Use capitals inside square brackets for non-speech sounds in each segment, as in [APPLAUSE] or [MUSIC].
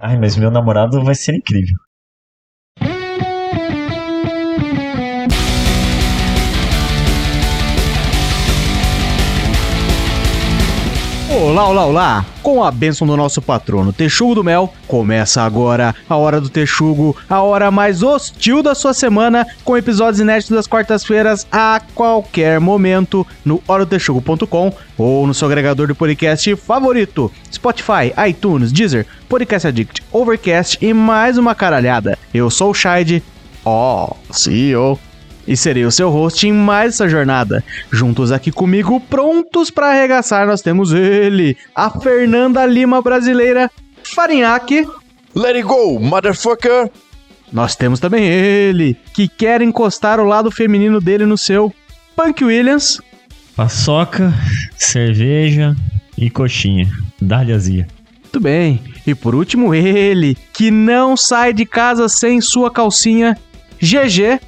Ai, mas meu namorado vai ser incrível. Olá, olá, olá! Com a bênção do nosso patrono Texugo do Mel, começa agora a Hora do Texugo, a hora mais hostil da sua semana, com episódios inéditos das quartas-feiras a qualquer momento no horadotexugo.com ou no seu agregador de podcast favorito, Spotify, iTunes, Deezer, Podcast Addict, Overcast e mais uma caralhada. Eu sou o Shide, ó, CEO e serei o seu host em mais essa jornada. Juntos aqui comigo, prontos para arregaçar, nós temos ele, a Fernanda Lima brasileira, Farinhaque. Let it go, motherfucker! Nós temos também ele, que quer encostar o lado feminino dele no seu, Punk Williams. Paçoca, cerveja e coxinha. Dá-lhe azia. Muito bem. E por último, ele, que não sai de casa sem sua calcinha, GG.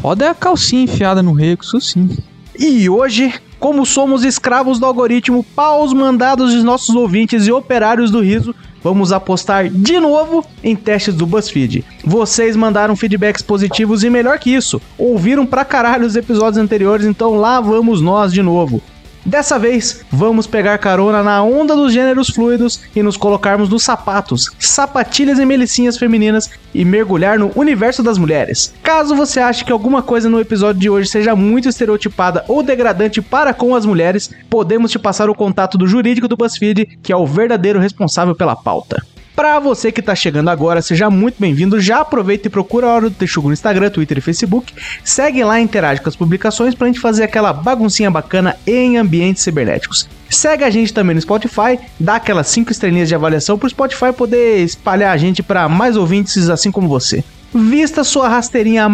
Foda é a calcinha enfiada no rego, isso sim. E hoje, como somos escravos do algoritmo, paus mandados de nossos ouvintes e operários do riso, vamos apostar de novo em testes do BuzzFeed. Vocês mandaram feedbacks positivos e melhor que isso, ouviram pra caralho os episódios anteriores, então lá vamos nós de novo. Dessa vez, vamos pegar carona na onda dos gêneros fluidos e nos colocarmos nos sapatos, sapatilhas e melicinhas femininas e mergulhar no universo das mulheres. Caso você ache que alguma coisa no episódio de hoje seja muito estereotipada ou degradante para com as mulheres, podemos te passar o contato do jurídico do BuzzFeed, que é o verdadeiro responsável pela pauta. Pra você que tá chegando agora, seja muito bem-vindo. Já aproveita e procura a Hora do Texugo no Instagram, Twitter e Facebook. Segue lá e interage com as publicações pra gente fazer aquela baguncinha bacana em ambientes cibernéticos. Segue a gente também no Spotify, dá aquelas 5 estrelinhas de avaliação pro Spotify poder espalhar a gente pra mais ouvintes assim como você. Vista sua rasteirinha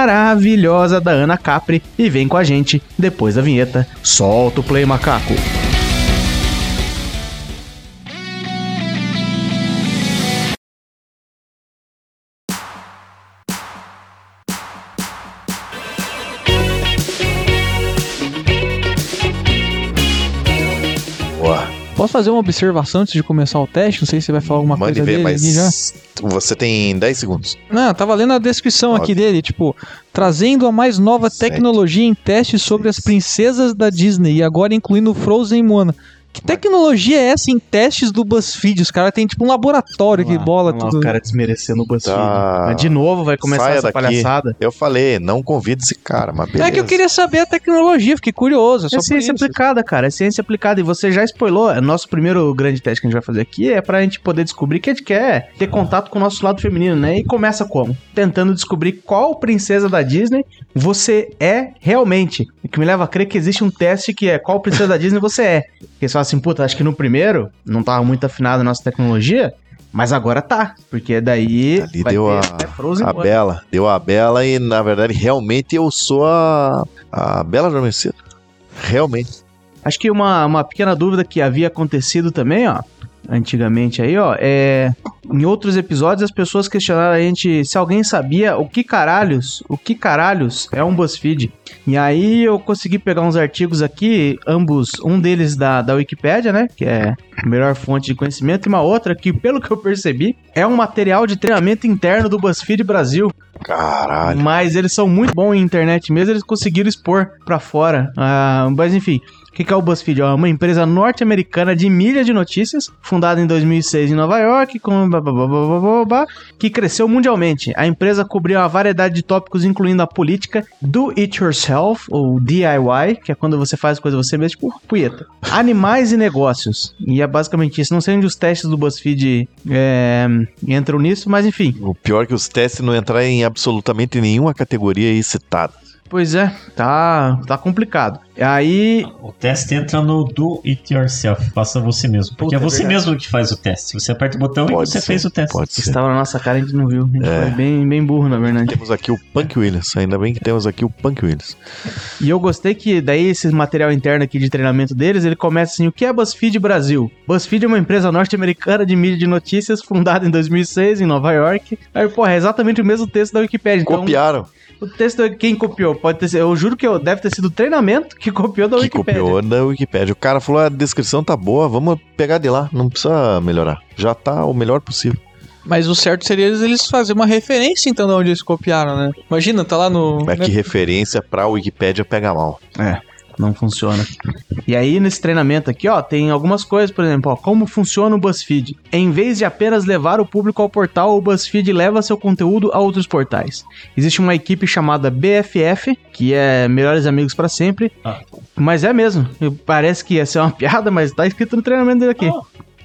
maravilhosa da Ana Capri e vem com a gente depois da vinheta. Solta o play, macaco! Boa. Posso fazer uma observação antes de começar o teste? Não sei se você vai falar alguma Mande coisa ver, dele mas aqui já. você tem 10 segundos. Não, eu tava lendo a descrição Óbvio. aqui dele, tipo, trazendo a mais nova Sete, tecnologia em teste sobre as princesas da Disney, e agora incluindo Frozen e Moana. Que tecnologia é essa em testes do BuzzFeed? Os caras têm tipo um laboratório que Olha lá, bola olha lá tudo. o cara desmerecendo o BuzzFeed. Tá. Mas de novo vai começar Saia essa daqui. palhaçada. Eu falei, não convido esse cara, mas beleza. é que eu queria saber a tecnologia, fiquei curioso. é Só É por ciência isso. aplicada, cara. É ciência aplicada. E você já spoilou. O Nosso primeiro grande teste que a gente vai fazer aqui é pra gente poder descobrir que a gente quer ter contato com o nosso lado feminino, né? E começa como? Tentando descobrir qual princesa da Disney você é realmente. O que me leva a crer que existe um teste que é qual princesa da Disney você é. Porque você fala assim, puta, acho que no primeiro não tava muito afinada a nossa tecnologia, mas agora tá. Porque daí Ali deu a- é Frozen A One. Bela. Deu a Bela e, na verdade, realmente eu sou a, a Bela Adormecida. Realmente. Acho que uma, uma pequena dúvida que havia acontecido também, ó, antigamente aí, ó, é. Em outros episódios as pessoas questionaram a gente se alguém sabia o que caralhos, o que caralhos é um BuzzFeed. E aí eu consegui pegar uns artigos aqui, ambos, um deles da, da Wikipédia, né, que é a melhor fonte de conhecimento, e uma outra que, pelo que eu percebi, é um material de treinamento interno do BuzzFeed Brasil. Caralho. Mas eles são muito bons em internet mesmo, eles conseguiram expor pra fora. Ah, mas enfim, o que que é o BuzzFeed? Ó, É uma empresa norte-americana de mídia de notícias, fundada em 2006 em Nova York, com blá, blá, blá, blá, blá, blá, blá, que cresceu mundialmente. A empresa cobriu uma variedade de tópicos, incluindo a política do it yourself, ou DIY, que é quando você faz coisa você mesmo, tipo punheta. Animais e negócios. E é basicamente isso. Não sei onde os testes do BuzzFeed é, entram nisso, mas enfim. O pior é que os testes não entraram em absolutamente nenhuma categoria aí citada. Pois é, tá, tá complicado. Aí, O teste entra no do it yourself, faça você mesmo. Porque é Puta, é você verdade. mesmo que faz o teste. Você aperta o botão Pode e você ser, fez o teste. Pode ser. estava na nossa cara, a gente não viu. A gente É. foi bem, bem burro, na verdade. Temos aqui o Punk Williams. Ainda bem que temos aqui o Punk Williams. E eu gostei que daí esse material interno aqui de treinamento deles, ele começa assim, o que é BuzzFeed Brasil? BuzzFeed é uma empresa norte-americana de mídia de notícias, fundada em 2006 em Nova York. Aí, porra, é exatamente o mesmo texto da Wikipédia. Então, Copiaram. o texto, é quem copiou? Pode ter sido, eu juro que eu- deve ter sido o treinamento então, que copiou da que Wikipédia. copiou da Wikipédia. O cara falou: a descrição tá boa, vamos pegar de lá, não precisa melhorar. Já tá o melhor possível. Mas o certo seria eles- eles fazerem uma referência, então, de onde eles copiaram, né? Imagina, tá lá no. Mas Né? que referência pra Wikipédia pega mal. Não funciona. E aí, nesse treinamento aqui, ó, tem algumas coisas, por exemplo, ó, como funciona o BuzzFeed. Em vez de apenas levar o público ao portal, o BuzzFeed leva seu conteúdo a outros portais. Existe uma equipe chamada BFF, que é Melhores Amigos pra Sempre. Ah. Mas é mesmo. Parece que ia ser uma [LAUGHS] piada, mas tá escrito no treinamento dele aqui.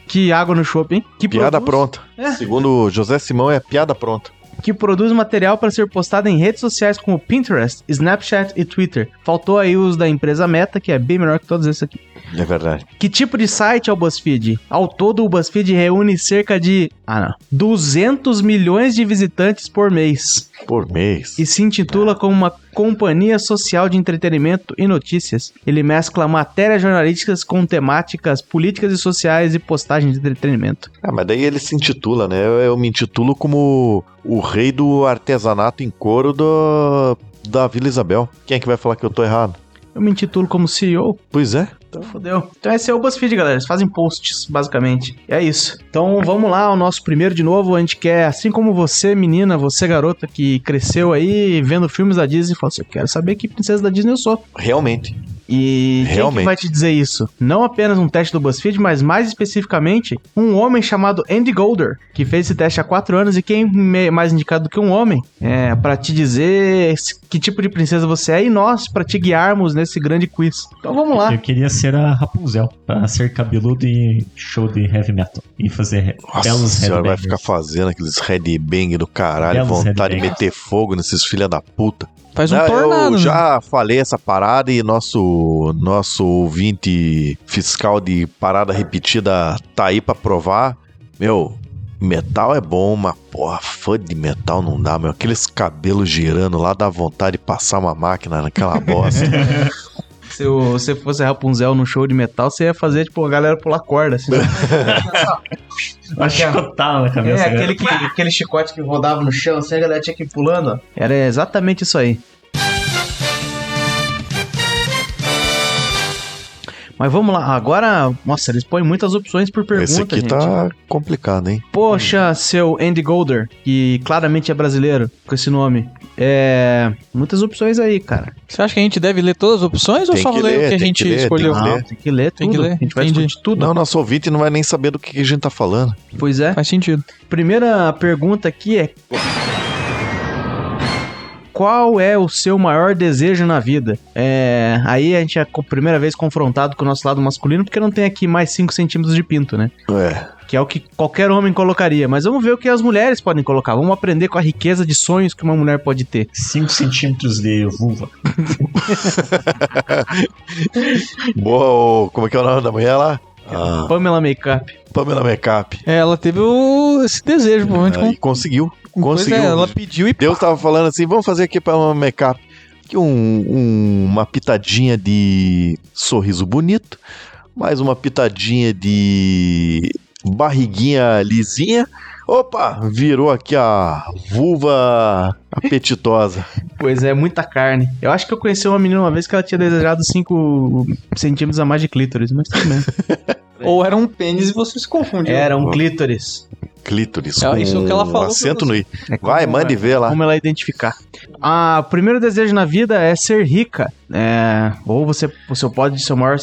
Que água no shopping. Que Piada produz- pronta. É. Segundo José Simão, é piada pronta. que produz material para ser postado em redes sociais como Pinterest, Snapchat e Twitter. Faltou aí os da empresa Meta, que é bem melhor que todos esses aqui. É verdade. Que tipo de site é o BuzzFeed? Ao todo, o BuzzFeed reúne cerca de ah, não, 200 milhões de visitantes por mês Por mês. e se intitula como uma companhia social de entretenimento e notícias. Ele mescla matérias jornalísticas com temáticas políticas e sociais e postagens de entretenimento. Ah, mas daí ele se intitula, né? Eu, eu me intitulo como o rei do artesanato em couro do, da Vila Isabel. Quem é que vai falar que eu tô errado? Eu me intitulo como CEO. Pois é. Então fodeu. Então esse é o BuzzFeed, galera. Eles fazem posts, basicamente. E é isso. Então vamos lá, o nosso primeiro de novo. A gente quer, assim como você, menina, você, garota, que cresceu aí vendo filmes da Disney, falou assim: eu quero saber que princesa da Disney eu sou. Realmente. E quem que Realmente. vai te dizer isso? Não apenas um teste do BuzzFeed, mas mais especificamente, um homem chamado Andy Golder, que fez esse teste há quatro anos. E quem me- mais indicado do que um homem é para te dizer s- que tipo de princesa você é e nós, para te guiarmos nesse grande quiz. Então vamos lá. Eu queria ser a Rapunzel, pra ser cabeludo e show de heavy metal. E fazer Nossa belos senhora, vai headbangers. ficar fazendo aqueles headbang do caralho, Belos vontade de headbangs. meter fogo nesses filha da puta. Faz um Não, tornado. eu né? já falei essa parada e nosso, nosso ouvinte fiscal de parada repetida tá aí pra provar. Meu, metal é bom, mas porra, fã de metal não dá, meu. Aqueles cabelos girando lá dá vontade de passar uma máquina [LAUGHS] naquela bosta. Se você fosse Rapunzel num show de metal, você ia fazer, tipo, a galera pular corda, [LAUGHS] assim. né? Uma chicotada na É, cabeça. cara. que, aquele chicote que rodava no chão, assim, a galera tinha que ir pulando, ó. Era exatamente isso aí. Mas vamos lá, agora, nossa, eles põem muitas opções por pergunta, Esse aqui gente. tá complicado, hein? Poxa, seu Andy Golder, que claramente é brasileiro com esse nome. É, muitas opções aí, cara. Você acha que a gente deve ler todas as opções ou Tem só que ler ler, o que a tem gente que ler, tem escolheu? que Ah, ler. tem que ler Tem tudo. que ler, A gente vai entendi. discutir tudo. Não, nosso ouvinte não vai nem saber do que que a gente tá falando. Pois é. Faz sentido. Primeira pergunta aqui é: Qual é o seu maior desejo na vida? É, aí a gente é a primeira vez confrontado com o nosso lado masculino, porque não tem aqui mais 5 centímetros de pinto, né? É, Que é o que qualquer homem colocaria. Mas vamos ver o que as mulheres podem colocar. Vamos aprender com a riqueza de sonhos que uma mulher pode ter. 5 centímetros de vulva. boa, ô, como é que é o nome da mulher lá? Ah, Pamela Makeup. Pamela Makeup. É, ela teve o- esse desejo, provavelmente. Ah, e com- conseguiu, Pois conseguiu. é, ela pediu e Deus tava falando assim, vamos fazer aqui para uma make-up. Aqui um- um- uma pitadinha de sorriso bonito, mais uma pitadinha de barriguinha lisinha. Opa, virou aqui a vulva apetitosa. Pois é, muita carne. Eu acho que eu conheci uma menina uma vez que ela tinha desejado 5 centímetros a mais de clítoris, mas tudo bem. Ou era um pênis e você se [LAUGHS] confundiu. Era um clítoris. Clítoris. É, isso com é o que ela falou pra Acento no i. É como- Vai, manda e vê lá. como ela identificar. Ah, o primeiro desejo na vida é ser rica. É, ou você, o seu pode, seu maior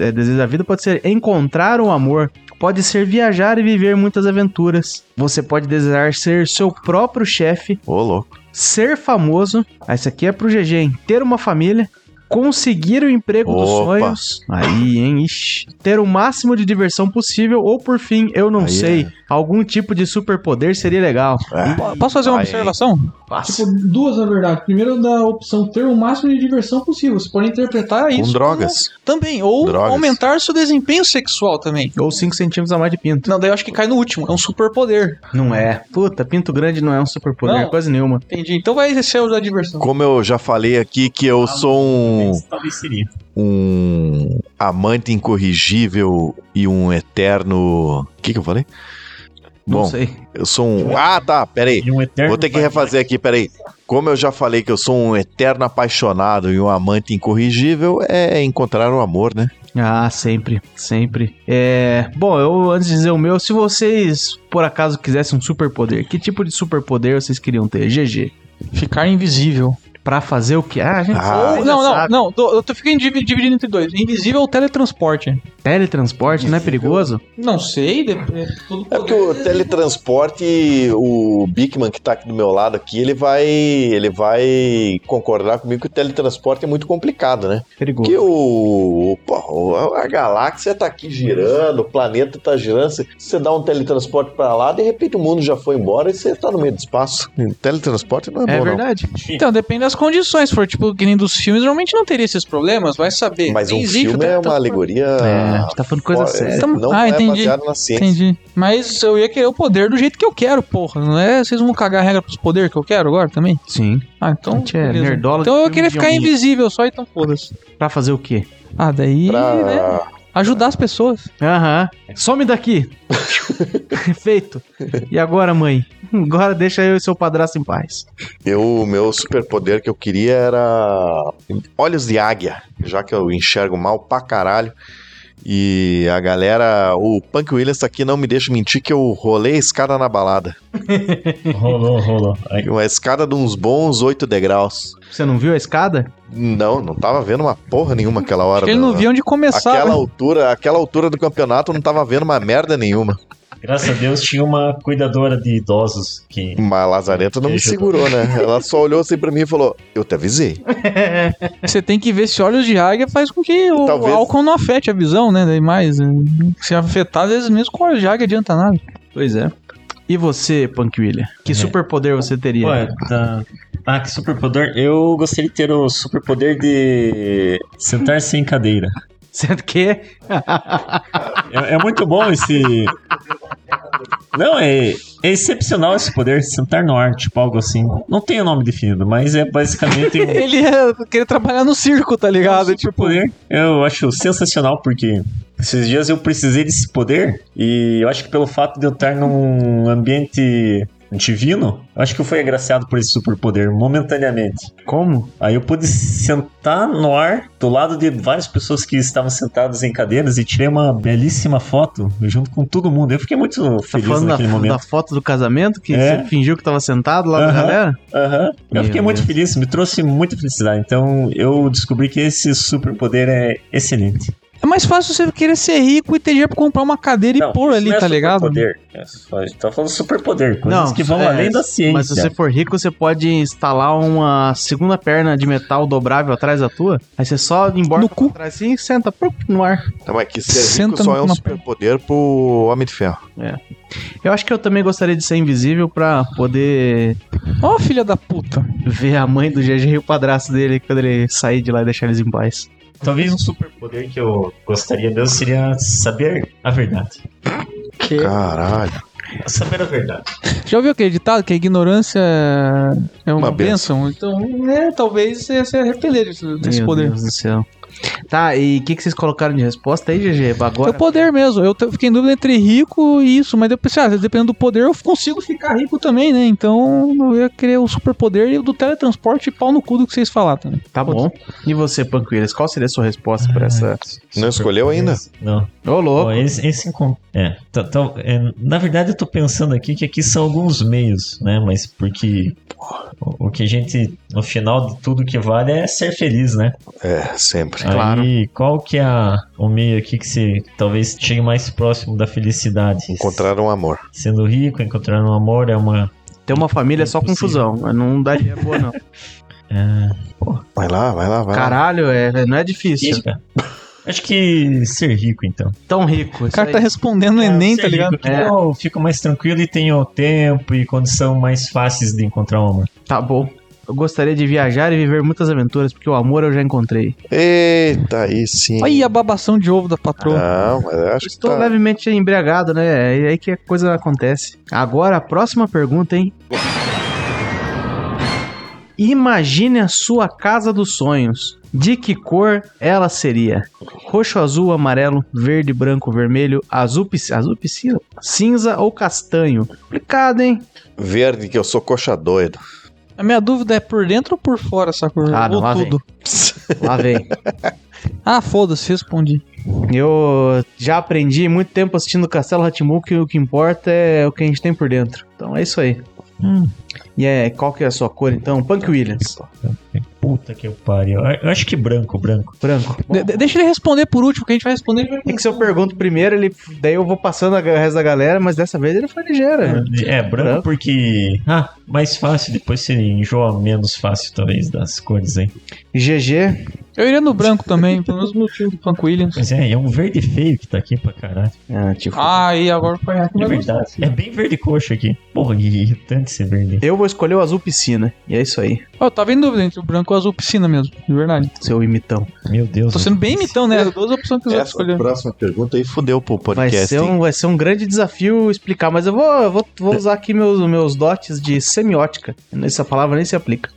eh, desejo da vida pode ser encontrar o amor. Pode ser viajar e viver muitas aventuras. Você pode desejar ser seu próprio chefe, Ô, louco. ser famoso. Ah, Esse aqui é pro GG, hein? Ter uma família. Conseguir o emprego dos Opa. sonhos. Aí, hein? Ixi. Ter o máximo de diversão possível. Ou, por fim, eu não Aí sei. é. Algum tipo de superpoder seria legal. É. Po- Posso fazer uma Ai, observação? Fácil. Tipo, duas, na verdade. Primeiro, da opção ter o máximo de diversão possível. Você pode interpretar Com isso. drogas. como- também. Ou Drogas. aumentar seu desempenho sexual também. Ou 5 centímetros a mais de pinto. Não, daí eu acho que cai no último. É um superpoder. Não é. Puta, pinto grande não é um superpoder, Não. coisa nenhuma. Entendi. Então vai ser o da diversão. Como eu já falei aqui que eu sou um... Isso Talvez seria. um amante incorrigível e um eterno. O que, que eu falei? não Bom, sei. eu sou um. Ah, tá, peraí. E um eterno. Vou ter que refazer [LAUGHS] aqui, peraí. Como eu já falei que eu sou um eterno apaixonado e um amante incorrigível, é encontrar o amor, né? Ah, sempre, sempre. É. Bom, eu antes de dizer o meu, se vocês por acaso quisessem um superpoder, que tipo de superpoder vocês queriam ter? GG. Ficar invisível. Pra fazer o que? Ah, a gente Ah. ainda Ou, não, não, sabe. não. tô- Eu tô ficando divi- dividindo entre dois. Invisível ou teletransporte? Teletransporte, não é perigoso? Não sei. depende- tudo É porque o poder- teletransporte, o Bigman que tá aqui do meu lado aqui, ele vai, ele vai concordar comigo que o teletransporte é muito complicado, né? Perigoso. Porque o, pô, a galáxia tá aqui girando, o planeta tá girando, você- você dá um teletransporte pra lá, de repente o mundo já foi embora e você tá no meio do espaço. Teletransporte não é, É bom, verdade. Então, depende das condições. Se for tipo que nem dos filmes, normalmente não teria esses problemas, vai saber. tá, não. Mas um Nem existe o filme é uma teletransporte. alegoria... tá- É, a gente tá falando coisa fora- séria. Então- Não Ah, é entendi. baseado na ciência. Entendi. Mas eu ia querer o poder do jeito que eu quero, porra. Não é? Vocês vão cagar a regra pros poderes que eu quero agora também? Sim. Ah, então. A gente é beleza. nerdola de então eu filme queria de ficar homem. invisível só, então foda-se. Pra fazer o quê? Ah, daí. né, Pra... ajudar as pessoas. Aham. Some [LAUGHS] daqui. Feito. E agora, mãe? Agora deixa eu e seu padrasto em paz. Eu, o meu superpoder que eu queria era olhos de águia, já que eu enxergo mal pra caralho. E a galera, o Punk Williams tá aqui não me deixa mentir que eu rolei a escada na balada. Rolou, rolou. Aí, Uma escada de uns bons 8 degraus. Você não viu a escada? Não, não tava vendo uma porra nenhuma aquela Acho hora. que ele da- não via onde começar. Aquela né? altura, aquela altura do campeonato eu não tava vendo uma merda nenhuma. graças a Deus tinha uma cuidadora de idosos que. Mas a Lazareta não me Deixa eu- segurou, né? Ela só olhou assim pra mim e falou: Eu te avisei. Você tem que ver se olhos de águia faz com que o Talvez- álcool não afete a visão, né? Daí mais. eh, Se afetar, às vezes mesmo com olhos de águia adianta nada. Pois é. E você, Punk William? Que É. superpoder você teria? [LAUGHS] Ué, tá. Ah, que superpoder. Eu gostaria de ter o superpoder de sentar-se em cadeira. Sendo que. É, é muito bom esse. Não, é, é excepcional esse poder, sentar no ar, tipo algo assim. Não tem o nome definido, mas é basicamente um Ele ia querer trabalhar no circo, tá ligado? Nossa, tipo, poder. né? Eu acho sensacional porque esses dias eu precisei desse poder e eu acho que pelo fato de eu estar num ambiente divino, eu acho que eu fui agraciado por esse superpoder momentaneamente. Como? Aí eu pude sentar no ar do lado de várias pessoas que estavam sentadas em cadeiras e tirei uma belíssima foto junto com todo mundo. Eu fiquei muito Tá feliz falando da, naquele momento. da foto do casamento que É. você fingiu que tava sentado lá na Aham. galera? Aham. Eu Meu fiquei muito Deus. feliz, me trouxe muita felicidade. Então eu descobri que esse superpoder é excelente. É mais fácil você querer ser rico e ter dinheiro pra comprar uma cadeira Não, e pôr isso ali, não é tá ligado? superpoder. É só- A gente tá falando superpoder, coisas Não, que vão é, além da ciência. Mas se você for rico, você pode instalar uma segunda perna de metal dobrável atrás da tua. Aí você só emborca No pra cu. trás assim e senta prup, no ar. Então é que ser rico Senta só é um numa- superpoder pro Homem de Ferro. Eu acho que eu também gostaria de ser invisível pra poder Ó, filha da puta. ver a mãe do GG e o padrasto dele quando ele sair de lá e deixar eles em paz. Talvez um superpoder que eu gostaria mesmo seria saber a verdade. Que... Caralho. Saber a verdade. Já ouviu aquele ditado que a ignorância é uma, Uma bênção? Então, é, talvez você se arrepender disso- desse Meu poder. Deus do céu. Tá, e o que, que vocês colocaram de resposta aí, GG? É Agora. o poder mesmo. Eu te- fiquei em dúvida entre rico e isso, mas eu pensei, ah, dependendo do poder, eu consigo ficar rico também, né? Então eu ia querer o superpoder e o do teletransporte e pau no cu do que vocês falaram né? também. Tá bom. E você, Panqueiras, qual seria a sua resposta pra essa. Não escolheu ainda? Não. Ô, Bom, louco. esse, esse encon- é, tá- tá- é, na verdade, eu tô pensando aqui que aqui são alguns meios, né? Mas porque o, o que a gente, no final de tudo que vale é ser feliz, né? É, sempre. Claro. Aí, qual que é a- o meio aqui que você talvez chegue mais próximo da felicidade? Encontrar um amor. Sendo rico, encontrar um amor é uma. Ter uma família é só Impossível. confusão. mas Não daria boa, não. é, Vai lá, vai lá, vai lá. Caralho, é, não é difícil. cara. Acho que ser rico, então. Tão rico. O Isso cara tá aí. respondendo o Enem, tá ligado? É. Eu fico mais tranquilo e tenho tempo e condição mais fáceis de encontrar um amor. Tá bom. Eu gostaria de viajar e viver muitas aventuras, porque o amor eu já encontrei. Eita, aí sim. Aí a babação de ovo da patroa. Não, mas eu acho que Estou tá... levemente embriagado, né? É aí que a coisa acontece. Agora, a próxima pergunta, hein? Imagine a sua casa dos sonhos. De que cor ela seria? Roxo, azul, amarelo, verde, branco, vermelho, azul, pisc... azul piscina, cinza ou castanho? Complicado, hein? Verde, que eu sou coxa doido. A minha dúvida é por dentro ou por fora essa cor? Ah, não, ou lá tudo. Lá vem. [LAUGHS] Ah, foda-se, respondi. Eu já aprendi muito tempo assistindo Castelo Ratimbu que o que importa é o que a gente tem por dentro. Então é isso aí. Hum, E é, qual que é a sua cor então? Punk Williams. Puta que eu pariu. Eu- Eu acho que branco, branco. Branco. De- de- deixa ele responder por último, que a gente vai responder. ele vai- É que se eu pergunto primeiro, ele, daí eu vou passando a- o resto da galera, mas dessa vez ele foi ligeiro. né? É, branco, Branco. porque. Ah, mais fácil, depois você enjoa menos fácil, talvez, das cores aí. É. GG. Eu iria no branco também, pelo mesmo motivo do Frank Williams. Mas é, é um verde feio que tá aqui pra caralho. Ah, tipo. Ah, e agora foi aqui. É verdade. É bem verde coxa aqui. Porra, que irritante esse verde. Eu vou escolher o azul piscina. E é isso aí, Eu tava em tá dúvida entre o branco e o azul piscina mesmo, de verdade. seu imitão. Meu Deus. Tô sendo bem imitão, né? As duas opções que eu Essa escolher. próxima pergunta aí fudeu pro Vai podcast. ser, hein? um, vai ser um grande desafio explicar, mas eu vou, eu vou, vou usar aqui meus, meus dotes de semiótica. Essa palavra nem se aplica.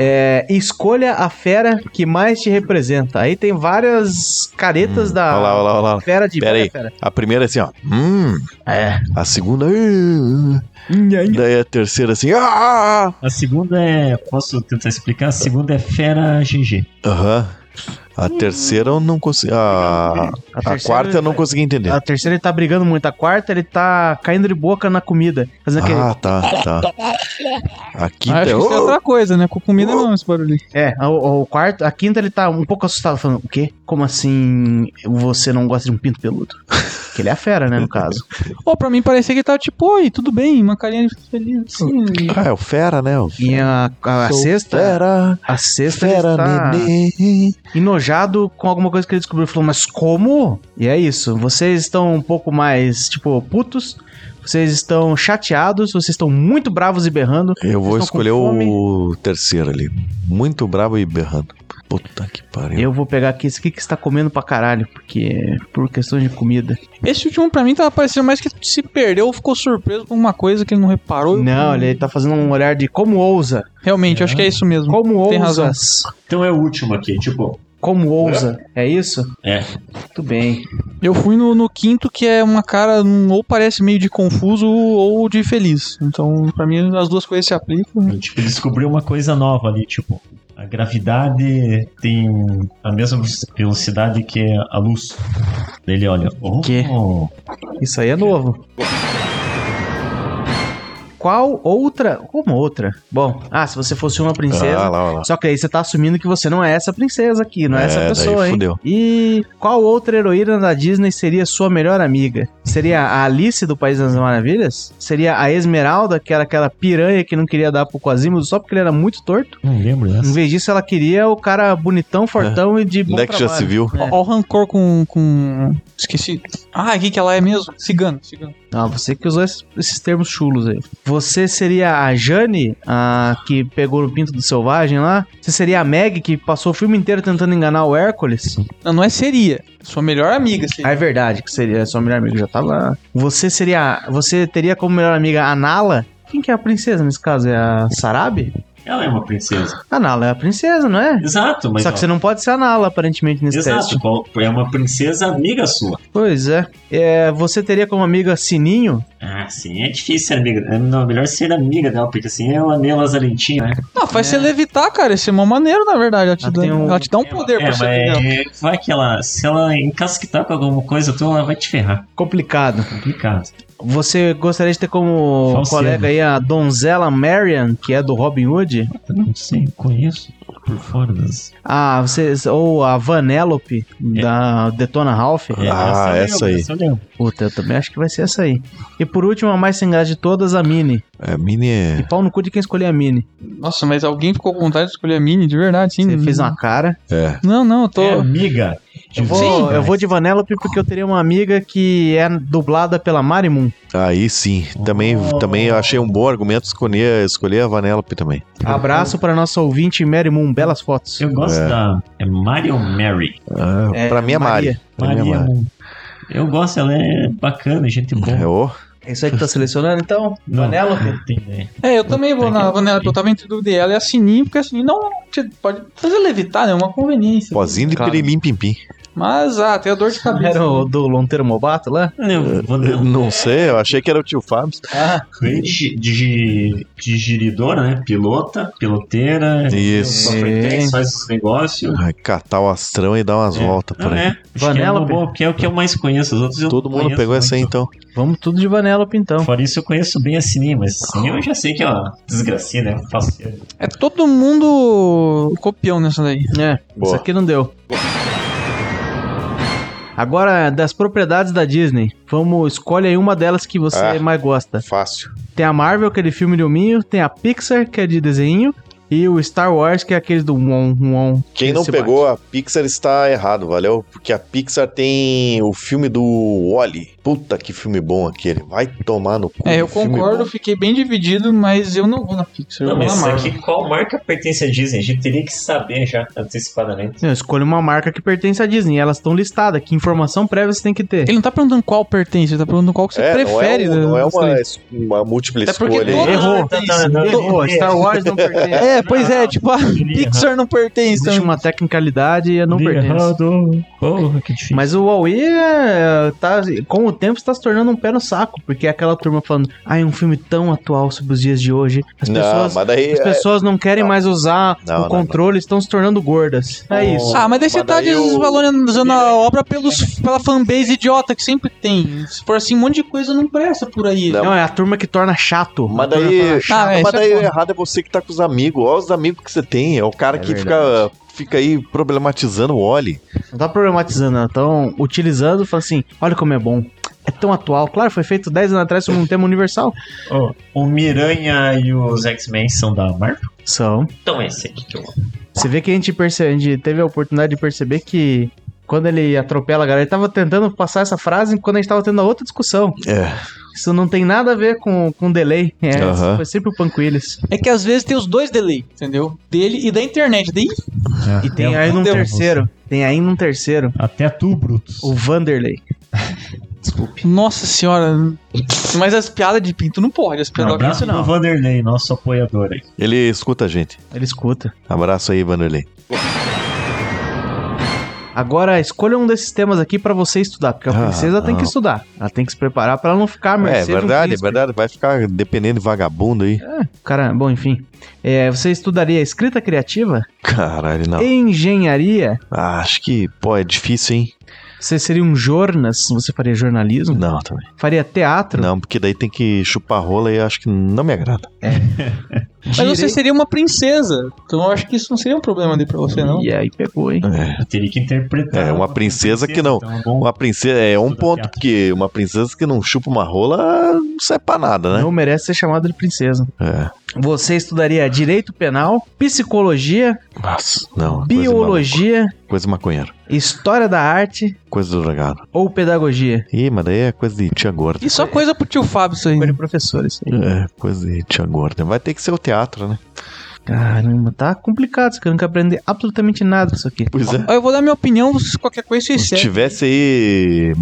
É, escolha a fera que mais te representa. Aí tem várias caretas da Hum. Olha lá, olha lá, olha lá. fera de Pera Bela aí. fera. A primeira é assim, ó. Hum. É. A segunda. "Ah". Daí a terceira assim. "Ah". A segunda é. Posso tentar explicar? A segunda é fera GG. Aham. A terceira eu não consegui. A, Hum. A, a terceira- é quarta eu não consegui entender. A terceira ele tá brigando muito. A quarta ele tá caindo de boca na comida. Fazendo aquele. Ah, tá, tá. A Ah, quinta acho é. que isso é outra coisa, né? Com comida não, esse barulho. É, a- o, o quarto, a quinta ele tá um pouco assustado, falando, o quê? Como assim você não gosta de um pinto peludo? Que ele é a fera, né, no caso. Pô, pra mim parecia que ele tava tipo, oi, tudo bem, uma carinha de feliz. assim, Sim. "Oh, ah, é o Fera, né? O E a, a, a Sou sexta, Fera, a sexta ele Fera, tá neném. enojado com alguma coisa que ele descobriu. Ele Falou, mas como? E é isso, vocês estão um pouco mais, tipo, putos, vocês estão chateados, vocês estão muito bravos e berrando. Eu vou Vocês estão com escolher o terceiro ali. Muito brabo e berrando. Puta que pariu. Eu vou pegar aqui esse aqui que está comendo pra caralho, porque por questões de comida. Esse último pra mim tava parecendo mais que se perdeu ou ficou surpreso com alguma coisa que ele não reparou. Não, ele tá fazendo um olhar de como ousa. Realmente, É. acho que é isso mesmo. Como ousa. Tem razão. Então é o último aqui, tipo. Como ousa? É isso? É. Muito bem. Eu fui no, no quinto, que é uma cara, hum, ou parece meio de confuso ou de feliz. Então, pra mim, as duas coisas se aplicam. Tipo, descobriu uma coisa nova ali, tipo. A gravidade tem a mesma velocidade que a luz. Daí Ele olha. Oh, Quê? Isso aí é novo. Qual outra? Como outra? Bom, ah, se você fosse uma Ah, princesa. lá, lá. Só que aí você tá assumindo que você não é essa princesa aqui, não é, É, essa daí pessoa, hein? fudeu. E qual outra heroína da Disney seria sua melhor amiga? Seria a Alice do País das Maravilhas? Seria a Esmeralda, que era aquela piranha que não queria dar pro Quasimodo só porque ele era muito torto? Não lembro Em dessa. vez disso, ela queria o cara bonitão, fortão e de bom Onde é que já trabalho. se viu? É. Ó, ó o rancor com, com. Esqueci. Ah, o que que ela é mesmo? Cigano, cigano. Ah, você que usou esses, esses termos chulos aí. Você seria a Jane, a que pegou o pinto do selvagem lá? Você seria a Meg, que passou o filme inteiro tentando enganar o Hércules? Não, não é seria. Sua melhor amiga, seria. Ah, é verdade, que seria sua melhor amiga, já tava. Você seria. Você teria como melhor amiga a Nala? Quem que é a princesa nesse caso? É a Sarabi? Ela é uma princesa. A Nala é a princesa, não é? Exato, mas. Só ó, que você não pode ser a Nala, aparentemente, nesse teste. Exato, qual- é uma princesa amiga sua. Pois é. é. Você teria como amiga Sininho? Ah, sim, é difícil ser amiga. é, Não, melhor ser amiga dela, porque assim ela é meio lazarentinha, né? Não, faz você levitar, cara. Esse é uma maneira, na verdade. Ela te, Ela dá, tem um- ela te dá um poder pra é, você. entendeu? mas vai que ela. Se ela encasquetar com alguma coisa, então ela vai te ferrar. Complicado. Complicado. Você gostaria de ter como Falciane. colega aí a donzela Marian, que é do Robin Hood? Eu não sei, Tá conheço por fora das. Ah, vocês ou a Vanellope da Detona Ralph? É, Ah, eu lembro, essa aí. eu lembro. Puta, eu também acho que vai ser essa aí. E por último, a mais sem graça de todas, a Minnie. É, mini. E pau no cu de quem escolher a Minnie. Nossa, mas alguém ficou com vontade de escolher a Mini, de verdade, sim. Você fez uma cara. É. Não, não, eu tô. É amiga. Eu vou, Sim, eu vou de Vanellope porque eu teria uma amiga que é dublada pela Marimun. Aí sim. Também, Oh. também eu achei um bom argumento escolher, escolher a Vanellope também. Abraço pra nossa ouvinte Marimun. Belas fotos. Eu gosto É. da. É Mario Mary. Ah, É, pra mim é Mari. Maria. Pra mim é Maria. né? Mari. Eu gosto, ela é bacana, gente É, boa. ô. É isso aí que tá selecionando, então? Não, Vanellope? não tem ideia. É, eu também vou um na Vanellope. Eu tava entre dúvida dela e a Sininho, porque a Sininho não te- pode fazer levitar, né? É uma conveniência. Pozinho de Claro. pirilim pim pim. Mas, ah, tem a [LAUGHS] dor de cabeça. Era o do Lonteiro Mobato lá? é Não, Eu [LAUGHS] Não sei, eu achei que era o tio Fábio. de, de, de giridora, né? Pilota, piloteira. Isso. Sofretex, faz os negócios. Ai, catar o astrão e dar umas voltas Ah, por aí. é. Vanellope. Vanellope. Que é o que eu mais conheço. Os outros eu Todo não mundo conheço pegou muito. essa aí então. Vamos tudo de Vanellope então. Fora isso, eu conheço bem a Sininho, mas Sininho eu já sei que é uma desgracinha, né? Faço- É todo mundo copião nessa daí. É, Boa. isso aqui não deu. Agora, das propriedades da Disney, vamos, escolhe aí uma delas que você Ah. mais gosta. Fácil. Tem a Marvel, que é de filme de hominho, tem a Pixar, que é de desenho, e o Star Wars, que é aquele do Won Won. Quem não pegou a Pixar está errado, valeu? Porque a Pixar tem o filme do Wally. Puta que filme bom aquele. Vai tomar no cu. É, eu que filme concordo, bom. é fiquei bem dividido, mas eu não vou na Pixar, eu Não, vou mas na isso Marvel. aqui, qual marca pertence à Disney? A gente teria que saber já antecipadamente. Não, escolha uma marca que pertence à Disney, elas estão listadas, que informação prévia você tem que ter. Ele não tá perguntando qual pertence, ele tá perguntando qual que você É, prefere. não é, um- não né? é uma, es- uma múltipla Até porque escolha. todo- aí. Errou. Tá, tá, tá, Errou, tá, Star [LAUGHS] Wars não pertence. É, pois Ah, é, tipo, a [LAUGHS] Ele erra- Pixar não pertence. Existe Então, uma tecnicalidade e não ele pertence. errado. Porra, que difícil. Mas o Huawei é, tá, com o tempo está se tornando um pé no saco, porque é aquela turma falando, ah, é um filme tão atual sobre os dias de hoje. As Não, pessoas, mas daí. as é- pessoas não querem não. mais usar Não, o não, controle, estão se tornando gordas. É Oh. isso. Ah, mas daí você Mas tá daí eu- é desvalorizando a obra pelos, pela fanbase idiota que sempre tem. Se for assim, um monte de coisa não presta por aí. Não. Não, é a turma que torna chato. A Mas turma "Tá, daí, torna chato. Ah, é, mas isso é daí o foda. errado é você que tá com os amigos. Olha os amigos que você tem. É o cara É que fica, fica aí problematizando o Oli. Não tá problematizando, estão utilizando, fala assim, olha como é bom. É tão atual. Claro, foi feito 10 anos atrás sobre um tema universal. Ó, o Miranha e os X-Men são da Marvel? São. Então é esse aqui que eu vou. Você vê que a gente, perce- a gente teve a oportunidade de perceber que quando ele atropela a galera, ele tava tentando passar essa frase quando a gente tava tendo a outra discussão. É. Isso não tem nada a ver com, com delay. É, isso Aham. Foi sempre o Panquilis. É que às vezes tem os dois delay, entendeu? Dele e da internet. Daí É. E tem ainda um Deus. terceiro. Tem ainda um terceiro. Até tu, Brutus. O Vanderlei. Desculpe. Nossa senhora. Mas as piadas de pinto não pode. As Um piadas abraço não. pro Vanderlei, nosso apoiador aí. Ele escuta a gente. Ele escuta. Abraço aí, Vanderlei. Agora, escolha um desses temas aqui pra você estudar. Porque a Ah, princesa tem que não. estudar. Ela tem que se preparar pra ela não ficar à Ah, mercê É de um verdade, é príncipe. verdade. Vai ficar dependendo de vagabundo aí. Cara, bom, enfim. É, você estudaria escrita criativa? Caralho, não. Engenharia? Ah, acho que, pô, é difícil, hein? Você seria um jornas? Você faria jornalismo? Não, também. Faria teatro? Não, porque daí tem que chupar rola e acho que não me agrada. Mas você seria uma princesa. Então eu acho que isso não seria um problema daí pra você, não. E aí pegou, hein? É. Eu teria que interpretar. É, uma princesa que não. então é bom. Uma princesa, é um Tudo ponto teatro. que uma princesa que não chupa uma rola não serve pra nada, né? Não merece ser chamado de princesa. É. Você estudaria direito penal, psicologia, Nossa, não. coisa biologia, maluca, Coisa maconheira. história da arte Coisa do drogado. ou pedagogia? Ih, mas daí é coisa de tia gorda. E só coisa pro tio Fábio isso aí. Escolha professor, isso aí. É, coisa de tia gorda. Vai ter que ser o teatro, né? Caramba, tá complicado. Você não quer aprender absolutamente nada com isso aqui. Pois é. [LAUGHS] Ó, Eu vou dar minha opinião, se qualquer coisa vocês é. Se seguem. tivesse aí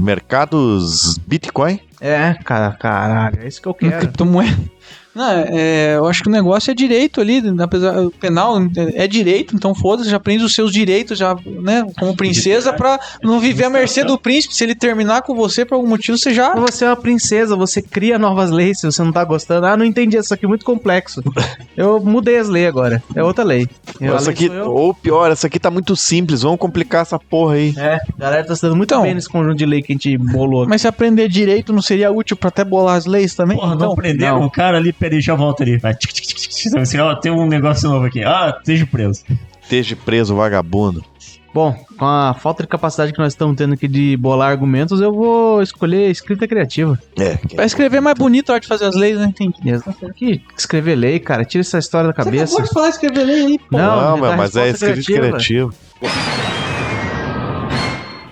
mercados Bitcoin, É, cara, caralho, é isso que eu Uma quero. criptomoeda. Não, é, eu acho que o negócio é direito ali, apesar o penal é é direito, então foda-se, já aprende os seus direitos já, né, como princesa pra não viver à mercê do príncipe, se ele terminar com você por algum motivo, você já Você é uma princesa, você cria novas leis se você não tá gostando. Ah, não entendi, isso aqui é muito [LAUGHS] complexo. Eu mudei as leis agora. É outra lei. Eu- a essa lei aqui, sou eu. ou pior, essa aqui tá muito simples. Vamos complicar essa porra aí. É, a galera tá se dando muito Então. bem nesse conjunto de lei que a gente bolou aqui. Mas se aprender direito não seria útil pra até bolar as leis também? Porra, não então, prenderam o cara ali, peraí, já volta ali. Vai. Tic, tic, tic, tic, tic. Assim, ó, tem um negócio novo aqui. Ah, esteja preso. Esteja preso, vagabundo. Bom, com a falta de capacidade que nós estamos tendo aqui de bolar argumentos, eu vou escolher escrita criativa. É, Pra escrever mais bonito a hora de fazer as leis, né? Entendi. Eles não têm que escrever lei, cara. Tira essa história da tá Você cabeça. acabou de falar escrever lei aí, pô. Não, me meu, dá mas é resposta escrito criativo. Ah,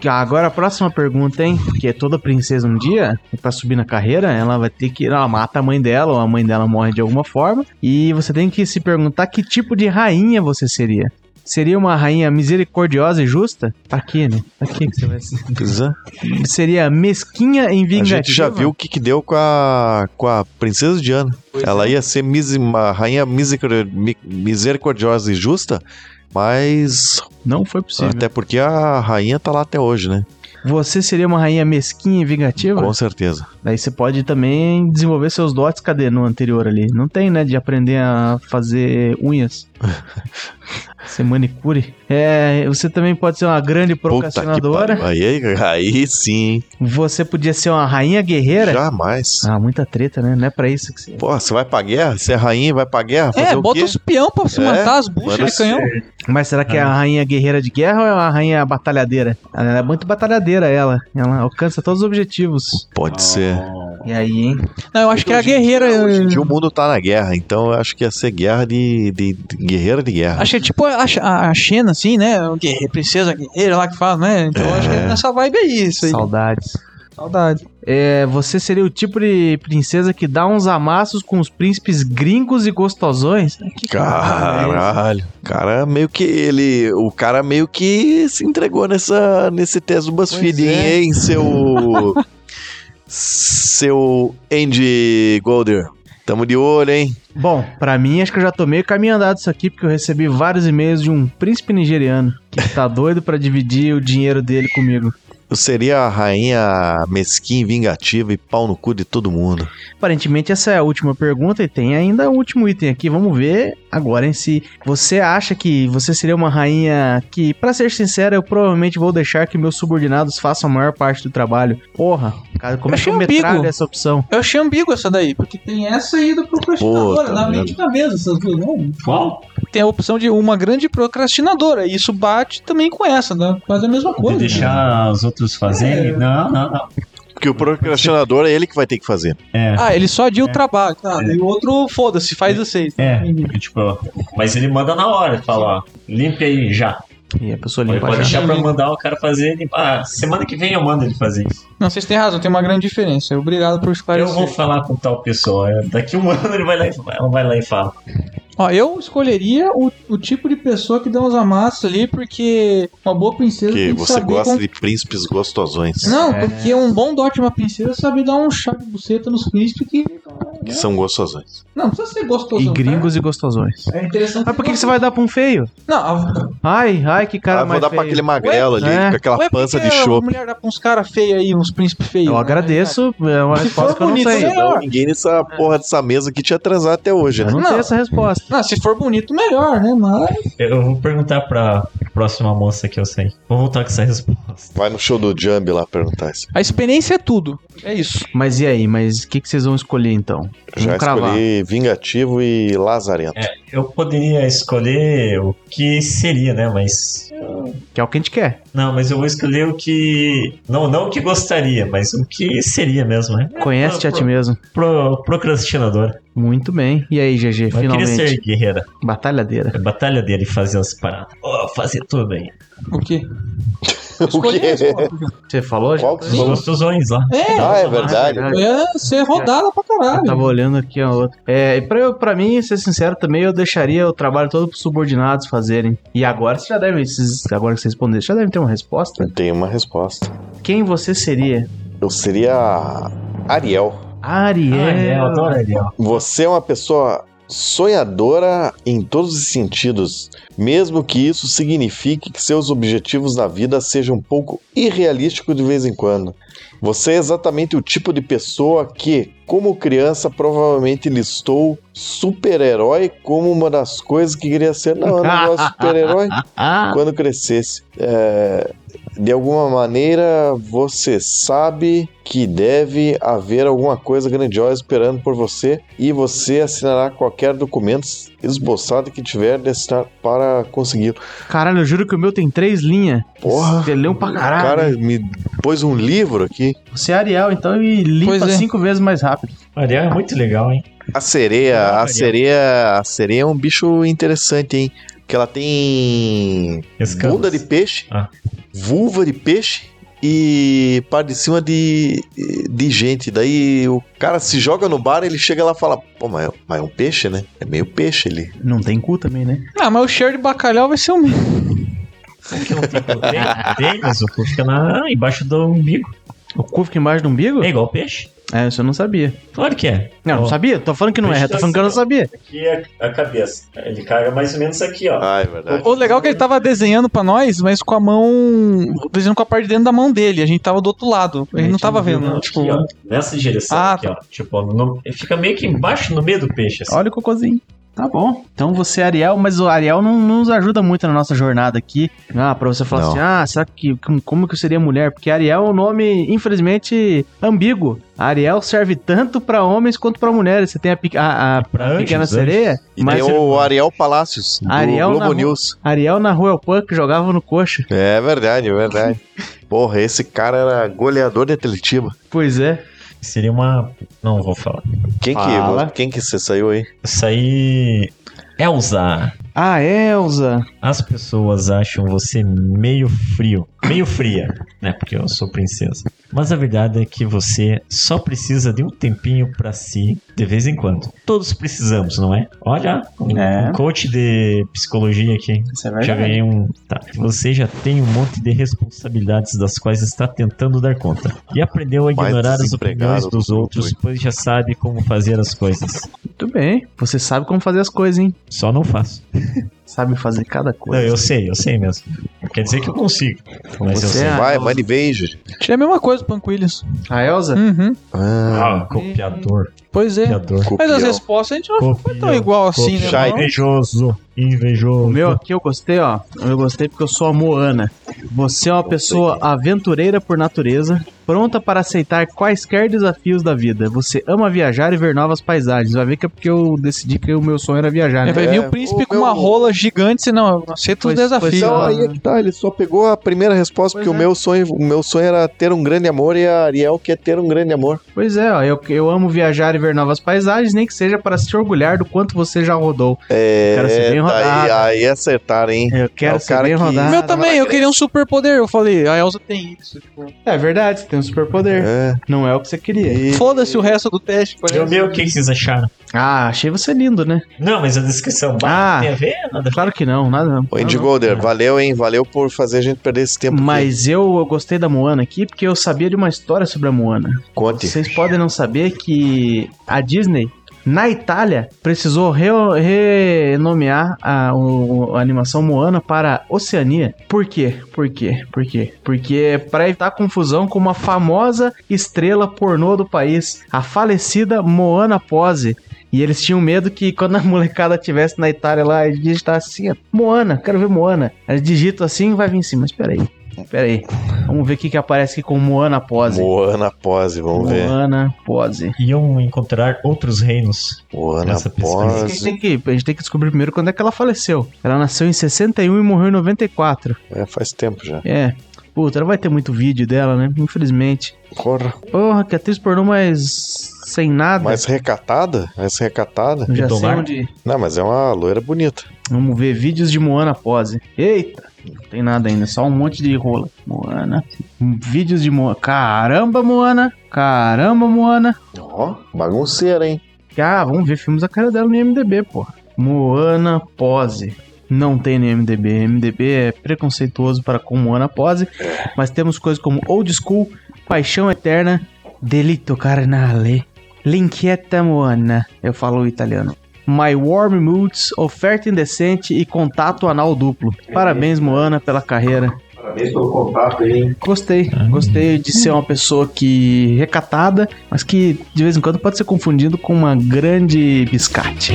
Agora a próxima pergunta, hein? Porque toda princesa um dia, pra subir na carreira, ela vai ter que. Ela mata a mãe dela, ou a mãe dela morre de alguma forma. E você tem que se perguntar que tipo de rainha você seria. Seria uma rainha misericordiosa e justa? Pra quê, né? Pra quê que você vai [LAUGHS] ser? Pois é. Seria mesquinha e A vingativa? gente já viu o que, que deu com a, com a princesa Diana. Ela ia ser misi- uma rainha misericor- mi- misericordiosa e justa. Mas Não foi possível. até porque a rainha tá lá até hoje, né? Você seria uma rainha mesquinha e vingativa? Com certeza. Daí você pode também desenvolver seus dotes, cadê no anterior ali? Não tem, né? De aprender a fazer [LAUGHS] unhas. Ser manicure. É, você também pode ser uma grande procrastinadora. pariu. Aí, aí sim, hein? Você podia ser uma rainha guerreira. jamais. Ah, muita treta, né? Não é pra isso que você. Pô, você vai pra guerra? Você é rainha e vai pra guerra? Fazer É, o bota quê? os peão pra se É, matar as manda buchas de canhão. Mas será que é a Ah. rainha guerreira de guerra ou é uma rainha batalhadeira? Ela é muito batalhadeira, ela. Ela alcança todos os objetivos. Pode Ah. ser. Ah, E aí, hein? Não, eu acho que é a guerreira. Hoje em dia o mundo tá na guerra, então eu acho que ia ser guerra de, de, de- guerreira de guerra. Acho que é tipo a, a, a Xena, assim, né? O guerre- princesa guerreira lá que fala, né? Então eu acho que é nessa vibe aí, isso aí. Saudades. Saudade. É, você seria o tipo de princesa que dá uns amassos com os príncipes gringos e gostosões? Que Caralho. O cara meio que ele, o cara meio que se entregou nessa nesse teste do BuzzFeed, Pois é. hein, seu seu Andy Golder. Tamo de olho, hein? Bom, pra mim acho que eu já tô meio caminho andado isso aqui, porque eu recebi vários e-mails de um príncipe nigeriano que [LAUGHS] tá doido pra dividir o dinheiro dele comigo. Eu seria a rainha mesquinha, vingativa e pau no cu de todo mundo. Aparentemente essa é a última pergunta e tem ainda o último item aqui. Vamos ver agora em si. Você acha que você seria uma rainha que, pra ser sincero, eu provavelmente vou deixar que meus subordinados façam a maior parte do trabalho? Porra, cara, como é que Achei eu metralho ambíguo. essa opção? Eu achei ambíguo essa daí, porque Tem essa aí da procrastinadora, Puta na merda. mente da mesa, essas duas. Não, Qual? né? tem a opção de uma grande procrastinadora. E isso bate também com essa, né? Quase a mesma De coisa. deixar os outros fazerem? Não, não, não. Porque o procrastinador é ele que vai ter que fazer. É, Ah, ele só adiu o trabalho. Tá, E o outro, foda-se, faz vocês. é. porque, Tipo, ó, mas ele manda na hora, fala, ó, limpe aí já. E a pessoa Ele limpa pode já. deixar pra mandar o cara fazer. Ele, ah, semana que vem eu mando ele fazer isso. Não, vocês têm razão, tem uma grande diferença. Obrigado por Eu esclarecer. vou falar com tal pessoa. é, Daqui um [LAUGHS] ano ele vai lá e, ela vai lá e fala. Ó, eu escolheria o, o tipo de pessoa que dá uns amassos ali, porque uma boa princesa Porque tem que você saber... gosta con- de príncipes gostosões. Não, É. porque um bom dote de uma princesa é saber dar um chá de buceta nos príncipes que... Que são gostosões. Não, não precisa ser gostoso. tá? E gringos e gostosões. É interessante. tá? Mas por que, que você vai dar pra um feio? Não, a- Ai, ai, que cara ah, vou mais dar feio. pra aquele magrelo ali, É. com aquela Ué, por pança que de a chope. mulher dá pra uns caras feios aí, uns príncipes feios. né? Eu agradeço, Ah, é uma resposta que eu não bonito, sei. né? Não, ninguém nessa porra dessa mesa aqui tinha transado até hoje, Eu né? não, Não. sei essa resposta. Não, se for bonito, melhor, né? Mas Eu vou perguntar pra próxima moça que eu sei. Vou voltar com essa resposta. Vai no show do Jambi lá perguntar isso. a experiência é tudo. É isso. Mas e aí, mas o que, que vocês vão escolher então? Já Vamos cravar. escolhi Vingativo e Lazarento. Eu poderia escolher o que seria, né? Mas. Que é o que a gente quer. Não, mas eu vou escolher o que. Não, não o que gostaria, mas o que seria mesmo, né? Conhece-te a ti mesmo. Pro, procrastinador. Muito bem. E aí, GG, Eu queria finalmente. ser guerreira. Batalhadeira. É batalha dele fazer as paradas. Ó, fazer tudo aí. O quê? [LAUGHS] o Escolhi quê? isso, ó. Você falou? Qual que Os gostosões lá. É, Ah, é verdade. Ah, é Tá ser rodada pra Eu caralho. tava olhando aqui a outra. É, e pra, eu, pra mim, ser sincero também, eu deixaria o trabalho todo pros subordinados fazerem. E agora vocês já devem, esses- agora que vocês responderam, já devem ter uma resposta. Tem uma resposta. Quem você seria? Eu seria Ariel. Ariel. Ah, é, eu adoro Ariel. Você é uma pessoa sonhadora em todos os sentidos, mesmo que isso signifique que seus objetivos na vida sejam um pouco irrealísticos de vez em quando. Você é exatamente o tipo de pessoa que, como criança, provavelmente listou super-herói como uma das coisas que queria ser. Não, eu não gosto de super-herói Ah, quando crescesse. É, de alguma maneira, você sabe que deve haver alguma coisa grandiosa esperando por você e você assinará qualquer documento esboçado que tiver de assinar para conseguir. caralho, eu juro que o meu tem três linhas. Porra. Você leu pra O caralho. cara me pôs um livro aqui. Você é Ariel, então, e limpa Pois é. cinco vezes mais rápido. Ariel é muito legal, hein? A sereia, a sereia, a sereia é um bicho interessante, hein? Que ela tem Escamas. bunda de peixe, Ah. vulva de peixe e parte de cima de, de gente. Daí o cara se joga no bar, ele chega lá e fala: pô, mas, é- mas é um peixe, né? É meio peixe ali. Não tem cu também, né? Ah, mas o cheiro de bacalhau vai ser o mesmo. Tem, tem, mas o cu fica na, embaixo do umbigo. O cu fica embaixo do umbigo? É igual peixe. É, isso eu não sabia. Claro que é. Não, não Ó, sabia? Tô falando que não é, Deixa tô falando que eu não assim, ó. sabia. Aqui é a cabeça. Ele carga mais ou menos aqui, ó. Ah, é verdade. O legal é que ele tava desenhando pra nós, mas com a mão. desenhando com a parte de dentro da mão dele. A gente tava do outro lado. A gente não tava vendo. né? Não, tipo, aqui, ó, nessa direção Ah, aqui, ó. Tipo, ó, no- ele fica meio que embaixo, no meio do peixe, assim. Olha o cocôzinho. Tá bom. Então você, Ariel, mas o Ariel não, não nos ajuda muito na nossa jornada aqui. Ah, pra você falar Não. assim, ah, será que com- como que eu seria mulher? Porque Ariel é um nome, infelizmente, ambíguo. Ariel serve tanto pra homens quanto pra mulheres. Você tem a, pe- a- a Pra anjos, pequena anjos. sereia, E mas tem o Ariel Palacios, do Ariel na Globo rua. News. Ariel na Royal Punk jogava no coxa. É verdade, é [LAUGHS] verdade. Porra, esse cara era goleador de Atletiba. Pois é. Seria uma. Não vou falar. Quem Fala. que, quem que você saiu aí? Isso aí. Elza, Ah, Elza. as pessoas acham você meio frio. Meio fria, né? Porque eu sou princesa. Mas a verdade é que você só precisa de um tempinho pra si de vez em quando. Todos precisamos, não é? Olha, um, É. um coach de psicologia aqui. Isso é Já ganhei um. Tá. Você já tem um monte de responsabilidades das quais está tentando dar conta. E aprendeu a Mais ignorar as desempregado opiniões dos do que outros, pois já sabe como fazer as coisas. Muito bem. Você sabe como fazer as coisas, hein? Só não faço. Sabe fazer cada Não, coisa. eu sei, eu sei mesmo. Não Quer dizer que eu consigo. Mas eu Você sei. Ah, Vai, eu- Money Beijo. Tinha a mesma coisa do Panquilhos. A Elza? Uhum. Ah, Ah, copiador. Pois é. Copiador. Mas as copião. respostas a gente não foi tão Copião. igual assim, né? Copia. não? Invejoso. Invejoso. O meu aqui eu gostei, ó. Eu gostei porque eu sou a Moana. Você é uma pessoa aventureira por natureza, pronta para aceitar quaisquer desafios da vida. Você ama viajar e ver novas paisagens. Vai ver que é porque eu decidi que o meu sonho era viajar, É, né? vai vir É, o príncipe o com uma meu- rola gigante, senão eu não aceito os Pois- pois desafios. Então Ah. aí é que tá, ele só pegou a primeira resposta, Pois porque o é. meu sonho, o meu sonho era ter um grande amor e a Ariel quer ter um grande amor. Pois é, ó. Eu, eu amo viajar e ver novas paisagens, nem que seja para se orgulhar do quanto você já rodou. É, Quero ser bem tá aí, rodado. aí acertaram, hein? Eu quero o ser cara bem que- O rodado. meu também, eu queria um superpoder. Eu falei, "Ah, a Elsa tem isso. Tipo, É verdade, você tem um superpoder. É. Não é o que você queria. E- Foda-se o resto do teste. parece. Eu meu, o que vocês acharam? Ah, achei você lindo, né? Não, mas a descrição. Ah. Ah. Tem a ver? Nada. Claro que não, nada não. Ô, Nada Indy não. Golder, valeu, hein? Valeu por fazer a gente perder esse tempo. aqui. Mas eu, eu gostei da Moana aqui porque eu sabia de uma história sobre a Moana. Conte. Vocês podem não saber que a Disney, na Itália, precisou reo- renomear a, o- a animação Moana para Oceania. Por quê? Por quê? Por quê? Porque para evitar confusão com uma famosa estrela pornô do país, a falecida Moana Pose. E eles tinham medo que quando a [LAUGHS] molecada estivesse na Itália lá, eles digitassem assim, ó, Moana, quero ver Moana. Eles digitam assim e vai vir em cima. Mas peraí, peraí. Vamos ver o que, que aparece aqui com Moana Pose. Moana Pose, vamos ver. Moana Pose. Iam encontrar outros reinos. Moana Essa A pesquisa. gente, Pose. tem que, a gente tem que descobrir primeiro quando é que ela faleceu. Ela nasceu em 61 e morreu em 94. É, faz tempo já. É. Puta, não vai ter muito vídeo dela, né? Infelizmente. Porra, Porra, que atriz pornô mais sem nada. mais recatada? Mais recatada? Eu Já sei Bidolar. onde. Não, mas é uma loira bonita. Vamos ver vídeos de Moana pose. Eita, não tem nada ainda, só um monte de rola. Moana. Vídeos de Moana. Caramba, Moana. Caramba, Moana. Ó, bagunceira, hein? Ah, vamos ver filmes da cara dela no IMDB, porra. Moana pose. Não tem no IMDB. IMDB é preconceituoso para com Moana pose. Mas temos coisas como Old School, Paixão Eterna, Delito Carnale, L'inquieta Moana. Eu falo italiano. My Warm Moods, Oferta Indecente e Contato Anal Duplo. Parabéns, Moana, pela carreira. Parabéns pelo contato aí. Gostei, gostei de ser uma pessoa que recatada, mas que de vez em quando pode ser confundido com uma grande biscate.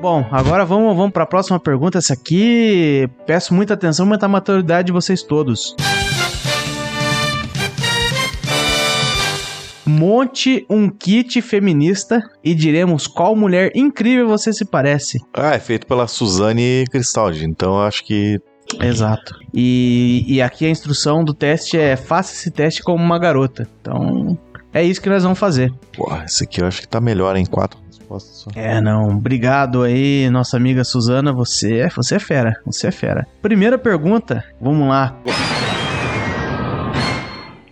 Bom, agora vamos, vamos para a próxima pergunta. Essa aqui, peço muita atenção, muita maturidade de vocês todos. Monte um kit feminista e diremos qual mulher incrível você se parece. Ah, é feito pela Suzane Cristaldi, então eu acho que. Exato. E, e aqui a instrução do teste é faça esse teste como uma garota. Então, é isso que nós vamos fazer. Porra, esse aqui eu acho que tá melhor, hein? Quatro respostas só. É, não. Obrigado aí, nossa amiga Suzana. Você é, você é fera. Você é fera. Primeira pergunta. Vamos lá.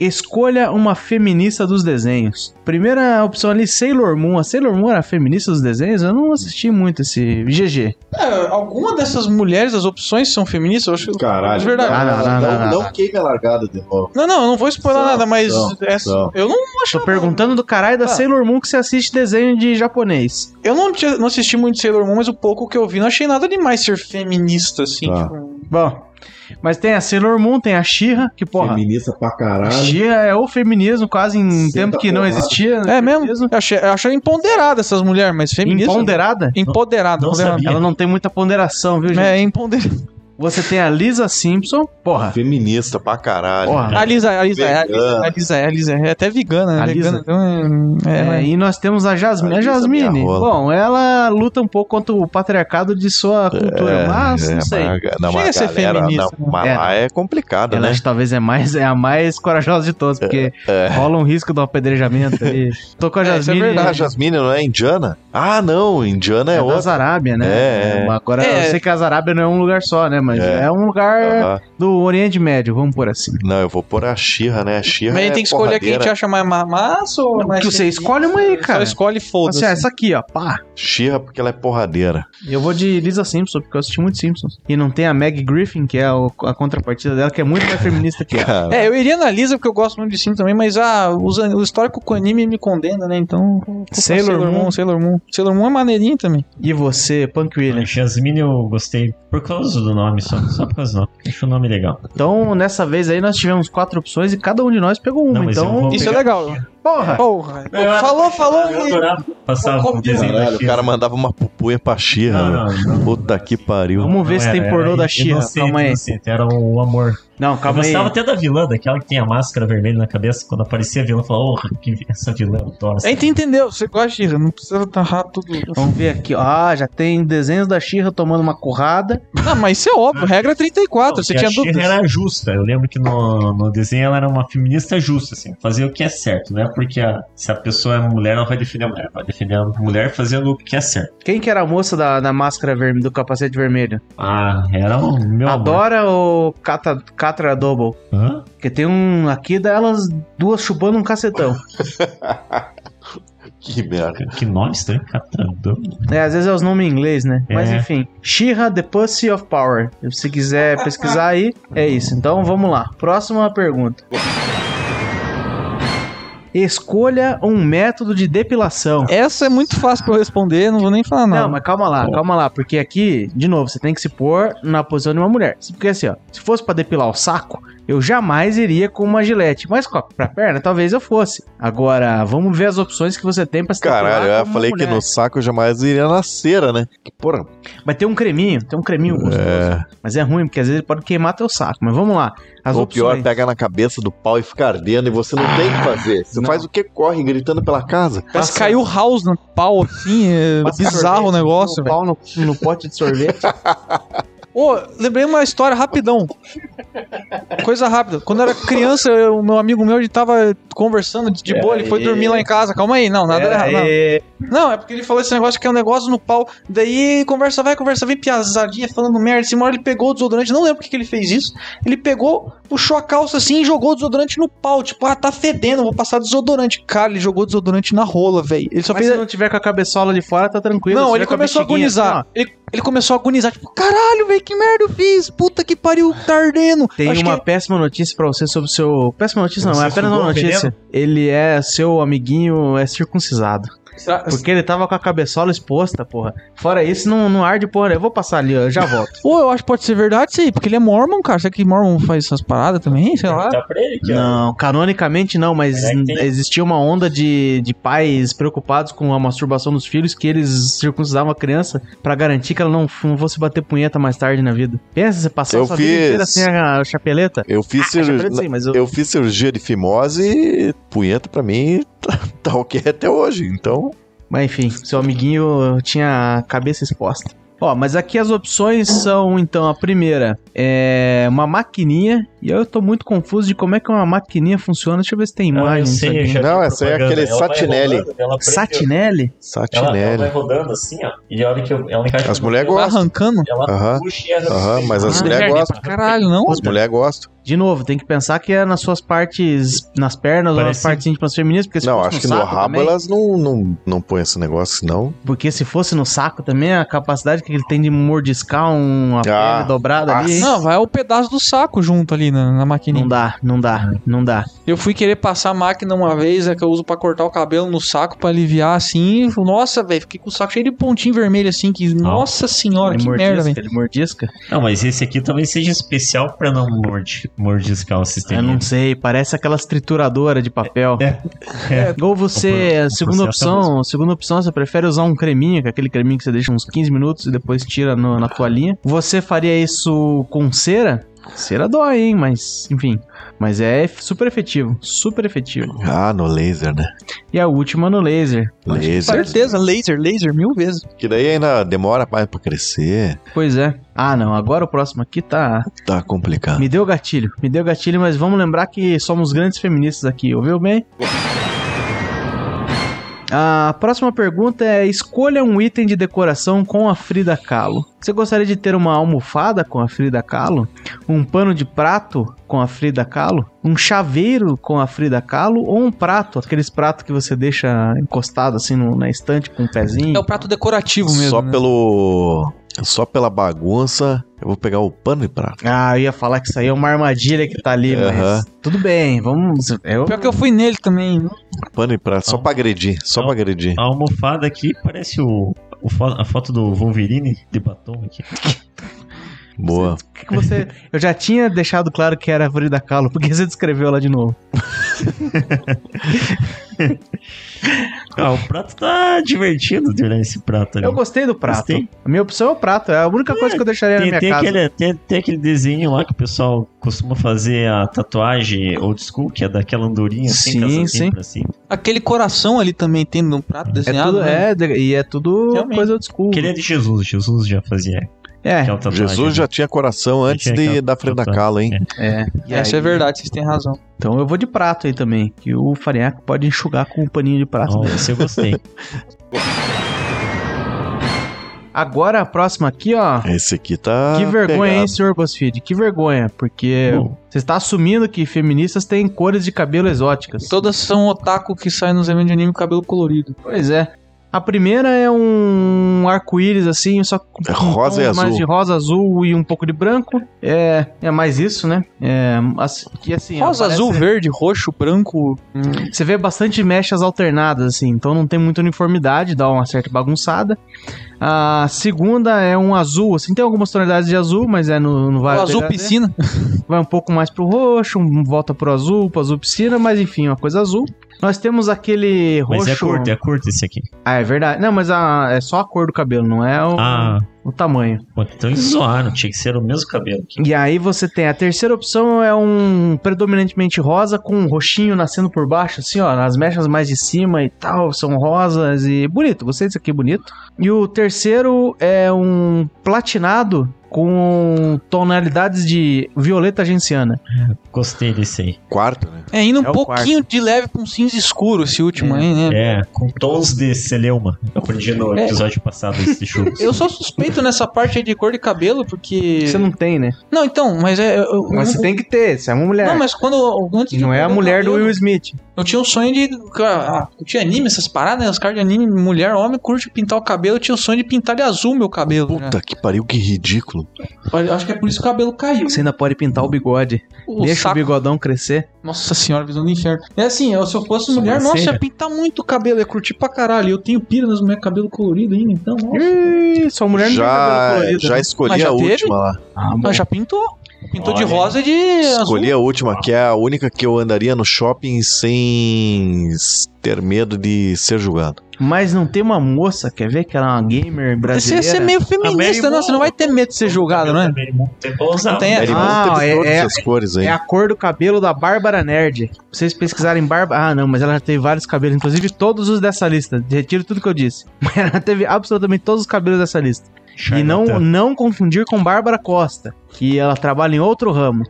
Escolha uma feminista dos desenhos. Primeira opção ali, Sailor Moon. A Sailor Moon era a feminista dos desenhos? Eu não assisti muito esse GG. É, alguma dessas mulheres, as opções são feministas, eu acho. Caralho. De verdade. Ah, não, não, não, não. queime a largada de novo. Não, não, eu não vou spoiler São, nada, mas são, essa- são. eu não Tô acho. perguntando do caralho da Ah. Sailor Moon que você assiste desenho de japonês. Eu não, tinha- não assisti muito Sailor Moon, mas o pouco que eu vi, não achei nada demais ser feminista, assim. Tá. tipo, Bom, mas tem a Sailor Moon, tem a She-Ra, que porra. Feminista pra A caralho. She-Ra é o feminismo quase em Senta tempo que não porrada. existia. né? é mesmo? Eu achei, eu achei empoderada essas mulheres, mas feminista. Imponderada? Empoderada, Não empoderada. sabia. Ela não tem muita ponderação, viu, gente? É, empoderada. Você tem a Lisa Simpson, porra. Feminista pra caralho. Porra. A Lisa, a Lisa, a Lisa, É. Vegana. a Lisa, a Lisa, é até vegana, né? A Lisa. Vegana, então, é, é, É, e nós temos a Jasmine. A, A Lisa Jasmine, minha rola. bom, ela luta um pouco contra o patriarcado de sua cultura, mas não sei. É, Mas, não, Chega mas a ser galera, feminista, não, mas né? lá é complicado, Ela né? acho que talvez é mais é a mais corajosa de todas, porque rola um risco do apedrejamento ali. Tô com a É, isso é Jasmine. verdade. Ah, a Jasmine não é indiana? Ah, não, indiana é é, da outra. Arábia, né? É, é. Agora eu É. sei que as Arábia não é um lugar só, né? Mas é, É. um lugar Ah, do Oriente Médio, vamos por assim. não, eu vou pôr a Xirra, né? A Xirra Mas é aí tem que escolher quem te acha mais ma- massa ou Então, mais. que é você feminista. escolhe uma aí, Só cara. escolhe e Assim, foda-se. ah, essa aqui, ó, pá. Xirra porque ela é porradeira. Eu vou de Lisa Simpson, porque eu assisti muito Simpsons. E não tem a Meg Griffin, que é o- a contrapartida dela, que é muito mais feminista que ela. Cara, É, eu iria na Lisa porque eu gosto muito de sim também, mas ah, os an- o histórico com anime me condena, né? Então. vou [LAUGHS] pra Sailor Moon. Sailor Moon. Sailor Moon é maneirinho também. E você, Punk William? né? Jasmine eu gostei por causa do nome só. Só por causa do nome. Acho o nome legal. Então, nessa vez aí, nós tivemos quatro opções e cada um de nós pegou uma. Não, mas eu então, vou- Isso pegar é legal. porra! Porra. falou, falou. Eu e- adorava passar Como o um desenho da É. caralho, o Xirra. cara mandava uma pupunha pra Não, Xirra. não, velho. não. Puta que pariu. Vamos ver Não se era, tem pornô era da Xirra. inocente, Calma aí. inocente, Era o amor. Não, calma eu aí. gostava até da vilã, daquela que tem a máscara vermelha na cabeça. Quando aparecia a vilã, eu falava, oh, que essa vilã, eu adoro. A É, essa gente entendeu, você gosta de rir, não precisa narrar tudo. Vamos ver aqui. ó. Ah, já tem desenhos da Xirra tomando uma currada. Ah, mas isso é óbvio, regra 34, Não, você que tinha a Xirra dúvidas. era justa. Eu lembro que no, no desenho ela era uma feminista justa, assim, fazia o que é certo, né? Porque a- se a pessoa é mulher, ela vai defender a mulher. Vai defender a mulher fazendo o que é certo. Quem que era a moça da, da máscara vermelha, do capacete vermelho? Ah, era o meu amor. Adora ou Catra, Catra Double? Hã? Porque tem um aqui delas duas chupando um cacetão. Que merda. Que nome estranho, Tá catando. É, às vezes é os nomes em inglês, né? É. Mas enfim. She-Ra, The Pussy of Power. Se quiser pesquisar aí, é isso. Então vamos lá. Próxima pergunta. Escolha um método de depilação. Essa é muito fácil pra eu responder, não vou nem falar nada. Não, mas calma lá, calma lá, porque aqui, de novo, você tem que se pôr na posição de uma mulher. Porque assim, ó, se fosse pra depilar o saco, eu jamais iria com uma gilete, mas com a, pra perna talvez eu fosse. Agora, vamos ver as opções que você tem pra se Caralho, depilar eu como falei que mulher. no saco eu jamais iria na cera, né? Que porra. Mas tem um creminho, tem um creminho gostoso. É. Mas é ruim, porque às vezes ele pode queimar teu saco. Mas vamos lá. As Ou opções. pior, pega na cabeça do pau e fica ardendo e você não tem o que fazer. Você Não. faz o que? Corre gritando pela casa. Parece que caiu house no pau, assim, é Passa bizarro o sorvete negócio, no velho. pau no, no pote de sorvete. Ô, lembrei uma história rapidão. Coisa rápida. Quando eu era criança, eu- o meu amigo meu, ele tava conversando de, de boa, ele foi dormir lá em casa. Calma aí, não, nada errado. não. é, Não, é porque ele falou esse negócio que é um negócio no pau. Daí conversa vai, conversa vem, piazadinha, falando merda. Esse hora ele pegou o desodorante, não lembro porque que ele fez isso. Ele pegou, puxou a calça assim e jogou o desodorante no pau. Tipo, ah, tá fedendo, vou passar desodorante. Cara, ele jogou desodorante na rola, velho. Ele só mas fez. se não tiver com a cabeçola de fora, tá tranquilo. Não, Se ele tiver com começou a bexiguinha assim, agonizar. ele, ele começou a agonizar, tipo, caralho, velho, que merda eu fiz? Puta que pariu, tá ardendo. Tem Acho uma que- péssima notícia pra você sobre o seu. Péssima notícia não, Você é apenas uma fumou notícia. Ele é seu amiguinho é circuncisado. Será- Porque ele tava com a cabeçola exposta, porra. Fora isso, não, não arde, porra. Eu vou passar ali, ó, eu já volto. Ou eu acho que pode ser verdade, sei, porque ele é mormon, cara. Será que mormon faz essas paradas também? Sei lá. Tá pra ele, que ó. Ah, não, canonicamente não, mas Será que tem? existia uma onda de, de pais preocupados com a masturbação dos filhos que eles circuncisavam a criança pra garantir que ela não, f- não fosse bater punheta mais tarde na vida. Pensa, você passar Eu sua vida fiz. inteira sem a chapeleta? Eu fiz A cirurgia. chapeleta sim, mas eu... Eu fiz cirurgia de fimose e punheta pra mim tá, [LAUGHS] tá ok até hoje. Então, Mas enfim, seu amiguinho tinha a cabeça exposta. Ó, mas aqui as opções são, então, a primeira é uma maquininha E eu tô muito confuso de como é que uma maquininha funciona. Deixa eu ver se tem Ah, imagem. eu disso sei, eu aqui. já vi Não, essa aí é propaganda. aquele Ela vai Satinelli. rodando, ela prende- Satinelli? Ela, ela vai Satinelli. rodando assim, ó. E a hora que eu- ela encaixa. As no- mulheres Tá gostam. arrancando? Ela Aham. puxa e ela. Aham, mas as é Ah, mulheres mulher, gostam. Caralho, não? As mulheres gostam. De novo, tem que pensar que é nas suas partes, nas pernas ou nas Parece- partes íntimas femininas, porque se Não, fosse acho no que no saco rabo também, elas não, não, não põem esse negócio, senão. porque se fosse no saco também, a capacidade que ele tem de mordiscar uma Ah, pele dobrada ali, Não, vai o pedaço do saco junto ali na, na maquininha. não dá, não dá, não dá. Eu fui querer passar a máquina uma vez, é que eu uso pra cortar o cabelo no saco pra aliviar assim. e, Nossa, velho, fiquei com o saco cheio de pontinho vermelho assim. Que, nossa senhora, ele que merda, velho. mordisca, ele mordisca. Não, mas esse aqui talvez seja especial pra não mordi- mordiscar o sistema. Eu não sei, parece aquelas trituradoras de papel. É. Ou você, a segunda processo é opção, segunda opção, você prefere usar um creminho, que é aquele creminho que você deixa uns 15 minutos e depois tira no- na toalhinha. Você faria isso com cera? Cera dói, hein? Mas, enfim. Mas é ef- super efetivo, super efetivo. Ah, no laser, né? E a última no laser. Laser. Certeza, laser, laser, mil vezes. Que daí ainda demora mais pra crescer. Pois é. Ah, não, agora o próximo aqui tá. Tá complicado. Me deu gatilho, me deu gatilho, mas vamos lembrar que somos grandes feministas aqui, ouviu bem? A próxima pergunta é: escolha um item de decoração com a Frida Kahlo. Você gostaria de ter uma almofada com a Frida Kahlo? Um pano de prato com a Frida Kahlo? Um chaveiro com a Frida Kahlo? Ou um prato, aqueles pratos que você deixa encostado assim no- na estante com um pezinho? É o prato decorativo mesmo. Só né? pelo. Só pela bagunça, eu vou pegar o pano de prato. Ah, eu ia falar que isso aí é uma armadilha que tá ali, Aham. mas tudo bem, vamos. Eu, Pior que eu fui nele também. Ah. Pano de prato, só pra agredir. Só pra agredir. A almofada aqui parece o, o fo- a foto do Wolverine de batom aqui. Boa. que, que você. Eu já tinha deixado claro que era a Frida Kahlo, porque você descreveu ela de novo. Ah, o prato tá divertido de olhar esse prato ali. Eu gostei do prato. Gostei. A minha opção é o prato. É a única coisa que eu deixaria na Tem, minha tem casa. aquele, tem, tem aquele desenho lá que o pessoal costuma fazer a tatuagem old school, que é daquela andorinha assim, Sim, casadinha sim. pra cima. Aquele coração ali também tem num prato É desenhado. tudo, né? é, de- e é tudo Realmente. coisa old school. Que ele é de Jesus, Jesus já fazia É, aquela tatuagem. Jesus já tinha coração antes tinha de, aquela da Frida tatuagem. Kahlo, hein? é. E Essa aí- é verdade, vocês têm razão. Então eu vou de prato aí também, que o farinhaco pode enxugar com um paninho de prato. Oh, esse eu gostei. Agora a próxima aqui, ó. Esse aqui tá. É. Que vergonha, hein, pegado. senhor BuzzFeed? Que vergonha, porque Bom. você está assumindo que feministas têm cores de cabelo exóticas. Todas são otaku que saem nos eventos de anime com cabelo colorido. Pois é. A primeira é um arco-íris assim, só com É rosa um e tom mais azul. de rosa, azul e um pouco de branco. É, é mais isso, né? É, assim, que assim, Rosa, aparece- azul, verde, roxo, branco. hum, Você vê bastante mechas alternadas assim, então não tem muita uniformidade, dá uma certa bagunçada. A segunda é um azul, assim, tem algumas tonalidades de azul, mas é no, no o vários azul degraus, né? piscina. vai um pouco mais pro roxo, um volta pro azul, pro azul piscina, mas enfim, uma coisa azul. Nós temos aquele roxo. Mas é curto, é curto esse aqui. Ah, é verdade. Não, mas a- é só a cor do cabelo, não é o, Ah, o tamanho. pô, então eles zoaram, tinha que ser o mesmo cabelo aqui. E aí você tem a terceira opção é um predominantemente rosa com um roxinho nascendo por baixo, assim, ó, nas mechas mais de cima e tal, são rosas e bonito. Gostei disso aqui, bonito. E o terceiro é um platinado com tonalidades de violeta genciana. Gostei desse aí. Quarto, né? É indo um É o pouquinho de leve pra um cinza escuro esse último É. aí, né? É, com tons de celeuma. Eu aprendi no É. episódio passado desse jogo. Eu sou suspeito nessa parte aí de cor de cabelo, porque. Você não tem, né? Não, então, mas é. eu- eu- Mas você tem que ter, você é uma mulher. Não, mas quando. eu- Antes de Não é a perder o mulher do cabelo, Will Smith. Eu tinha um sonho de. Ah, eu tinha anime, essas paradas, né? Os caras de anime, mulher, homem, curte pintar o cabelo. Eu tinha o sonho de pintar de azul meu cabelo. né? É. Puta que pariu, que ridículo. Olha, Acho que é por isso que o cabelo caiu. Você ainda pode pintar o bigode. O Deixa saco- o bigodão crescer. Nossa senhora, visão do inferno. É assim, eu, se eu fosse Sobrancelha. mulher, nossa, ia pintar muito o cabelo, ia curtir pra caralho. Eu tenho pira nas mulheres, cabelo colorido ainda, então. Nossa. Ih, sua mulher não tem cabelo Já, colorido. já né? escolhi Mas já a teve? última lá. Ah, bom. Ah, já pintou. Pintou de Olha. rosa e É de azul. Escolhi a última, que é a única que eu andaria no shopping sem ter medo de ser julgado. Mas não tem uma moça, quer ver que ela é uma gamer brasileira? Você, você é meio Mary feminista, né? Moore. Você não vai ter medo de ser julgado, né? Tem pra usar. um Não tem Ele essa. é? Ah, teve é- todas é- as cores aí. É a cor do cabelo da Bárbara Nerd. Pra vocês pesquisarem Bárbara. Ah, não, mas ela já teve vários cabelos, inclusive todos os dessa lista. Retiro tudo que eu disse. [LAUGHS] Mas ela teve absolutamente todos os cabelos dessa lista. E não, Charlatão. não confundir com Bárbara Costa, que ela trabalha em outro ramo.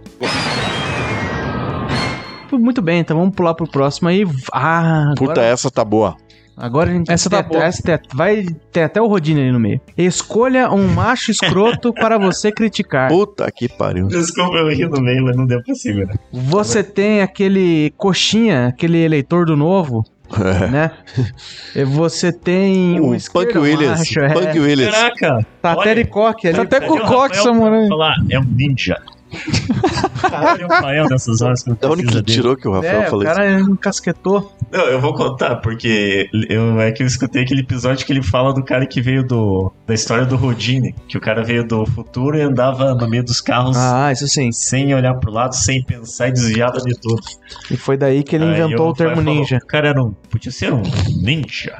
Muito bem, então vamos pular pro próximo aí. Ah, agora, Puta, essa tá boa. agora a gente Essa tá tem- boa. essa tem- vai ter até o Rodine ali no meio. Escolha um macho escroto para você criticar. Puta que pariu. Desculpa, eu ri no meio, mas não deu pra cima. né? Você tem aquele coxinha, aquele eleitor do novo, [LAUGHS] né? E Você tem um É. O Punk esquerda Williams. macho, é. Punk Williams. Caraca! Tá até Olha. de coque ali. Tá até com Cadê o Cox, Rafael? mano. Falar, é um ninja. Caralho, é o Rafael nessas horas que não Da onde precisa que dele. tirou que É o Rafael É, o falou cara encasquetou. Não, eu vou contar, porque eu, é que eu escutei aquele episódio que ele fala do cara que veio do. da história do Rodine, que o cara veio do futuro e andava no meio dos carros Ah, isso sim. sem olhar pro lado, sem pensar e desviado de tudo. E foi daí que ele Aí inventou o pai termo falou, ninja. O cara era um. Podia ser um [LAUGHS] ninja.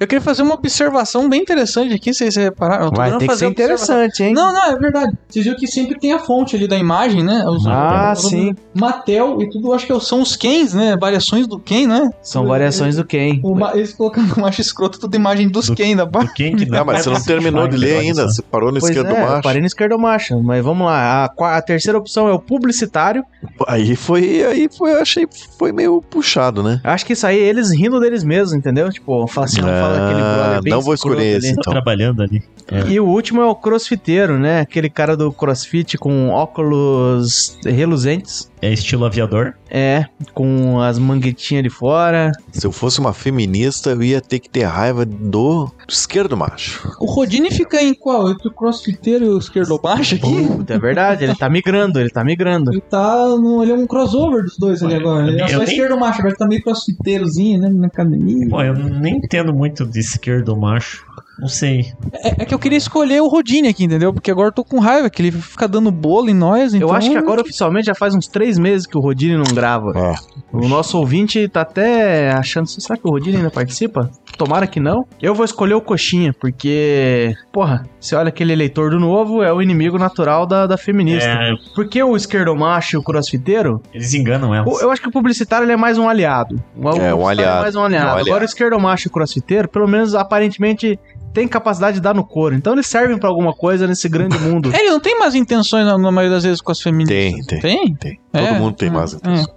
Eu queria fazer uma observação bem interessante aqui, se vocês repararam. Eu tô Vai querendo ter que fazer ser uma observação. interessante, hein? Não, não, é verdade. Vocês viram que sempre tem a fonte ali da imagem, né? Os- Ah, o- sim. Mattel e tudo, acho que são os Kens, né? Variações do Ken, né? São variações do Ken. O ma- Eles [LAUGHS] colocaram o macho escroto, tudo imagem dos Do- Ken né? da barra. Do né? Ken que Ah, mas você não terminou de ler ainda. Você parou no Pois esquerdo é, eu macho. parei no esquerdo macho, mas vamos lá. A, qua- a terceira opção é o publicitário. Aí foi, aí foi, eu achei, foi meio puxado, né? Acho que isso aí é eles rindo deles mesmos, entendeu? Tipo, fala assim, não fala aquele Ah, brother bem não vou escroto escolher ali. esse. Tá Então. trabalhando ali. E o último é o crossfiteiro, né? Aquele cara do crossfit com óculos reluzentes. É estilo aviador. É, com as manguetinhas de fora. Se eu fosse uma feminista, eu ia ter que ter raiva do esquerdo macho. O Rodine fica em qual? Entre o crossfiteiro e o esquerdo baixo aqui? Puta, é verdade, ele tá migrando, ele tá migrando. Ele tá. No, ele é um crossover dos dois ali agora. Ele é eu só nem- esquerdo macho, agora tá meio crossfiteirozinho, né? Na academia. Pô, eu nem entendo muito de esquerdo macho. Não sei. É, é que eu queria escolher o Rodine aqui, entendeu? Porque agora eu tô com raiva, que ele fica dando bolo em nós, então... Eu acho que agora oficialmente já faz uns três meses que o Rodine não grava. É. O nosso ouvinte tá até achando. Será que o Rodine ainda participa? Tomara que não. Eu vou escolher o Coxinha, porque. Porra, você olha aquele eleitor do novo, é o inimigo natural da, da feminista. É, Porque o esquerdomacho e o crossfiteiro, eles enganam elas. o- eu acho que o publicitário ele é mais um aliado. O publicitário aliado. É mais um aliado. Um aliado. Agora o esquerdomacho e o crossfiteiro, pelo menos aparentemente, tem capacidade de dar no couro. Então eles servem pra alguma coisa nesse grande mundo. [LAUGHS] É, ele não tem mais intenções na, na maioria das vezes com as feministas. Tem, tem, Tem? tem. É. Todo mundo tem mais.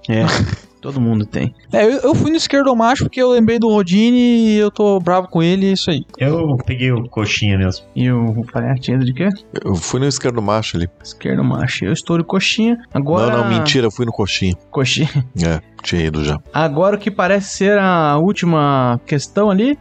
É. é. Todo mundo tem. É, eu, eu fui no esquerdo macho porque eu lembrei do Rodine e eu tô bravo com ele, é isso aí. Eu peguei o coxinha mesmo. E o palhatinho de quê? Eu fui no esquerdo macho ali. Esquerdo macho. Eu estou de coxinha. Agora. Não, não, mentira, eu fui no coxinha. Coxinha. É, tinha ido já. Agora o que parece ser a última questão ali.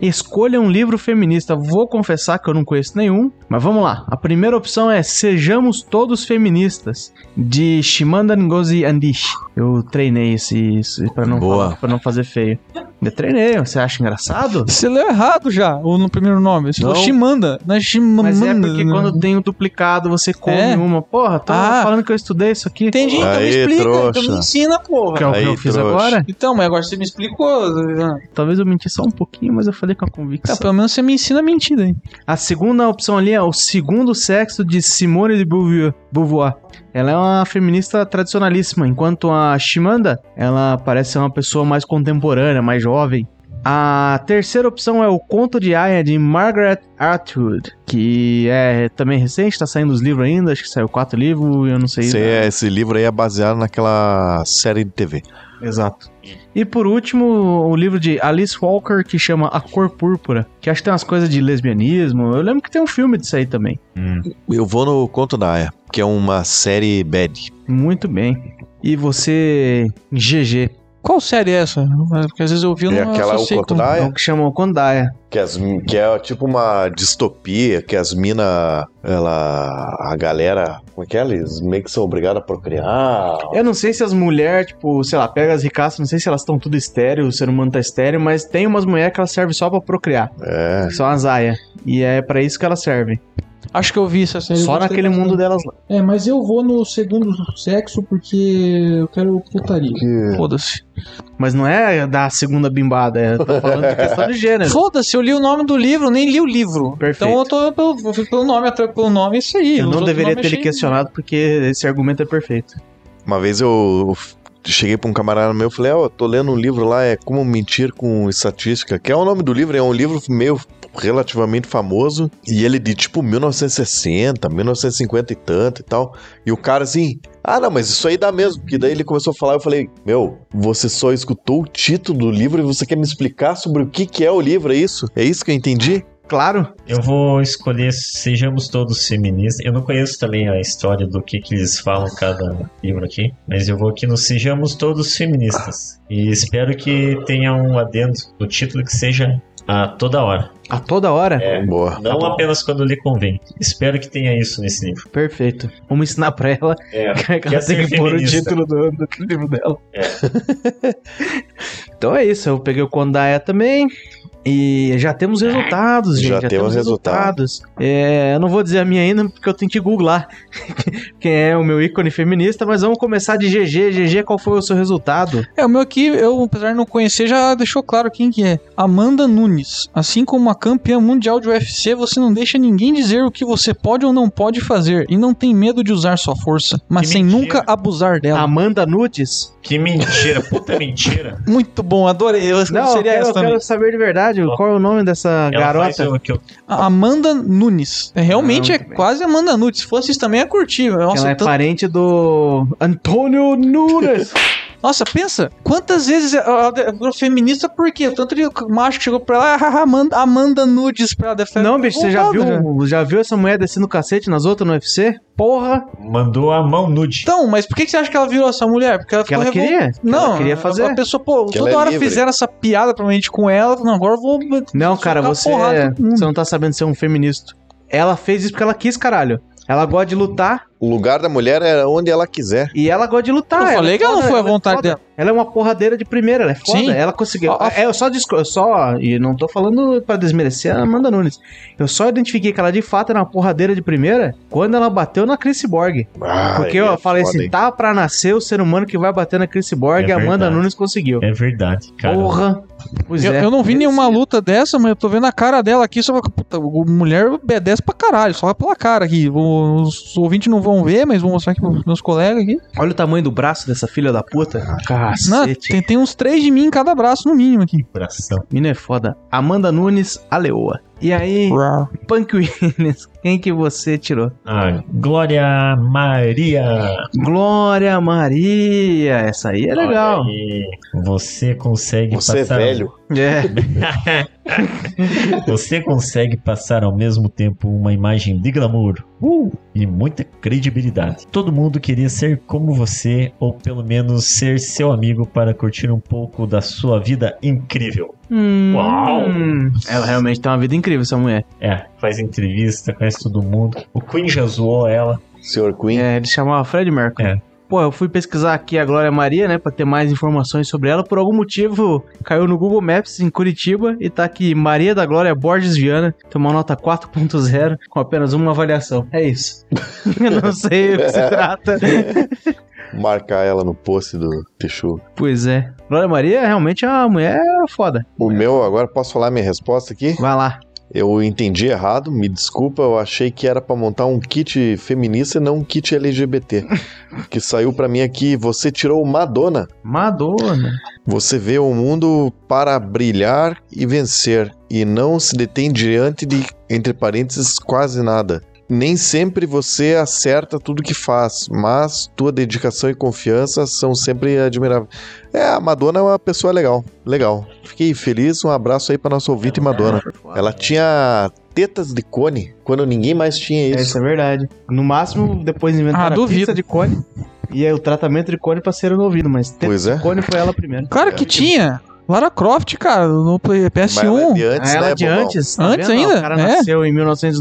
Escolha um livro feminista. Vou confessar que eu não conheço nenhum, mas vamos lá. A primeira opção é Sejamos Todos Feministas, de Shimanda Ngozi Andish. Eu treinei esse, esse para não Boa. falar- pra não fazer feio. Eu treinei, você acha engraçado? Você leu errado já, ou no primeiro nome. Você falou Não. Shimanda, não é Shimanda. Mas é porque quando tem o duplicado, você come É? uma. Porra, tô Ah. falando que eu estudei isso aqui. Entendi, então me Aê, explica, então trouxa. me ensina, Que porra. é o que Aí, eu fiz trouxa. agora. Então, mas agora você me explicou. né? Talvez eu menti só um pouquinho, mas eu falei com a Tá, convicção. pelo menos você me ensina a mentira, hein? A segunda opção ali é o segundo sexo de Simone de Beauvoir. Beauvoir. Ela é uma feminista tradicionalíssima, enquanto a Shimanda, ela parece ser uma pessoa mais contemporânea, mais jovem. A terceira opção é o Conto de Aya de Margaret Atwood, que é também recente, tá saindo os livros ainda, acho que saiu quatro livros, eu não sei. Esse, é- esse livro aí é baseado naquela série de TV. Exato. E por último, o livro de Alice Walker que chama A Cor Púrpura, que acho que tem umas coisas de lesbianismo. Eu lembro que tem um filme disso aí também. Eu vou no Conto da Aya, que é uma série bad. Muito bem. E você, GG, Qual série é essa? Porque às vezes eu vi É eu não aquela O associei Conto com- da Aya? é o que chamou Kondaya. Que, as, que é tipo uma distopia, que as minas, ela. A galera. Como é que é? Eles meio que são obrigados a procriar. Eu não sei se as mulheres, tipo, sei lá, pega as ricaças, não sei se elas estão tudo estéreo, o ser humano tá estéreo, mas tem umas mulheres que elas servem só pra procriar. É. São as aia. E é pra isso que elas servem. é. Acho que eu vi essa série. só gostei naquele bastante. mundo delas lá. É, mas eu vou no segundo sexo porque eu quero putaria. É. Foda-se. Mas não é da segunda bimbada, é tô falando de questão de [LAUGHS] gênero. Foda-se, eu li o nome do livro, nem li o livro. É. Perfeito. Então eu tô pelo, eu fui pelo nome, atrás pelo nome, é isso aí. Eu Os não outros deveria nomes ter lhe achei- questionado porque esse argumento é perfeito. Uma vez eu cheguei pra um camarada meu e falei, ó, eu tô lendo um livro lá, é Como Mentir com Estatística, que é o nome do livro, é um livro meio relativamente famoso, e ele de tipo 1960, 1950 e tanto e tal. E o cara assim, ah, não, mas isso aí dá mesmo. Que daí ele começou a falar, eu falei, meu, você só escutou o título do livro e você quer me explicar sobre o que, que é o livro, é isso? É isso que eu entendi? Claro. Eu vou escolher Sejamos Todos Feministas. Eu não conheço também a história do que, que eles falam cada livro aqui, mas eu vou aqui no Sejamos Todos Feministas. E espero que tenha um adendo do título que seja a toda hora. A toda hora? Boa. Não apenas quando lhe convém. Espero que tenha isso nesse livro. Perfeito. Vamos ensinar pra ela É. que Quer ela tem ser que pôr o feminista. título do, do livro dela. É. [LAUGHS] então é isso. Eu peguei o Kondaia também. E já temos resultados, gente. Já temos resultados. resultados. É, eu não vou dizer a minha ainda, porque eu tenho que googlar [LAUGHS] quem é o meu ícone feminista, mas vamos começar de GG. GG, qual foi o seu resultado? É, o meu aqui, eu, apesar de não conhecer, já deixou claro quem que é. Amanda Nunes. Assim como a campeã mundial de UFC, você não deixa ninguém dizer o que você pode ou não pode fazer. E não tem medo de usar sua força, mas Que sem mentira. nunca abusar dela. Amanda Nudes? Que mentira, puta [LAUGHS] mentira. Ah, Muito bom, adorei. Eu Não, eu seria quero, essa eu também. quero saber de verdade qual é o nome dessa Ela faz garota. o que eu A Amanda Nunes. É, realmente Ah, é muito bem. quase Amanda Nunes. Se fosse isso também, é curtir. Nossa, Ela é tanto- parente do Antônio Nunes. Nossa, pensa, quantas vezes ela ela virou feminista por quê? Tanto de macho que chegou pra ela, ah, Amanda, Amanda Nudes pra ela. deve ter Não, bicho, você já Tá voltado, né? viu, um já viu essa mulher descendo cacete nas outras no UFC? Porra, mandou a mão nude. Então, mas por que que você acha que ela virou essa mulher? Porque ela que ficou ela revol- queria. que Não, ela queria A, fazer. a pessoa, pô, Que toda ela é hora livre. fizeram essa piada provavelmente com ela, falando, agora eu vou. Não, cara, socar você, porrada em todo mundo. você não tá sabendo ser um feminista. Ela fez isso porque ela quis, caralho. Ela gosta de lutar O lugar da mulher era onde ela quiser. e ela gosta de lutar. eu Ela falei é que ela não foda, foi à ela é vontade foda. dela. Ela é uma porradeira de primeira, ela é foda. Sim. Ela conseguiu. A- a- É, eu só disco- eu só. E não tô falando pra desmerecer a Amanda Nunes. Eu só identifiquei que ela de fato era uma porradeira de primeira quando ela bateu na Chris Borg. Ah, Porque é eu falei foda, assim: hein? tá pra nascer o ser humano que vai bater na Chris Borg É e a Amanda verdade. Nunes conseguiu. É verdade, cara. Porra! Pois Eu, é. eu não vi nenhuma luta dessa, mas eu tô vendo a cara dela aqui, só que, puta, o- mulher obedece pra caralho, só pela cara aqui. Os ouvintes não vão ver, mas vou mostrar aqui pros meus colegas aqui. Olha o tamanho do braço dessa filha da puta. Ah, Cacete. Não, tem, tem uns três de mim em cada braço, no mínimo, aqui. Coração. Mina é foda. Amanda Nunes, a leoa. E aí, Rar. Punk Williams, quem que você tirou? Ah, Glória Maria. Glória Maria. Essa aí é legal. Olha aí, Você consegue Você é passar. velho. É. Você consegue passar ao mesmo tempo uma imagem de glamour Uh! e muita credibilidade. Todo mundo queria ser como você, ou pelo menos ser seu amigo para curtir um pouco da sua vida incrível. Hum, Uau. Ela realmente tem uma vida incrível, essa mulher. É, faz entrevista, conhece todo mundo. O Queen já zoou ela. Senhor Queen. É, ele chamava Fred Mercury. É. Pô, eu fui pesquisar aqui a Glória Maria, né, pra ter mais informações sobre ela. Por algum motivo, caiu no Google Maps em Curitiba e tá aqui Maria da Glória Borges Viana, tem uma nota 4.0 com apenas uma avaliação. É isso. [LAUGHS] eu não sei o que se trata. Marcar ela no post do Teixu. Pois é. Glória Maria realmente é uma mulher foda. O meu, agora posso falar minha resposta aqui? Vai lá. Eu entendi errado, me desculpa, eu achei que era pra montar um kit feminista e não um kit LGBT. que saiu pra mim aqui, você tirou Madonna. Madonna. Você vê o mundo para brilhar e vencer, e não se detém diante de, entre parênteses, quase nada. Nem sempre você acerta tudo que faz, mas tua dedicação e confiança são sempre admiráveis. É, a Madonna é uma pessoa legal, legal. Fiquei feliz, um abraço aí pra nossa ouvinte Madonna. é Ela tinha tetas de cone quando ninguém mais tinha É, isso. isso é verdade. No máximo, depois inventaram Ah, a duvido. pizza de cone. E aí o tratamento de cone pra ser ouvido, mas teta Pois é. de cone foi ela primeiro. Claro que tinha. Lara Croft, cara, no um. Play- Mas ela é PS1. Ah, ela de de antes, né, bobão? antes? tá Antes vendo? ainda? O cara É. nasceu em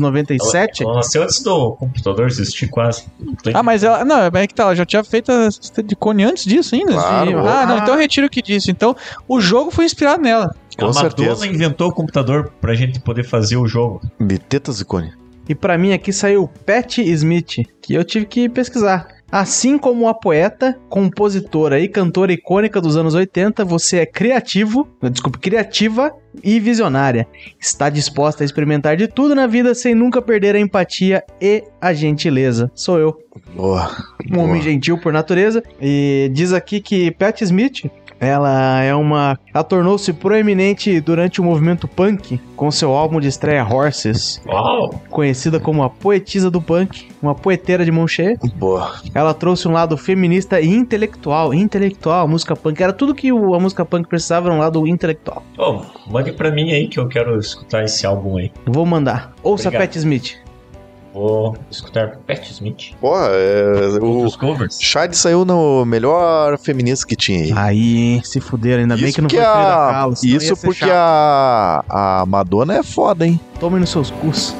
1997. Ela nasceu antes do computador existir quase. Ah, mas ela. Não, é que tá, ela já tinha feito a cesta de cone antes disso ainda. Claro, Ah, não, ah. então eu retiro o que disse. Então, o jogo foi inspirado nela. com a Madonna certeza. inventou o computador pra gente poder fazer o jogo. de tetas de cone. E pra mim aqui saiu Pat Smith, que eu tive que pesquisar. Assim como a poeta, compositora e cantora icônica dos anos 80, você é criativo, desculpa, criativa e visionária. Está disposta a experimentar de tudo na vida sem nunca perder a empatia e a gentileza. Sou eu. Boa. um homem gentil por natureza. E diz aqui que Pat Smith Ela é uma. Ela tornou-se proeminente durante o movimento punk com seu álbum de estreia Horses, Uau! conhecida como a poetisa do punk, uma poeteira de mão cheia. Boa. Ela trouxe um lado feminista e intelectual. Intelectual, a música punk. Era tudo que o- a música punk precisava, era um lado intelectual. Ô, mande pra mim aí que eu quero escutar esse álbum aí. Vou mandar. Ouça Obrigado. Pat Smith. Vou escutar Pat Smith. Porra, é, o Outros covers. Shad saiu no melhor feminista que tinha aí. Aí, hein, se fuderam. Ah, Ainda bem que não foi Frida é a, Kahlo, senão ia isso ser porque chato. a, a Madonna é foda, hein? Tomem nos seus cursos.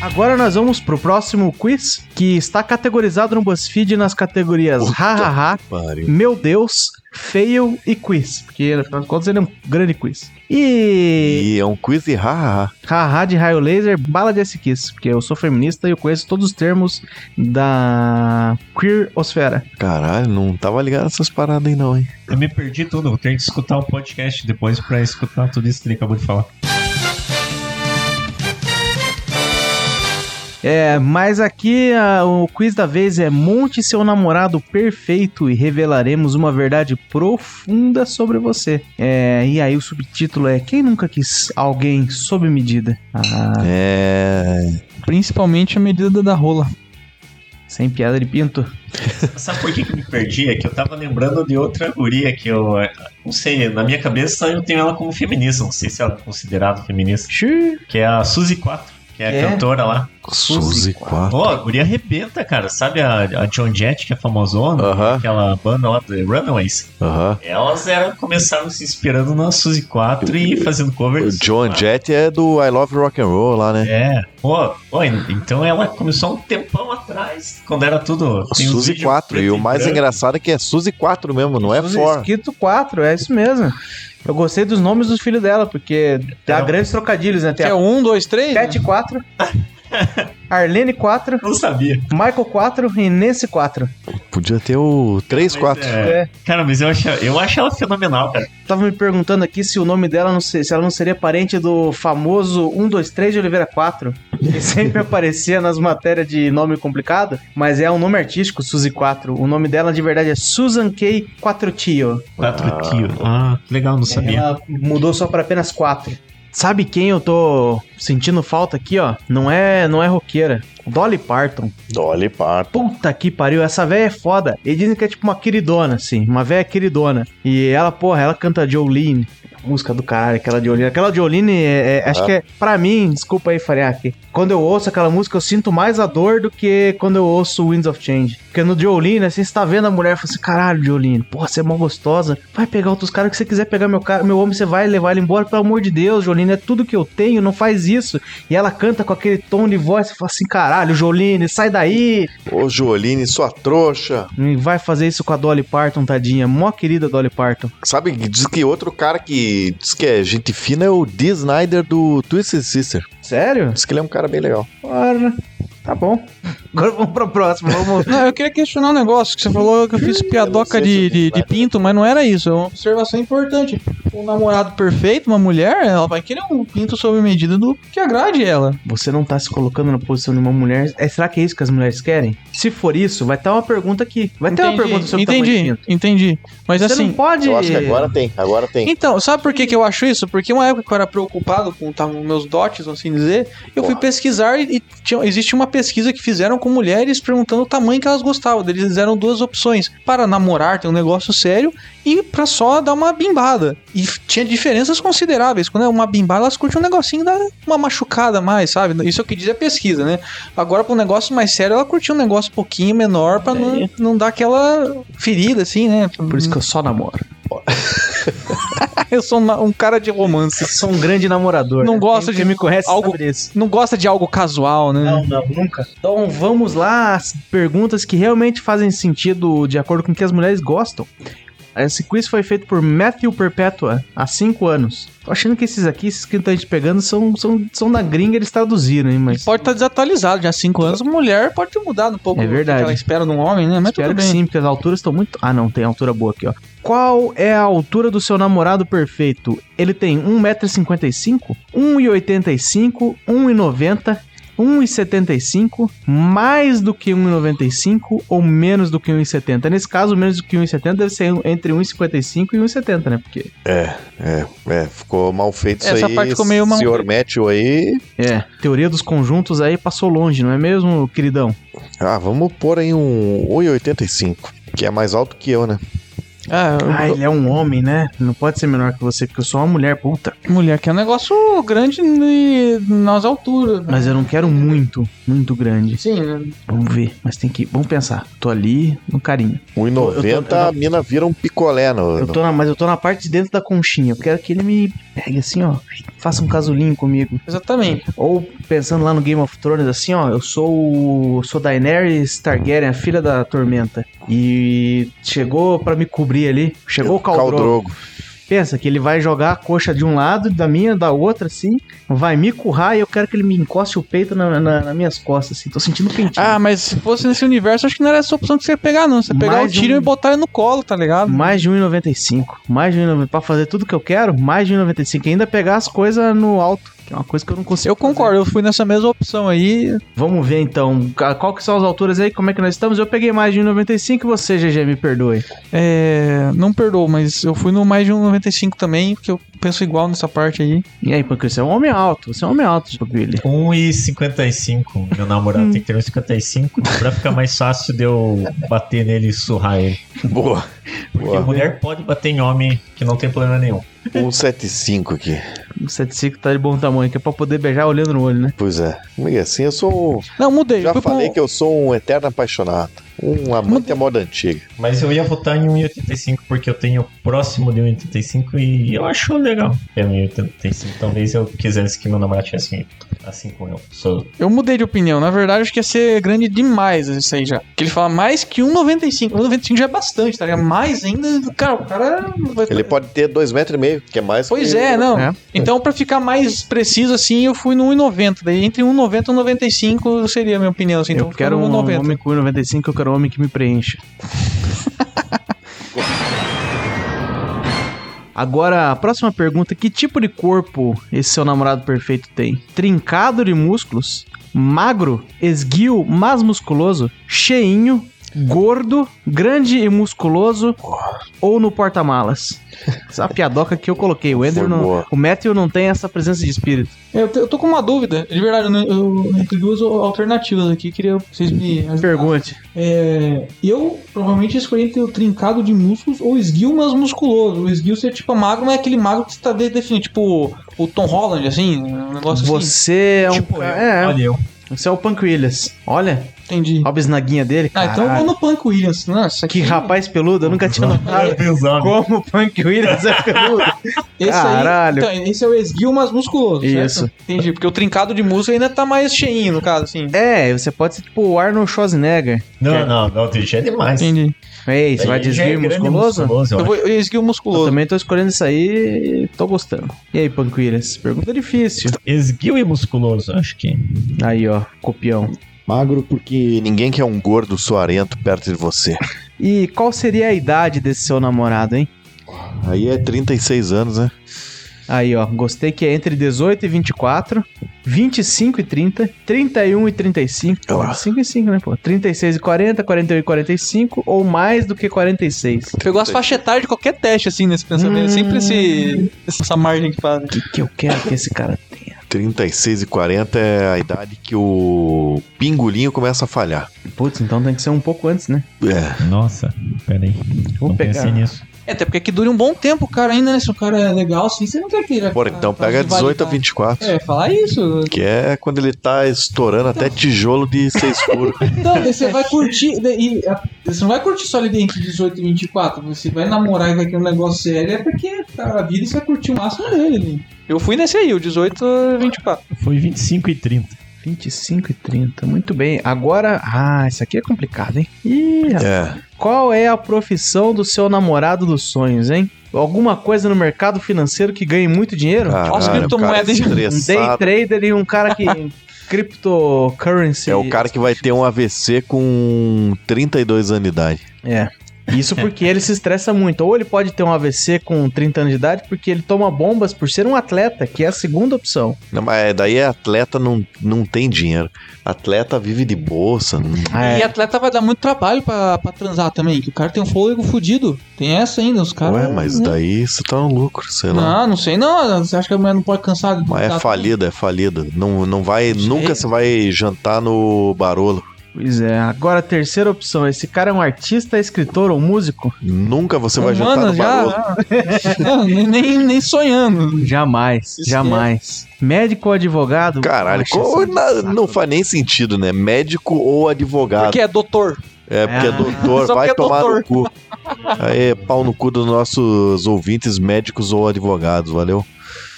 Agora nós vamos pro próximo quiz, que está categorizado no BuzzFeed nas categorias hahaha, Pariu. meu Deus, fail e quiz. Porque, afinal de contas, ele é um grande quiz. E... E é um quiz de haha. Haha de raio laser, bala de kiss porque eu sou feminista e eu conheço todos os termos da queer osfera. Caralho, não tava ligado nessas paradas aí não, hein? Eu me perdi tudo, vou ter que escutar o podcast depois pra escutar tudo isso que ele acabou de falar. É, mas aqui a- o quiz da vez é monte seu namorado perfeito e revelaremos uma verdade profunda sobre você. É, e aí o subtítulo é Quem nunca quis alguém sob medida? Ah, É. Principalmente a medida da rola. sem piada de pinto. Sabe por que, que eu me perdi? É que eu tava lembrando de outra guria que eu. eh, Não sei, na minha cabeça eu tenho ela como feminista, não sei se ela é considerada feminista, Xiii. que é a Suzy 4, que é a É? cantora lá. Suzy 4. Ó, a guria arrebenta, cara. Sabe a, a John Jett, que é famosona? Aham, Aquela banda lá do Runaways. aham. Elas eram, começaram se inspirando na Suzy 4 e fazendo O covers. John Ah, Jett é do I Love Rock and Roll lá, né? É. Ó, ó, então ela começou há um tempão atrás, quando era tudo. tem uns Suzy vídeos né? 4. preto E o mais branco. engraçado é que é Suzy 4 mesmo, não é Suzy for. Esquito 4, é isso mesmo. Eu gostei dos nomes dos filhos dela, porque dá Não. grandes trocadilhos, né? Tem a é um, dois, três? né? Pet 4, Arlene 4, Não sabia. Michael 4 e Nancy 4. Podia ter o 3, 4. É. Cara, mas eu acho, eu acho ela fenomenal, cara. Tava me perguntando aqui se o nome dela não se, se ela não seria parente do famoso 123 de Oliveira 4, que sempre aparecia nas matérias de nome complicado, mas é um nome artístico, Suzy 4. O nome dela de verdade é Susan K. 4 Tio. Quatro Ah. tio. Ah, legal, não sabia. Ela mudou só pra apenas 4. Sabe quem eu tô sentindo falta aqui, ó? Não é, não é roqueira. Dolly Parton. Dolly Parton. Puta que pariu, essa véia é foda. E dizem que é tipo uma queridona, assim, uma véia queridona. E ela, porra, ela canta Jolene. Música do caralho, aquela Jolene. Aquela Jolene, é, é- acho Ah. que é, pra mim, desculpa aí, Fariaki. Quando eu ouço aquela música, eu sinto mais a dor do que quando eu ouço Winds of Change. Porque no Jolene, assim, você tá vendo a mulher e fala assim: caralho, Jolene, porra, você é mó gostosa. Vai pegar outros caras que você quiser pegar meu cara, meu homem, você vai levar ele embora, pelo amor de Deus, Jolene, é tudo que eu tenho, não faz isso. E ela canta com aquele tom de voz, você fala assim: caralho, Jolene, sai daí, Ô, Jolene, sua trouxa. não vai fazer isso com a Dolly Parton, tadinha. Mó querida Dolly Parton. Sabe, diz que outro cara que diz que é gente fina é o Dee Snyder do Twisted Sister. Sério? Diz que ele é um cara bem legal. Ora, tá bom. [LAUGHS] Agora vamos pra próxima. Vamos... Não, eu queria questionar um negócio, que você falou que eu fiz piadoca Eu não sei se de, eu fiz de, de pinto, mas não era isso. É uma observação importante. Um namorado perfeito, uma mulher, ela vai querer um pinto sob medida do que agrade ela. Você não tá se colocando na posição de uma mulher. É, será que é isso que as mulheres querem? Se for isso, vai ter uma pergunta aqui. Vai ter uma pergunta sobre o tamanho de entendi, pinto. entendi. Mas Você assim, não pode. Eu acho que agora tem, agora tem. Então, sabe por que, que eu acho isso? Porque uma época que eu era preocupado com tá, meus dotes, vamos assim dizer, eu fui Porra. pesquisar e, e tinha- existe uma pesquisa que fizeram com mulheres perguntando o tamanho que elas gostavam. Eles fizeram duas opções: para namorar, ter um negócio sério, e pra só dar uma bimbada. E f- tinha diferenças consideráveis. Quando é uma bimbada, elas curtem um negocinho da uma machucada a mais, sabe? Isso é o que diz a pesquisa, né? Agora, pra um negócio mais sério, ela curtiu um negócio um pouquinho menor pra não, não dar aquela ferida, assim, né? É. Por isso que eu só namoro. [LAUGHS] eu sou uma- um cara de romance. Eu sou um grande namorador. Não gosto Quem de me conhece algo- sabe disso. não gosta de algo casual, né? Não, não, nunca. Então vamos lá às perguntas que realmente fazem sentido de acordo com o que as mulheres gostam. Esse quiz foi feito por Matthew Perpetua há 5 anos. Tô achando que esses aqui, esses que a gente pegando, são, são, são da gringa, eles traduziram, hein? Mas Pode estar desatualizado, já há 5 anos, mulher pode ter mudado um pouco É verdade. o que ela espera de um homem, né? Mas espero tudo que bem. sim, porque as alturas estão muito. Ah, não, tem altura boa aqui, ó. Qual é a altura do seu namorado perfeito? Ele tem 1,55m, 1,85m, 1,90m. 1,75 mais do que 1,95 ou menos do que 1,70. Nesse caso, menos do que 1,70 deve ser entre 1,55 e 1,70, né? Porque É, ficou mal feito isso Essa aí. parte ficou meio mal Senhor Matthew aí. É, teoria dos conjuntos aí passou longe, não é mesmo, queridão? Ah, vamos pôr aí um 1,85. Que é mais alto que eu, né? Ah, eu- Ah, ele é um homem, né? Não pode ser menor que você, porque eu sou uma mulher, puta. Mulher que é um negócio grande e nas alturas. né? Mas eu não quero muito, muito grande. Sim, né? Vamos ver, mas tem que. Vamos pensar. Tô ali no carinho. Tá Eu 1,90 tô- eu a mina vira um picolé no. Eu no- tô na, mas eu tô na parte de dentro da conchinha. Eu quero que ele me pegue assim, ó. Faça um casulinho comigo. Exatamente. Ou pensando lá no Game of Thrones, assim, ó, eu sou o. sou Daenerys Targaryen, a filha da Tormenta. E chegou pra me cobrir ali. Chegou o Caldrogo. Pensa que ele vai jogar a coxa de um lado, da minha, da outra, assim, vai me currar e eu quero que ele me encoste o peito na, na- nas minhas costas, assim. Tô sentindo quentinho. Ah, mas se fosse nesse universo, acho que não era essa opção que você ia pegar, não. Você ia pegar Mais o Tyrion um- e botar ele no colo, tá ligado? Mais de 1,95. Mais de 1,95. Pra fazer tudo que eu quero, mais de 1,95. E ainda pegar as coisas no alto, que é uma coisa que eu não consigo. Eu fazer. concordo, eu fui nessa mesma opção aí. Vamos ver então. ca- Qual que são as alturas aí? Como é que nós estamos? Eu peguei mais de 1,95 e você, GG, me perdoe. É, não perdoou, mas eu fui no mais de 1,95 também, porque eu penso igual nessa parte aí. E aí, porque você é um homem alto. Você é um homem alto, Billy. 1,55. Meu namorado tem que ter 1,55 pra ficar mais fácil de eu bater nele e surrar ele. [LAUGHS] Boa. Porque Boa. mulher pode bater em homem que não tem problema nenhum. 1,75 aqui. 1,75 tá de bom tamanho, que é pra poder beijar olhando no olho, né? Pois é. E assim, eu sou. Não, mudei. Já fui pra um- falei que eu sou um eterno apaixonado. Um amante à moda antiga. Mas eu ia votar em 1,85 porque eu tenho próximo de 1,85 e eu acho legal. É 1,85. Talvez eu quisesse que meu namorado tivesse um- assim como eu. Sou Eu mudei de opinião. Na verdade, acho que ia ser grande demais isso aí já. Que ele fala mais que 1,95. 1,95 já é bastante, tá ligado? Mais ainda. Cara, o cara. vai- Ele pode ter 2,5 metros, e meio, que é mais. Pois que- é, não. É. Então, pra ficar mais preciso, assim, eu fui no 1,90. Daí entre 1,90 e 1,95 seria a minha opinião. Assim, então, eu quero um, ficou um no homem com 1,95, eu quero um homem que me preencha. [LAUGHS] Agora, a próxima pergunta: que tipo de corpo esse seu namorado perfeito tem? Trincado de músculos? Magro? Esguio, mas musculoso? Cheinho? Gordo? Grande e musculoso? Ou no porta-malas? Essa é piadoca que eu coloquei. O Andrew Foi não, boa. o Matthew não tem essa presença de espírito. É, Eu, tô- eu tô com uma dúvida. De verdade, eu, não- eu- entre duas alternativas aqui, queria que vocês me ajudem. Pergunte. É, eu provavelmente escolhi entre o trincado de músculos ou esguio, mas musculoso. O esguio ser tipo magro, mas é aquele magro que você tá de- definindo, tipo o Tom Holland, assim, um negócio assim. Você é um. tipo eu. é, Olha eu. Você é o Punk Williams. Olha, Entendi. olha a bisnaguinha dele. Ah, então eu vou Uhum. Caralho, no Punk Williams. né? Nossa, Que rapaz peludo, eu nunca tinha notado Meu Deus, homem. como o Punk Williams é peludo. Esse Caralho. Aí, então, esse é o esguio, mas musculoso. certo? Isso. Entendi, porque o trincado de músculo ainda tá mais cheinho, no caso, assim. É, você pode ser tipo o Arnold Schwarzenegger. Não, não, não, Twitch é demais. Entendi. Ei, você vai Aí já desvio é grande e musculoso? eu Eu acho. vou eu esguio Eu musculoso. também tô escolhendo isso aí e tô gostando. E aí, Punk Williams? Pergunta difícil. Esguio e musculoso, acho que. Aí, ó, copião. Magro porque ninguém quer um gordo suarento perto de você. E qual seria a idade desse seu namorado, hein? Aí é 36 anos, né? Aí, ó, gostei que é entre 18 e 24, 25 e 30, 31 e 35, Olha lá. 5 e 5, né, pô? 36 e 40, 41 e 45, ou mais do que 46. O Pegou as faixas etárias de qualquer teste, assim, nesse pensamento. Hum. Sempre esse, essa margem que faz. que, que eu quero que esse cara tenha? 36 e 40 é a idade que o pingulinho começa a falhar. Putz, então tem que ser um pouco antes, né? É. Nossa, peraí. Vou não pegar. pensei nisso. É, até porque que dure um bom tempo, cara, ainda, né? Se o cara é legal, assim, você não quer que ele... Bora, então pega 18 a 24. Tá É, falar isso. Que é quando ele tá estourando até tijolo de seis [LAUGHS] furos. Então, daí você vai curtir. daí- e a- você não vai curtir só ali dentro de 18 e 24. Você vai namorar e vai ter um negócio sério. É porque cara, a vida né? você vai curtir o máximo dele. Eu fui nesse aí, o 18 e 24. Foi 25 e 30. 25 e 30. Muito bem. Agora. Ah, isso aqui é complicado, hein? Ih, rapaz. É. Qual é a profissão do seu namorado dos sonhos, hein? Alguma coisa no mercado financeiro que ganhe muito dinheiro? Ah, Nossa, Caralho, o cara é criptomoeda, hein? um day estressado. trader e um cara [LAUGHS] que. cryptocurrency. É o cara que vai ter um AVC com 32 anos de idade. É. Isso porque ele se estressa muito. Ou ele pode ter um AVC com 30 anos de idade porque ele toma bombas por ser um atleta, que é a segunda opção. Não, mas daí é atleta não, não tem dinheiro. Atleta vive de bolsa. não- é, É, E atleta vai dar muito trabalho pra, pra transar também, que o cara tem um fôlego fudido. Tem essa ainda, os caras. Ué, mas né? daí você tá no lucro, sei lá. Não, não sei não. Você acha que a mulher não pode cansar? de- tá Mas é falida, é falida. Não, não vai, Sei. nunca você vai jantar no Barolo. Pois é. Agora, a terceira opção. Esse cara é um artista, escritor ou músico? Nunca você vai jantar Humana no Barolo. já? Não, nem- nem, nem sonhando. Jamais. Isso jamais. Médico ou advogado? Caralho, Poxa, como isso é um na- saco. não faz nem sentido, né? Médico ou advogado. Porque é doutor. É, porque é Ah. doutor, [LAUGHS] Só vai porque é tomar doutor. no cu. Aí, pau no cu dos nossos ouvintes, médicos ou advogados, valeu?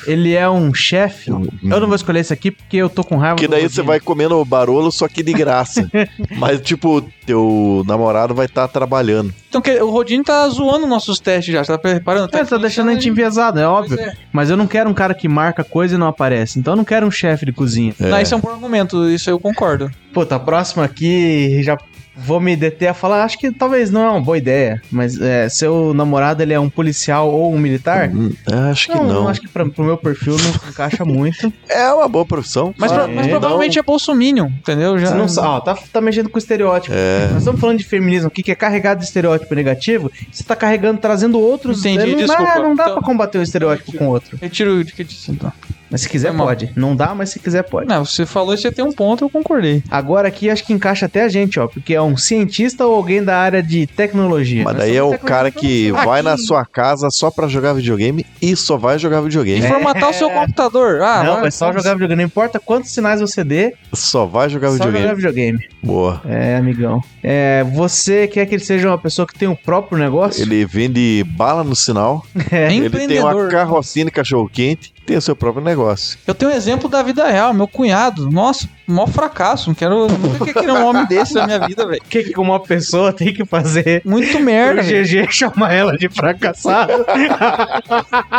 Ele é um chefe? Eu não vou escolher esse aqui porque eu tô com raiva Porque do daí Rodrigo. você vai comendo o barolo, só que de [LAUGHS] graça. Mas, tipo, teu namorado vai estar trabalhando. Então que- o Rodinho tá zoando nossos testes já, tá preparando? né? É, tá deixando a gente enviesado, é Pois óbvio. é. Mas eu não quero um cara que marca coisa e não aparece. Então eu não quero um chefe de cozinha. É. Não, isso é um bom argumento, isso eu concordo. Pô, tá próximo aqui, já vou me deter a falar, acho que talvez não é uma boa ideia, mas é, seu namorado ele é um policial ou um É. militar? Hum, Acho que não. acho que pra, pro meu perfil não [LAUGHS] encaixa muito. É uma boa profissão. Mas, pro- mas não. provavelmente é bolsominion, entendeu? Já... Você não sabe, ó, tá, tá mexendo com estereótipo. É. Nós estamos falando de feminismo aqui, que é carregado de estereótipo negativo, você tá carregando, trazendo outros... é, Entendi, não, desculpa. Dá, não dá Então- pra combater um estereótipo com outro. Retiro o que eu disse, então. Mas se quiser Foi mal. pode. Não dá, mas se quiser pode. Não, você falou que você tem um ponto, eu concordei. Agora aqui acho que encaixa até a gente, ó, porque é um cientista ou alguém da área de tecnologia. Mas Nós daí é somos o cara que Aqui- vai na sua casa só pra jogar videogame e só vai jogar E videogame. formatar o seu computador. Ah, não, vai- é só jogar videogame. Não importa quantos sinais você dê, É. Só vai jogar só jogar videogame. videogame. Boa. É, amigão. É, você quer que ele seja uma pessoa que tem o próprio negócio? Ele vende bala no sinal, É. ele tem uma Empreendedor. carrocinha de cachorro-quente, tem o seu próprio negócio. Eu tenho um exemplo da vida real, meu cunhado. Nossa, mó fracasso. Não quero. Nunca queria querer um homem desse na minha vida, velho. O que, que uma pessoa tem que fazer? Muito O merda, velho. GG chama ela de [LAUGHS] fracassada.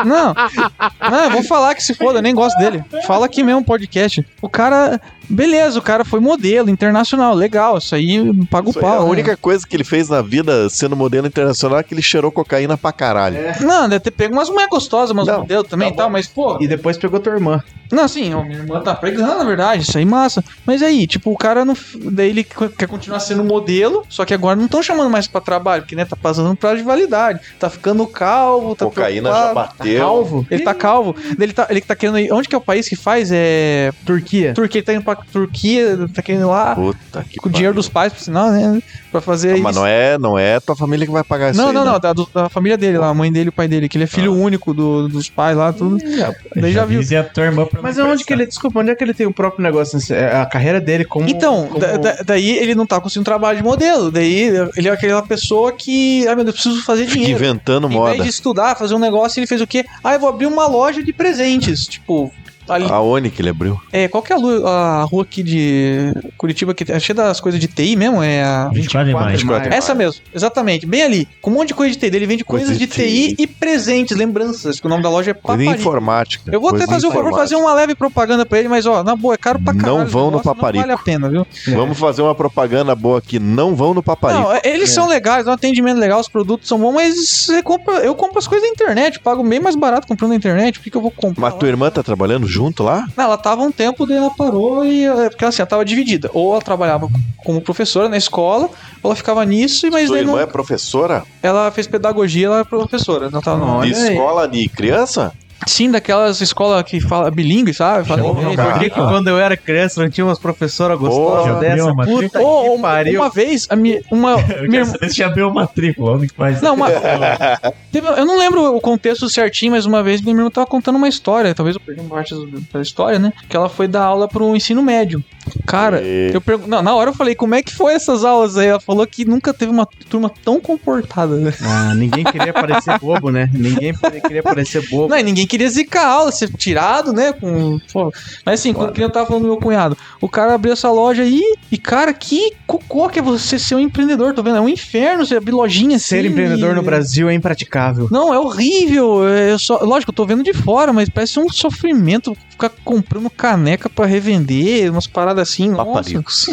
Não. Não, eu vou falar que se foda, eu nem gosto dele. Fala aqui mesmo, podcast. O cara. Beleza, o cara foi modelo internacional. Legal, isso aí paga o Isso aí é pau. a né? única coisa que ele fez na vida sendo modelo internacional é que ele cheirou cocaína pra caralho. Não, deve ter pego umas mulheres gostosas, umas Não, tá modelo também e tal, mas, pô. E depois pegou tua irmã. Não, assim, ó, minha irmã tá pregando, na verdade, isso aí massa. Mas aí, tipo, o cara não. Daí ele qu- quer continuar sendo modelo, só que agora não estão chamando mais pra trabalho, porque, né, tá passando prazo de validade. Tá ficando calvo, tá cocaína já preocupado. bateu. Calvo? Ele tá calvo. Daí Ele tá, ele tá querendo ir. Onde que é o país que faz? É. Turquia. Turquia, ele tá indo pra Turquia, tá querendo ir lá. Puta que Com o dinheiro dos pais, por sinal, né? Pra fazer Mas não é, não é tua família que vai pagar isso Não, aí, não, né? não, da, do- da família dele lá, a mãe dele e o pai dele, que ele é filho Ah. único do- dos pais lá, tudo. É, Daí já viu. avise a tua irmã pra Mas não onde que ele. Desculpa, onde é que ele tem o próprio negócio? É A carreira dele como. Então, como- da- da- daí ele não tá conseguindo trabalho de modelo. Daí ele é aquela pessoa que, ai meu Deus, eu preciso fazer Fica dinheiro. inventando Em vez moda. de estudar, fazer um negócio, ele fez o quê? Ah, eu vou abrir uma loja de presentes. Tipo, ali, Aonde que ele abriu? é, qual que é a, lu- a rua aqui de Curitiba que tem? Achei das coisas de TI mesmo? É a. 24 de maio. É Essa mesmo, exatamente, bem ali, com um monte de coisa de TI. Daí Ele vende Coisa coisas de de TI e presentes, lembranças, que o nome da loja é Coisa Paparico. informática. Eu vou até coisa fazer o favor, informática. fazer uma leve propaganda pra ele, mas ó, na boa, é caro pra Não caralho. vão no o negócio, Paparico. Não vale a pena, viu? Vamos fazer uma propaganda boa aqui. Não vão no paparico. um- É. Não, é, eles são legais, dá um atendimento legal, os produtos são bons, mas você compra, eu compro as coisas na internet, pago bem mais barato comprando na internet, por que, que eu vou comprar? Mas lá? tua irmã tá trabalhando junto lá? Não, ela tava um tempo, daí ela parou e. é, Porque assim, ela tava dividida. Ou ela trabalhava como professora na escola, ou ela ficava nisso, mas tua daí irmã não, é professora? ela fez pedagogia, ela é professora. Não tava não. De Olha aí. escola de criança? Sim, daquelas escolas que fala bilíngue, sabe? Fala Chama inglês. o cara. Por que, que quando eu era criança não tinha umas professoras gostosas Porra, dessa? viu, mas Puta Ou que uma, pariu. uma vez, a minha, uma, [LAUGHS] Eu minha quero irmã- saber se já abriu a matrícula, onde que faz? Não, uma, Teve- eu não lembro o contexto certinho, mas uma vez minha irmã tava contando uma história, talvez eu perdi uma parte do- da história, né? Que ela foi dar aula pro ensino médio. Cara, E- eu pergun- não, na hora eu falei, como é que foi essas aulas aí? Ela falou que nunca teve uma turma tão comportada, né? Ah, ninguém queria parecer bobo, né? Ninguém queria parecer bobo. Não, e ninguém queria zicar a aula, ser tirado, né? Com, pô. Mas assim, quando eu tava falando do meu cunhado, o cara abriu essa loja aí e, cara, que cocô que é você ser um empreendedor, tô vendo? É um inferno você abrir lojinha assim. Ser empreendedor no e- Brasil é impraticável. não, é horrível. é- Eu só, lógico, eu tô vendo de fora, mas parece um sofrimento ficar comprando caneca pra revender, umas paradas assim. nossa. Paparicos.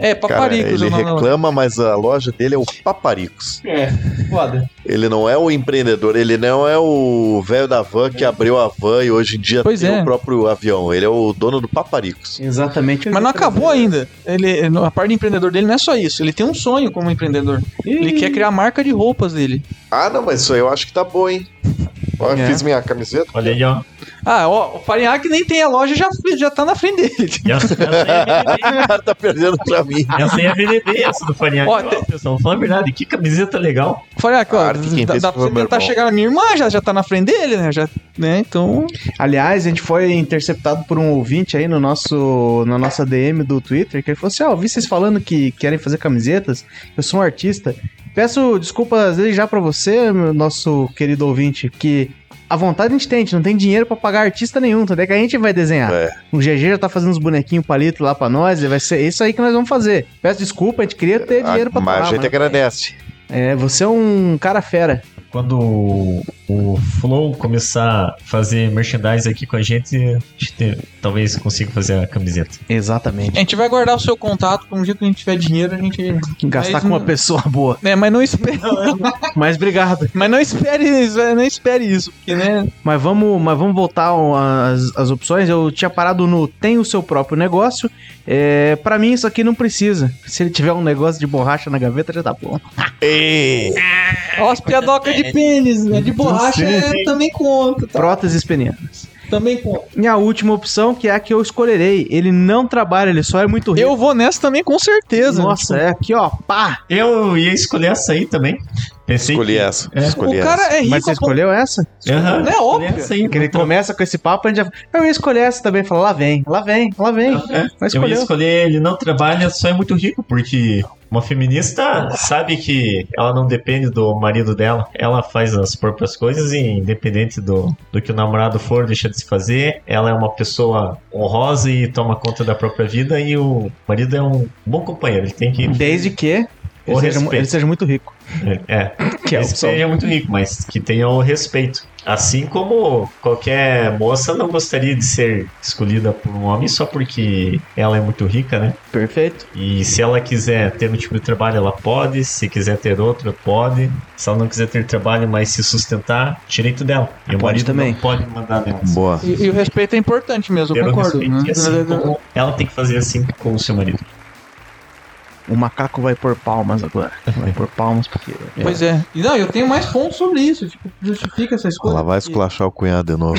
É, Cara, paparicos. ele o nome da loja. reclama, mas a loja dele é o Paparicos. É, foda. Ele não é o empreendedor, ele não é o velho da van que abriu a van e hoje em dia Pois tem é. o próprio avião. Ele é o dono do Paparicos. Exatamente. Mas não acabou ainda. Ele, a parte de empreendedor dele não é só isso. Ele tem um sonho como empreendedor. Ele quer criar a marca de roupas dele. Ah, não, mas isso aí eu acho que tá bom, hein? Ó, eu É. fiz minha camiseta. [LAUGHS] Olha aí, ó. Ah, ó, o Farinhaque nem tem a loja já já tá na frente dele. Eu, eu sei [LAUGHS] a [LAUGHS] BDB, O cara tá perdendo pra mim. eu sei a BDB essa do Faniac. Ó, Ó, pessoal, fala a verdade, que camiseta legal. Farinhaque, ó, Claro que quem dá, fez dá foi pra você o meu tentar irmão. chegar na minha irmã, já, já tá na frente dele, né? Já, né? Então. Aliás, a gente foi interceptado por um ouvinte aí no nosso, na nossa DM do Twitter, que ele falou assim: ó, ouvi vocês falando que querem fazer camisetas, eu sou um artista. Peço desculpas desde já pra você, meu- nosso querido ouvinte, que a vontade a gente tem, a gente não tem dinheiro pra pagar artista nenhum, tanto é que a gente vai desenhar. É. O GG já tá fazendo uns bonequinhos palito lá pra nós, e vai ser isso aí que nós vamos fazer. Peço desculpa, a gente queria ter É dinheiro pra Ah, mas a pagar. gente mano. agradece. É, você é um cara fera. Quando o- o Flow começar a fazer merchandise aqui com a gente, a gente tem- talvez consiga fazer a camiseta. Exatamente. A gente vai guardar o seu contato, um dia que a gente tiver dinheiro, a gente. Gastar Mas com uma não- pessoa boa. É, mas não espere. Mas obrigado. [LAUGHS] mas não espere isso, é, não espere isso. Porque, né? Mas vamos, mas vamos voltar ao- às, às opções. Eu tinha parado no tem o seu próprio negócio. É, para mim isso aqui não precisa. Se ele tiver um negócio de borracha na gaveta já tá bom. Ei, Ó, as piadocas de pênis, né? De borracha é, também conta, tá? Próteses penianas. Também conta. E a última opção que é a que eu escolherei. Ele não trabalha, ele só é muito rico. Eu vou nessa também com certeza. Nossa, é aqui ó, pá. Eu ia escolher essa aí também. Pensei. escolhi essa. É. Escolhi o cara é rico. Mas você a ponto- escolheu essa? Aham, É escolhi óbvio. Essa aí, Que ele Então, começa com esse papo, a gente já... Eu ia escolher essa também, falar lá vem, lá vem, lá vem. é, Mas Eu ia escolheu. escolher ele não trabalha, só é muito rico, porque uma feminista sabe que ela não depende do marido dela, ela faz as próprias coisas e independente do, do que o namorado for, deixa de se fazer, ela é uma pessoa honrosa e toma conta da própria vida e o marido é um bom companheiro, ele tem que... Desde que O ele seja, mu- respeito. ele seja muito rico. É, Que é a ele opção. seja muito rico, mas que tenha o respeito. Assim como qualquer moça não gostaria de ser escolhida por um homem só porque ela é muito rica, né? Perfeito. E se ela quiser ter um tipo de trabalho, ela pode. Se quiser ter outro, pode. Se ela não quiser ter trabalho, mas se sustentar, direito dela. E o Pode marido também. não pode mandar nela. Boa. E, e o respeito é importante mesmo, Ter eu o concordo. respeito. né? E assim como ela tem que fazer assim com o seu marido. O macaco vai pôr palmas agora. Vai pôr palmas porque. Pois é. E não, eu tenho mais pontos sobre isso. Tipo, justifica essa escolha. Ela vai esculachar o cunhado de novo.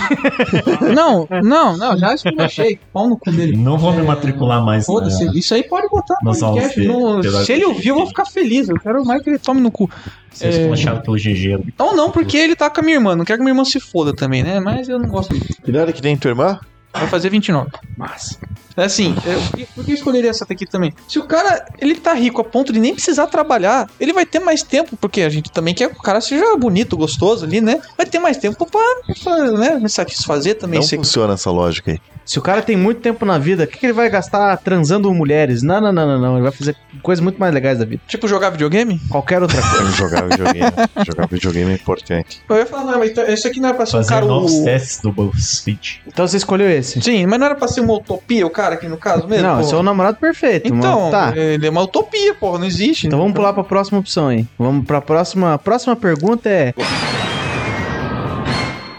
Não, não, não, já esculachei. Pau no [LAUGHS] cu dele. Não vou É, me matricular mais. na- Foda-se, isso aí pode botar no Nas aulas podcast. de- no- de- se ele ouvir, eu vou ficar feliz. Eu quero mais que ele tome no cu. Ser é- esculachado pelo GG. Ou não, porque ele tá com a minha irmã. Não quero que minha irmã se foda também, né? Mas eu não gosto dele. [LAUGHS] Cuidado que tem tua irmã? Vai fazer 29. Mas. Assim, eu, por que- por que eu escolheria essa daqui também? Se o cara, ele tá rico a ponto de nem precisar trabalhar, ele vai ter mais tempo, porque a gente também quer que o cara seja bonito, gostoso ali, né? Vai ter mais tempo pra, pra, né, me satisfazer também. Não se- funciona essa lógica aí. Se o cara tem muito tempo na vida, o que, que ele vai gastar transando mulheres? Não, não, não, não, não. Ele vai fazer coisas muito mais legais da vida. Tipo, jogar videogame? Qualquer outra coisa. Vamos jogar videogame. jogar videogame é importante. Eu ia falar, não, mas então, isso aqui não era pra ser um Fazer cara... novos o- testes do BuzzFeed. Então você escolheu esse. Sim, mas não era pra ser uma utopia o cara aqui no caso mesmo? não, porra? esse é o namorado perfeito. Então, mano. tá. ele é uma utopia, porra, não existe. É Então vamos pular pra próxima opção aí. Vamos pra próxima. A próxima pergunta é.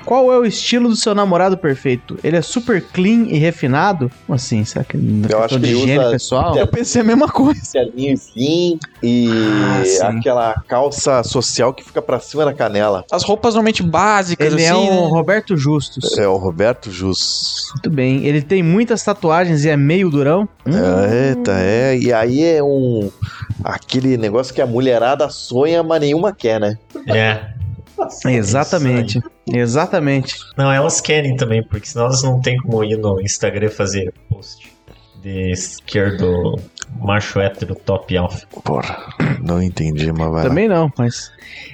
Qual é o estilo do seu namorado perfeito? Ele é super clean e refinado? Como assim? Será que ele Eu acho que de ele higiene usa- pessoal? Eu pensei a mesma coisa. Celinho sim. E aquela calça social que fica pra cima da canela. As roupas normalmente básicas, Ele é assim, o né? Roberto Justus. É o Roberto Jus. Muito bem. Ele tem muitas tatuagens e é meio durão. Hum, Eita, é. E aí é um. Aquele negócio que a mulherada sonha, mas nenhuma quer, né? É. Exatamente. Exatamente. Não, elas querem também, porque senão elas não tem como ir no Instagram fazer post de esquerdo macho hétero top alpha. Porra, não entendi, mas vai Também não, mas.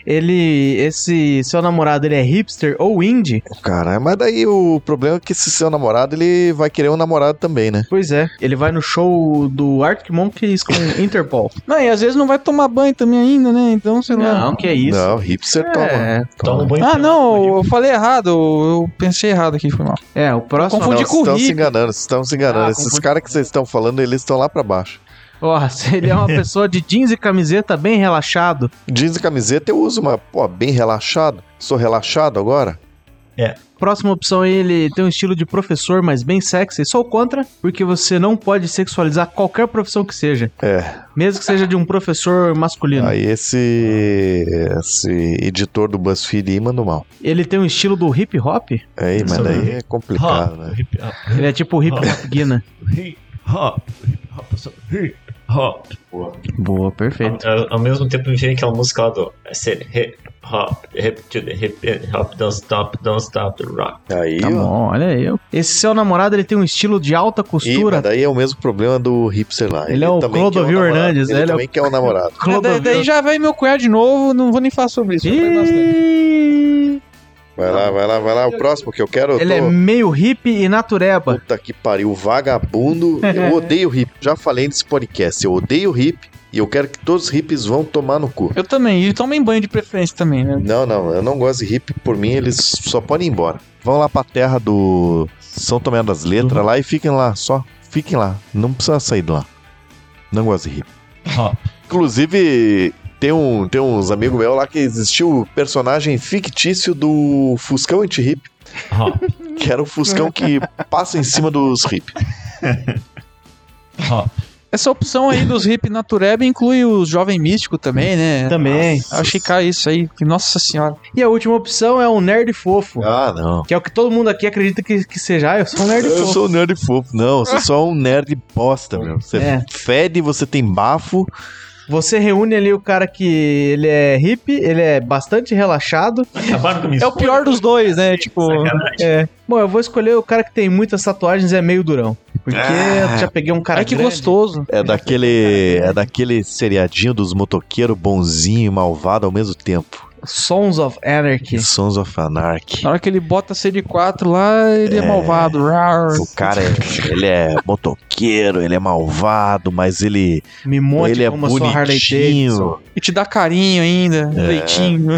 Ele. Esse seu namorado, ele é hipster ou indie? lá. Caralho, mas daí o problema é que esse seu namorado, ele vai querer um namorado também, né? Pois é. Ele vai no show do Arctic Monkeys [LAUGHS] com Interpol. Não, e às vezes não vai tomar banho também ainda, né? Então, sei lá. que é isso. Não, hipster toma. É, Toma um banho. Ah, não, eu falei errado, eu pensei errado aqui, foi mal. é, o próximo. Confundi Não, com o estão se hippie. enganando, estão se enganando. Ah, Esses confundi. caras que vocês estão falando, eles estão lá pra baixo. Ó, se ele é [LAUGHS] uma pessoa de jeans e camiseta bem relaxado. Jeans e camiseta eu uso, mas, pô, bem relaxado. Sou relaxado agora? Próxima opção, ele tem um estilo de professor, mas bem sexy. Sou contra, porque você não pode sexualizar qualquer profissão que seja. É. Mesmo que seja de um professor masculino. Aí esse, esse editor do BuzzFeed aí manda mal. Ele tem um estilo do hip hop? Aí, mas Sobre- daí é complicado, né? Hop, hip hop, Ele é tipo o hip [LAUGHS] hop guina. hip hop, hip hop, eu sou hip hop. Boa, perfeito. Ao, ao mesmo tempo me vem aquela música lá do I said hip hop, hip to the hip hop, don't stop, don't stop the rock. Aí, Tá ó. bom, olha aí. ó. Esse seu namorado, ele tem um estilo de alta Ih, mas costura. daí é o mesmo problema do hipster lá. Ele é o também Clodovil quer um namorado. Hernandes, Ele, ele é também quer um namorado. É, daí, daí já vem meu cunhado de novo, não vou nem falar sobre isso. já foi bastante. Ih, Vai lá, vai lá, vai lá. O próximo que eu quero. Eu Ele é tô... meio hip e natureba. Puta que pariu, vagabundo. [LAUGHS] Eu odeio hip. Já falei nesse podcast. Eu odeio hip e eu quero que todos os hips vão tomar no cu. Eu também, e tomem banho de preferência também, né? Não, não, eu não gosto de hip. Por mim, eles só podem ir embora. Vão lá pra terra do São Tomé das Letras lá e fiquem lá, só. Fiquem lá. Não precisa sair de lá. Não gosto de hip. Hop. Inclusive, tem, um, tem uns amigos meus lá que existiu o personagem fictício do Fuscão anti-hip, Hop, que era o [LAUGHS] Fuscão que passa em cima dos hip. hop. Essa opção aí dos hip natureba inclui o jovem místico também, né? Também. Acho que cai isso aí, que nossa senhora. E a última opção é um nerd fofo. Ah, não. Que é o que todo mundo aqui acredita que, que seja. Ah, eu sou um nerd Eu fofo. sou um nerd fofo. Não, eu sou só um nerd bosta, meu. Você É. fede, você tem bafo. Você reúne ali o cara que ele é hip, ele é bastante relaxado. Acabaram com isso. É o pior dos dois, né? Tipo, É. Bom, eu vou escolher o cara que tem muitas tatuagens e é meio durão. Porque eu já peguei um cara ai que grande. gostoso. [LAUGHS] É daquele, é daquele seriadinho dos motoqueiros bonzinho e malvado ao mesmo tempo. Sons of Anarchy. Sons of Anarchy. Na hora que ele bota CD4 lá, ele é, malvado. Rar. O cara, é, ele é motoqueiro, ele é malvado, mas ele, Me Um monte ele é como eu sou Harley Davidson. bonitinho. E te dá carinho ainda, leitinho.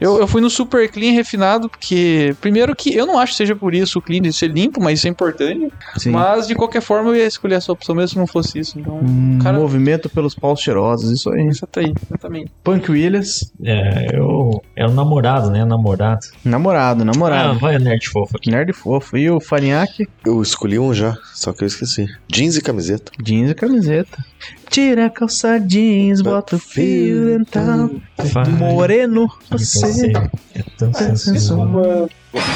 Eu, eu fui no super clean refinado, porque. Primeiro que eu não acho que seja por isso o clean de ser limpo, mas isso é importante. Sim. Mas de qualquer forma eu ia escolher essa opção mesmo se não fosse isso. Então, Um Cara- Movimento pelos paus cheirosos, isso aí. isso tá aí, exatamente. Punk Williams, É, eu, é o namorado, né? Namorado. namorado, Ah, namorado. vai o nerd fofo aqui. Nerd fofo. E o Farinhaque, Eu escolhi um já, só que eu esqueci. Jeans e camiseta. jeans e camiseta. Tira a calça jeans, bota o fio dental. Vai. Moreno, Você você. é tão sensual. Uma- [LAUGHS]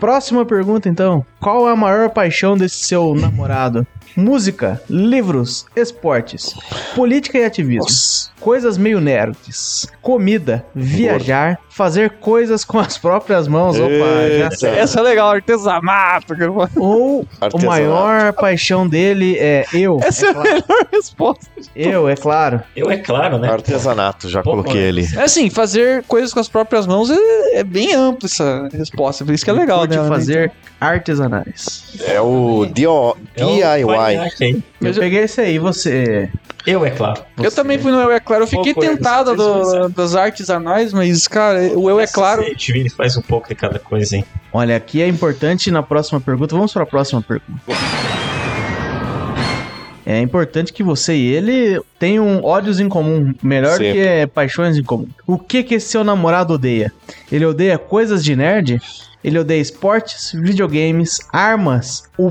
Próxima pergunta, então. Qual é a maior paixão desse seu namorado? Música, livros, esportes, política e ativismo, Nossa. coisas meio nerds, comida, viajar, fazer coisas com as próprias mãos. Opa, já Eita. sei. Essa é legal, artesanato. que eu É falo. Ou O Artesanato. maior paixão dele é eu. Essa é é a claro, melhor resposta. eu, é claro. Eu, é claro, né? Artesanato, já Pô, coloquei olha, ele. É assim, fazer coisas com as próprias mãos é, é bem ampla essa resposta. Por isso que é legal, Curte né? fazer artesanais. É o D.O. É o DIY. palhaço, hein? Eu Mas eu- peguei esse aí, você. Eu, é claro. Eu também fui no Eu É Claro. Eu fiquei Qual foi? tentado do- das artesanais, mas, cara, o Eu É Claro. Esse Edwin faz um pouco de cada coisa, hein? Olha, aqui é importante na próxima pergunta. Vamos para a próxima pergunta. É importante que você e ele tenham ódios em comum, melhor Sempre. que é, paixões em comum. O que que esse seu namorado odeia? Ele odeia coisas de nerd? Ele odeia esportes, videogames, armas, o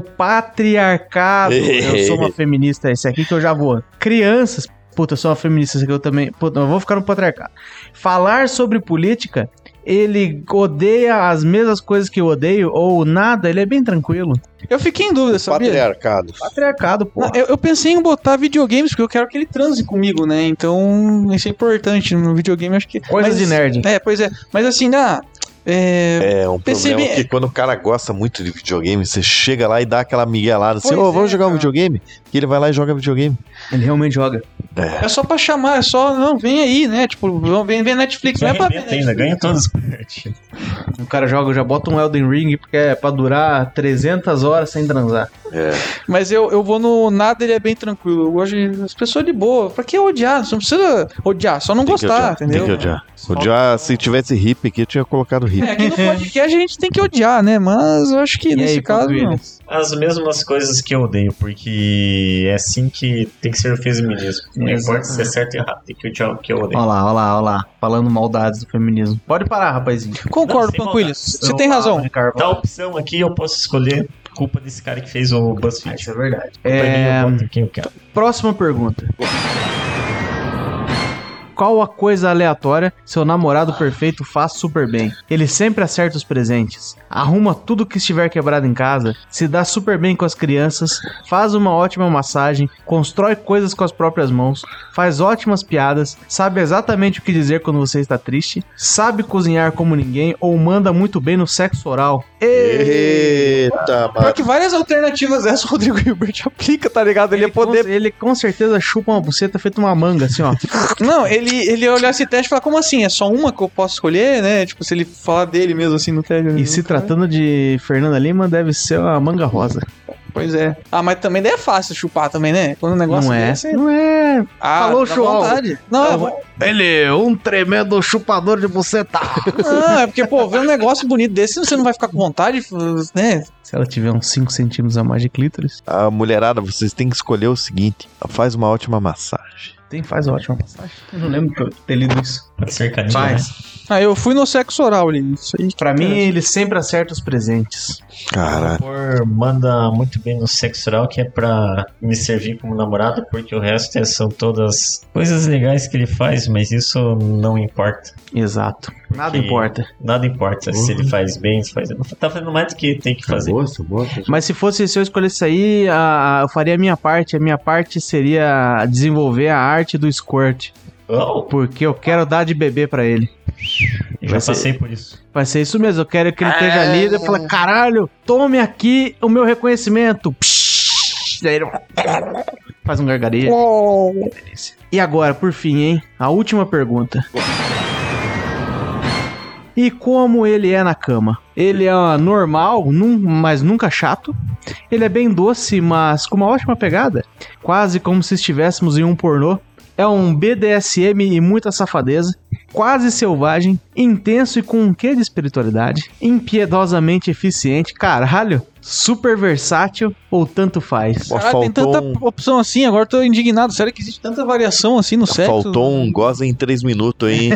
patriarcado. eu sou [LAUGHS] uma feminista, esse aqui que eu já vou. Crianças. Puta, eu sou uma feminista, esse aqui eu também. Puta, eu vou ficar no patriarcado. Falar sobre política, ele odeia as mesmas coisas que eu odeio, ou nada, ele é bem tranquilo. Eu fiquei em dúvida, sabia? Patriarcado. Patriarcado, pô. Não, eu, eu pensei em botar videogames, porque eu quero que ele transe comigo, né? Então, isso é importante. No videogame, acho que. Coisas Mas- de nerd. É, pois é. Mas assim, ah, É um Pensei problema bem- que quando o cara gosta muito de videogame, você chega lá e dá aquela miguelada assim, Pois ô, é, vamos jogar um cara. videogame? E ele vai lá e joga videogame. Ele realmente joga. É só pra chamar, é só, não, vem aí, né? Tipo, vão- vem ver Netflix, não é pra ver Arrebenta ainda, Netflix. ganha todas as partidas. O cara joga, já bota um Elden Ring porque é pra durar 300 horas sem transar. É, Mas eu, eu vou no nada, ele é bem tranquilo. Hoje, as pessoas de boa. Pra que odiar? Você não precisa odiar, só não Tem que gostar, odiar, entendeu? Tem que odiar. Odiar, se tivesse hippie aqui, eu tinha colocado hippie. É, aqui no podcast a gente tem que odiar, né? Mas eu acho que nesse caso não. As mesmas coisas que eu odeio, porque é assim que tem que ser o feminismo. Não importa se é certo ou errado, tem que odiar o que eu Ah. odeio. Olha lá, olha lá, olha lá. Falando maldades do feminismo. Pode parar, rapazinho. Não, Concordo, sem Panquilhos. maldade. Você tem razão. Da Tá opção aqui, eu posso escolher culpa desse cara que fez o BuzzFeed. Isso é verdade. Pra É, mim, eu boto em quem eu quero. próxima pergunta. Qual a coisa aleatória seu namorado perfeito faz super bem? Ele sempre acerta os presentes, arruma tudo que estiver quebrado em casa, se dá super bem com as crianças, faz uma ótima massagem, constrói coisas com as próprias mãos, faz ótimas piadas, sabe exatamente o que dizer quando você está triste, sabe cozinhar como ninguém ou manda muito bem no sexo oral. Eita, Pior mano. que várias alternativas dessas o [LAUGHS] Rodrigo Hilbert aplica, tá ligado? Ele ia com- poder. ele com certeza chupa uma buceta feita uma manga, assim, ó. Não, ele, ele ia olhar esse teste e falar, como assim? É só uma que eu posso escolher, né? Tipo, se ele falar dele mesmo assim no teste. né? E se tratando de Fernanda Lima, deve ser a manga rosa. Pois é. Ah, mas também daí é fácil chupar também, né? Quando o negócio não é? desse- Não é. Ah, Falou, dá João. Tá vontade. Não, é, Ele é um tremendo chupador de buceta. não, é porque, pô, ver um negócio bonito desse, você não vai ficar com vontade, né? Se ela tiver uns 5 centímetros a mais de clítoris, A mulherada, vocês têm que escolher o seguinte: faz uma ótima massagem. tem, faz ótima massagem. Eu não lembro que eu ter lido isso. Pode ser canina, né? Faz. Ah, eu fui no sexo oral ali. Isso aí. Pra mim, ele sempre acerta os presentes. Caralho. Por manda muito bem no sexo oral, que é pra me servir como namorado, porque o resto é- são todas coisas legais que ele faz, mas isso não importa. Exato. Nada Porque- importa. Nada importa se Uhum. ele faz bem, se faz. Tá fazendo mais do que tem que fazer. Nossa, Mas se fosse, se eu escolhesse aí, a- a- eu faria a minha parte. A minha parte seria desenvolver a arte do squirt. Oh, Porque eu quero dar de bebê pra ele. eu já Vai ser- passei por isso. Vai ser isso mesmo. Eu quero que ele esteja lido e fale: caralho, tome aqui o meu reconhecimento. Psh, Daí ele [LAUGHS] faz um gargarejo. E agora, por fim, hein? A última pergunta. E como ele é na cama? Ele é ah, normal, num- mas nunca chato. Ele é bem doce, mas com uma ótima pegada. Quase como se estivéssemos em um pornô. É um BDSM e muita safadeza quase selvagem, intenso e com um quê de espiritualidade, impiedosamente eficiente, caralho, super versátil ou tanto faz. Bom, Caralho, tem faltou tanta um- opção assim, agora eu tô indignado. Sério que existe tanta variação assim no sexo? Faltou um goza em três minutos, hein?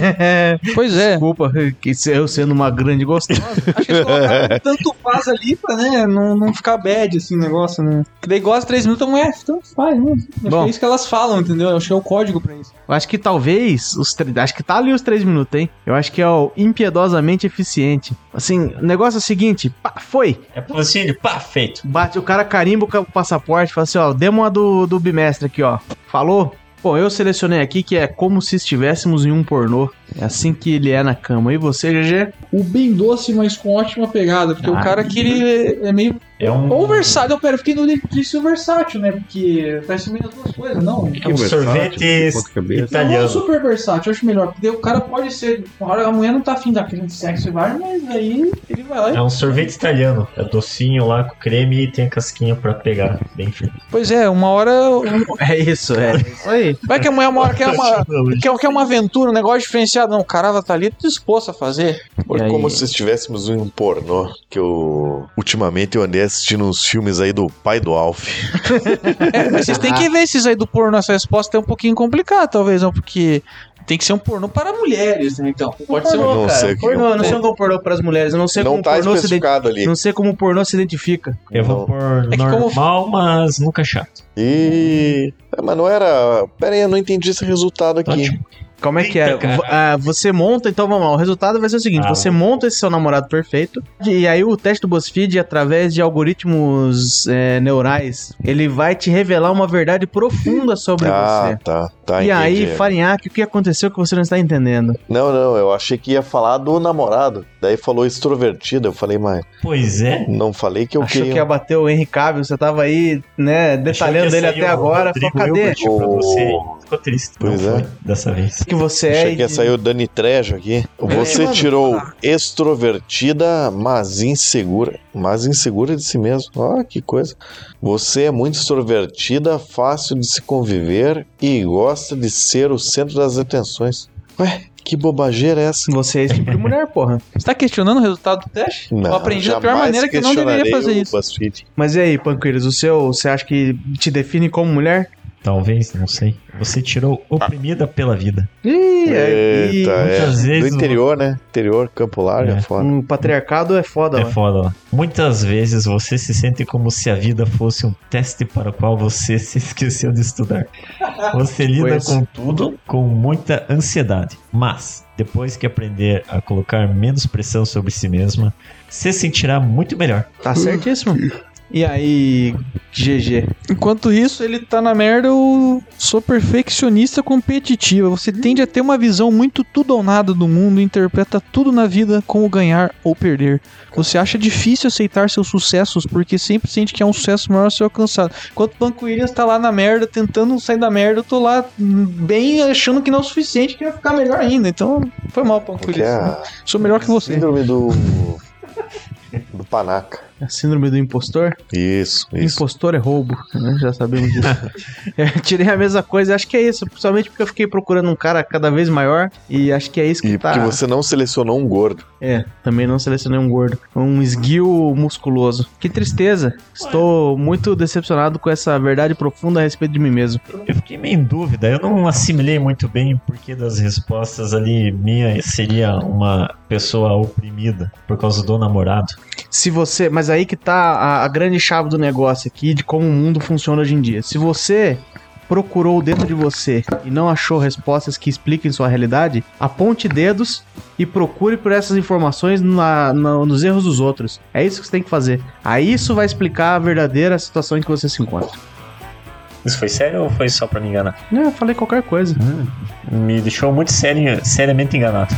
Pois é. Desculpa, que se- eu sendo uma grande gostosa. Acho que é eles colocaram tanto faz ali pra, né, não, não ficar bad, assim, o negócio, né? Que daí gosta de três minutos, então é, então faz, né? Acho Bom. que é isso que elas falam, entendeu? Acho que é o código pra isso. Eu acho que talvez os três. Acho que tá ali os três minutos, hein? Eu acho que é o impiedosamente eficiente. Assim, o negócio é o seguinte: pá, foi. É possível, pá, feito. Bate, o cara carimba o ca- o passaporte, fala assim, ó, demos a do, do bimestre aqui, ó. Falou? Bom, eu selecionei aqui que é como se estivéssemos em um pornô. É assim que ele é na cama. E você, GG? O bem doce, mas com ótima pegada. Porque o Ah, cara que ele é meio. É um, Ou versátil. Não, pera, eu fiquei no disse o versátil, né? Porque tá subindo as duas coisas, não. é um sorvete Não, é italiano. super versátil, eu acho melhor. Porque daí o cara pode ser. Uma hora a mulher não tá afim daquele sexo e vai, mas aí ele vai lá e. É um sorvete italiano. É docinho lá com creme e tem a casquinha pra pegar. Bem frio. Pois é, uma hora. [LAUGHS] É isso, é. isso aí. Vai que amanhã uma hora quer [LAUGHS] uma. Quer, quer uma aventura, um negócio diferenciado. Não, o cara vai tá ali disposto a fazer. E aí? Como se estivéssemos em um pornô. Que eu. Ultimamente eu andei assistindo uns filmes aí do pai do Alf. É, mas vocês têm que ver esses aí do porno. Essa resposta é um pouquinho complicada, talvez, não, porque tem que ser um pornô para mulheres, né? Então, pode ser um Não sei o que Pornô, eu- eu não sei como pornô para as mulheres. Eu não sei Não como tá um pornô se identifica. especificado ali. Não sei como pornô se identifica. Eu vou por É que como- normal, mas nunca é chato. E. É, Mas não era. Pera aí, eu não entendi esse resultado Tá aqui. ótimo. Como é que é? Eita, cara. V- ah, você monta, então vamos lá. O resultado vai ser o seguinte: Ah. você monta esse seu namorado perfeito, e aí o teste do BuzzFeed, através de algoritmos é, neurais, ele vai te revelar uma verdade profunda sobre Ah, você. tá, Tá, e aí, entendi. Farinhaque, o que aconteceu que você não está entendendo? Não, não, eu achei que ia falar do namorado. Daí falou extrovertido. Eu falei, mas Pois é. não falei que eu Achou que queria. ia bater o Henry Cavill, você tava aí, né, detalhando Achei que ele ia até sair o agora. Falou, Rodrigo cadê? Hilbert pra O- você. Ficou triste. Pois não é. foi dessa vez. O que você é? Achei que e ia de- sair o Dani Trejo aqui. É, Você mano. tirou extrovertida, mas insegura. Mas insegura de si mesmo. Ah, que coisa. Você é muito extrovertida, fácil de se conviver e gosta de ser o centro das atenções. Ué, que bobageira é essa? Você é esse tipo de mulher, porra. Você tá questionando o resultado do teste? eu aprendi da pior jamais maneira que eu não deveria questionarei fazer o isso. BuzzFeed. Mas e aí, Panqueiros, o seu, você acha que te define como mulher? Talvez, não sei. Você tirou oprimida pela vida. Ih, é- ih, Eita, é. Muitas Do vezes interior, né? Interior, Campo Largo, É. é foda. um patriarcado é foda, É mano. foda. ó. Muitas vezes você se sente como se a vida fosse um teste para o qual você se esqueceu de estudar. Você lida Pois. com tudo com muita ansiedade, mas depois que aprender a colocar menos pressão sobre si mesma, se sentirá muito melhor. Tá certíssimo. E aí, GG? Enquanto isso, ele tá na merda, eu sou perfeccionista competitiva. Você tende a ter uma visão muito tudo ou nada do mundo e interpreta tudo na vida como ganhar ou perder. Você acha difícil aceitar seus sucessos porque sempre sente que é um sucesso maior a ser alcançado. Enquanto o Banco Williams tá lá na merda, tentando sair da merda, eu tô lá hum, bem achando que não é o suficiente, que vai ficar melhor ainda. Então, foi mal, Banco Que é Williams. a Sou melhor que você. síndrome do. do Panaca. A síndrome do impostor? Isso, isso. Impostor é roubo, né? Já sabemos disso. É, tirei a mesma coisa, acho que é isso. Principalmente porque eu fiquei procurando um cara cada vez maior e acho que é isso que E tá. porque você não selecionou um gordo. É, também não selecionei um gordo. Um esguio musculoso. Que tristeza. Estou muito decepcionado com essa verdade profunda a respeito de mim mesmo. Eu fiquei meio em dúvida, eu não assimilei muito bem o porquê das respostas ali. Minha seria uma pessoa oprimida por causa do namorado. Se você. Mas aí que tá a, a grande chave do negócio aqui, de como o mundo funciona hoje em dia. Se você procurou dentro de você e não achou respostas que expliquem sua realidade, aponte dedos e procure por essas informações na- na- nos erros dos outros. É isso que você tem que fazer. Aí isso vai explicar a verdadeira situação em que você se encontra. Isso foi sério ou foi só pra me enganar? Não, eu falei qualquer coisa. Me deixou muito sério, seriamente enganado.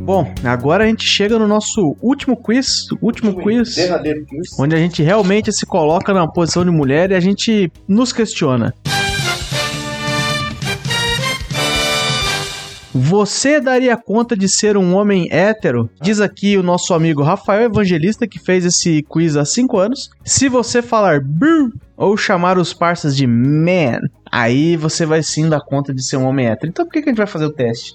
Bom, agora a gente chega no nosso último quiz, último quiz, onde a gente realmente se coloca na posição de mulher e a gente nos questiona. Você daria conta de ser um homem hétero? Diz aqui o nosso amigo Rafael Evangelista, que fez esse quiz há 5 anos. Se você falar boo ou chamar os parças de man, aí você vai sim dar conta de ser um homem hétero. Então por que, que a gente vai fazer o [LAUGHS] teste?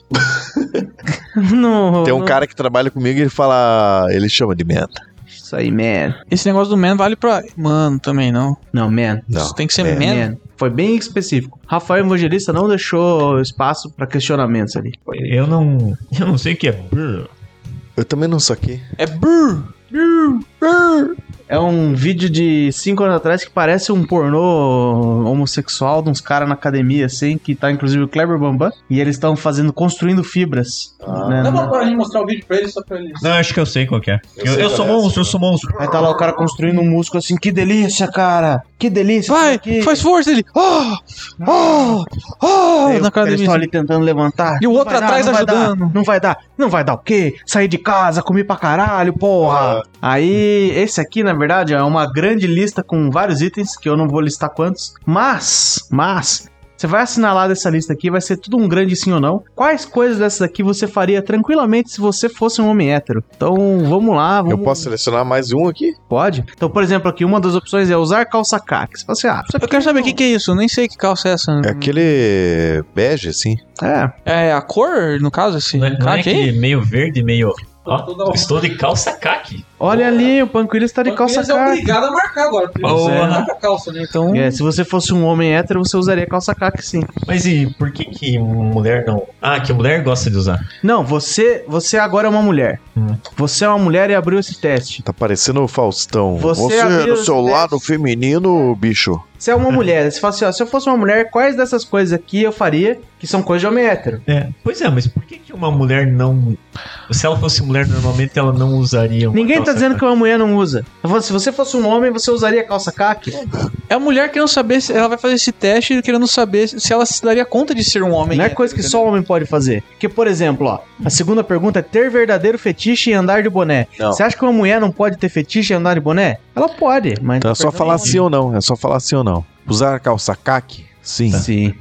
[LAUGHS] não, Tem um não- cara que trabalha comigo e ele fala. Ele chama de merda. Isso aí, man. Esse negócio do man vale pra. Mano, também não. Não, man. Não, Isso tem que ser man. man. É, Man. Foi bem específico. Rafael Evangelista não deixou espaço pra questionamentos ali. Eu não. Eu não sei o que é brr. Eu também não saquei. É brr. Brr. Brr. É um vídeo de 5 anos atrás que parece um pornô homossexual de uns caras na academia, assim, que tá inclusive o Kleber Bambam. E eles estão fazendo, construindo fibras. né, Dá na- uma hora de mostrar o vídeo pra ele só pra ele. Não, acho que eu sei qual que é. Eu sei qual é. eu sou monstro. Aí tá lá o cara construindo um músculo assim, que delícia, cara! Que delícia! Vai, isso aqui. faz força ele. Ah! Ah! Ah! Aí o- Na eles academia. estão ali tentando levantar. E o Não outro vai dar, atrás não vai dar, ajudando. não vai dar. Não vai dar o quê? Saí de casa, comi pra caralho, porra. Ah. Aí, esse aqui, na verdade, é uma grande lista com vários itens, que eu não vou listar quantos. Mas, mas... Você vai assinalar dessa lista aqui, vai ser tudo um grande sim ou não. Quais coisas dessas aqui você faria tranquilamente se você fosse um homem hétero? Então, vamos lá, vamos... Eu posso selecionar mais um aqui? Pode? Então, por exemplo, aqui, uma das opções é usar calça caque. Você fala assim, ah, isso Eu quero saber o que, que é isso. Eu nem sei que calça é essa. Uhum. É aquele bege, assim. aqui- é, É a cor, no caso, esse Não é, não é cara aqui? aquele meio verde, meio Ó, estou de calça caque. Olha ali, o Panquilis tá de calça Eles um é caque. obrigado a marcar agora. porque Boa. Você marca a calça, né? Então. É, se você fosse um homem hétero, você usaria calça caque sim. Mas e por que que mulher não... Ah, que mulher gosta de usar. Não, você, você agora é uma mulher. Hum. Você é uma mulher e abriu esse teste. Tá parecendo o Faustão. Você Você, é abriu do os seu testes. lado feminino, bicho. Você é uma mulher. Você fala assim, ó, se eu fosse uma mulher, quais dessas coisas aqui eu faria que são coisas de homem hétero? É, pois é, mas por que que uma mulher não... Se ela fosse mulher, normalmente ela não usaria uma Ninguém tá calça dizendo caque. que uma mulher não usa. Eu falo, se você fosse um homem, você usaria calça caque? É a mulher querendo saber se ela vai fazer esse teste querendo saber se ela se daria conta de ser um homem. Não é hétero, coisa que entendeu? só homem pode fazer. Porque, por exemplo, ó, a segunda pergunta é ter verdadeiro fetiche em andar de boné. Não. Você acha que uma mulher não pode ter fetiche em andar de boné? Ela pode, mas. Então é só falar sim ou não. É só falar sim ou não. Usar calça caque? Sim. é. Sim.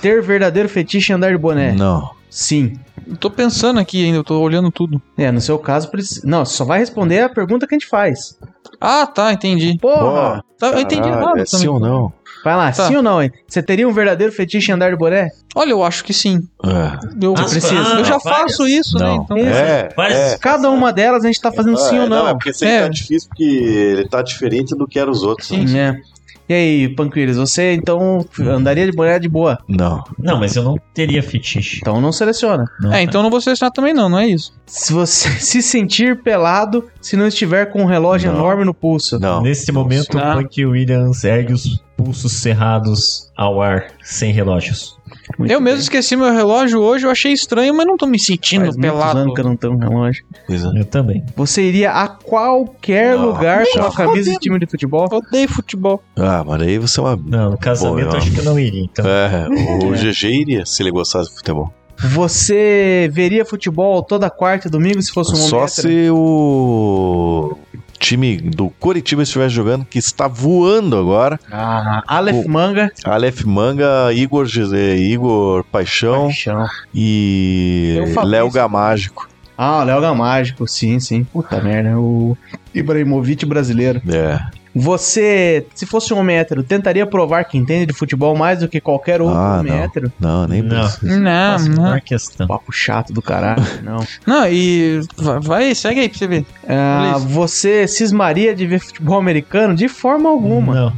Ter verdadeiro fetiche em andar de boné? Não. Sim. Eu tô pensando aqui ainda, eu tô olhando tudo. É, no seu caso, precisa. Não, você só vai responder a pergunta que a gente faz. Ah, tá, entendi. Porra! Tá, eu entendi Caralho, errado é também. sim ou não? Vai lá, Tá. sim ou não, hein? Você teria um verdadeiro fetiche em andar de boné? Olha, eu acho que sim. É. Eu, Ah, preciso. eu já várias. faço isso, né? Não. Então, É, Várias é. Cada uma delas a gente tá fazendo sim Ah, ou não. é porque sempre É. tá difícil, porque ele tá diferente do que eram os outros. né? É. E aí, Panquiles, você então andaria de boné de boa? Não. Não, mas eu não teria fetiche. Então não seleciona. Não. É, então eu não vou selecionar também, não, não é isso. Se você [LAUGHS] se sentir pelado se não estiver com um relógio Não. enorme no pulso. Não. Neste momento, Ah. o Punk Williams ergue os pulsos cerrados ao ar, sem relógios. Muito eu bem. mesmo esqueci meu relógio hoje, eu achei estranho, mas não tô me sentindo Faz muitos pelado. anos que eu não tenho um relógio. Eu também. Você iria a qualquer Não, lugar com já. uma camisa de time de futebol? Eu Odeio futebol. Ah, mas aí você é uma. Não, no casamento Pô, eu- acho que eu não iria, [LAUGHS] então. É, o GG iria se ele gostasse de futebol. Você veria futebol toda quarta e domingo se fosse um homem Só hétero? se o time do Coritiba estivesse jogando, que está voando agora. Ah, Aleph O- Manga. Aleph Manga, Igor, Gese- Igor Paixão Paixão. e Eu falo Léo isso. Gamágico. Ah, o Léo Gamágico, sim, sim. Ah. Puta merda, o Ibrahimovic brasileiro. É. Você, se fosse um homem hétero, tentaria provar que entende de futebol mais do que qualquer outro Ah, homem não. hétero? Não, nem Não. precisa. Não, Faço a Ah, não. menor questão. Papo chato do [LAUGHS] caralho, não. Não, e. va- Vai, segue aí pra você ver. Ah, Beleza. você cismaria de ver futebol americano? De forma Hum. alguma. Não.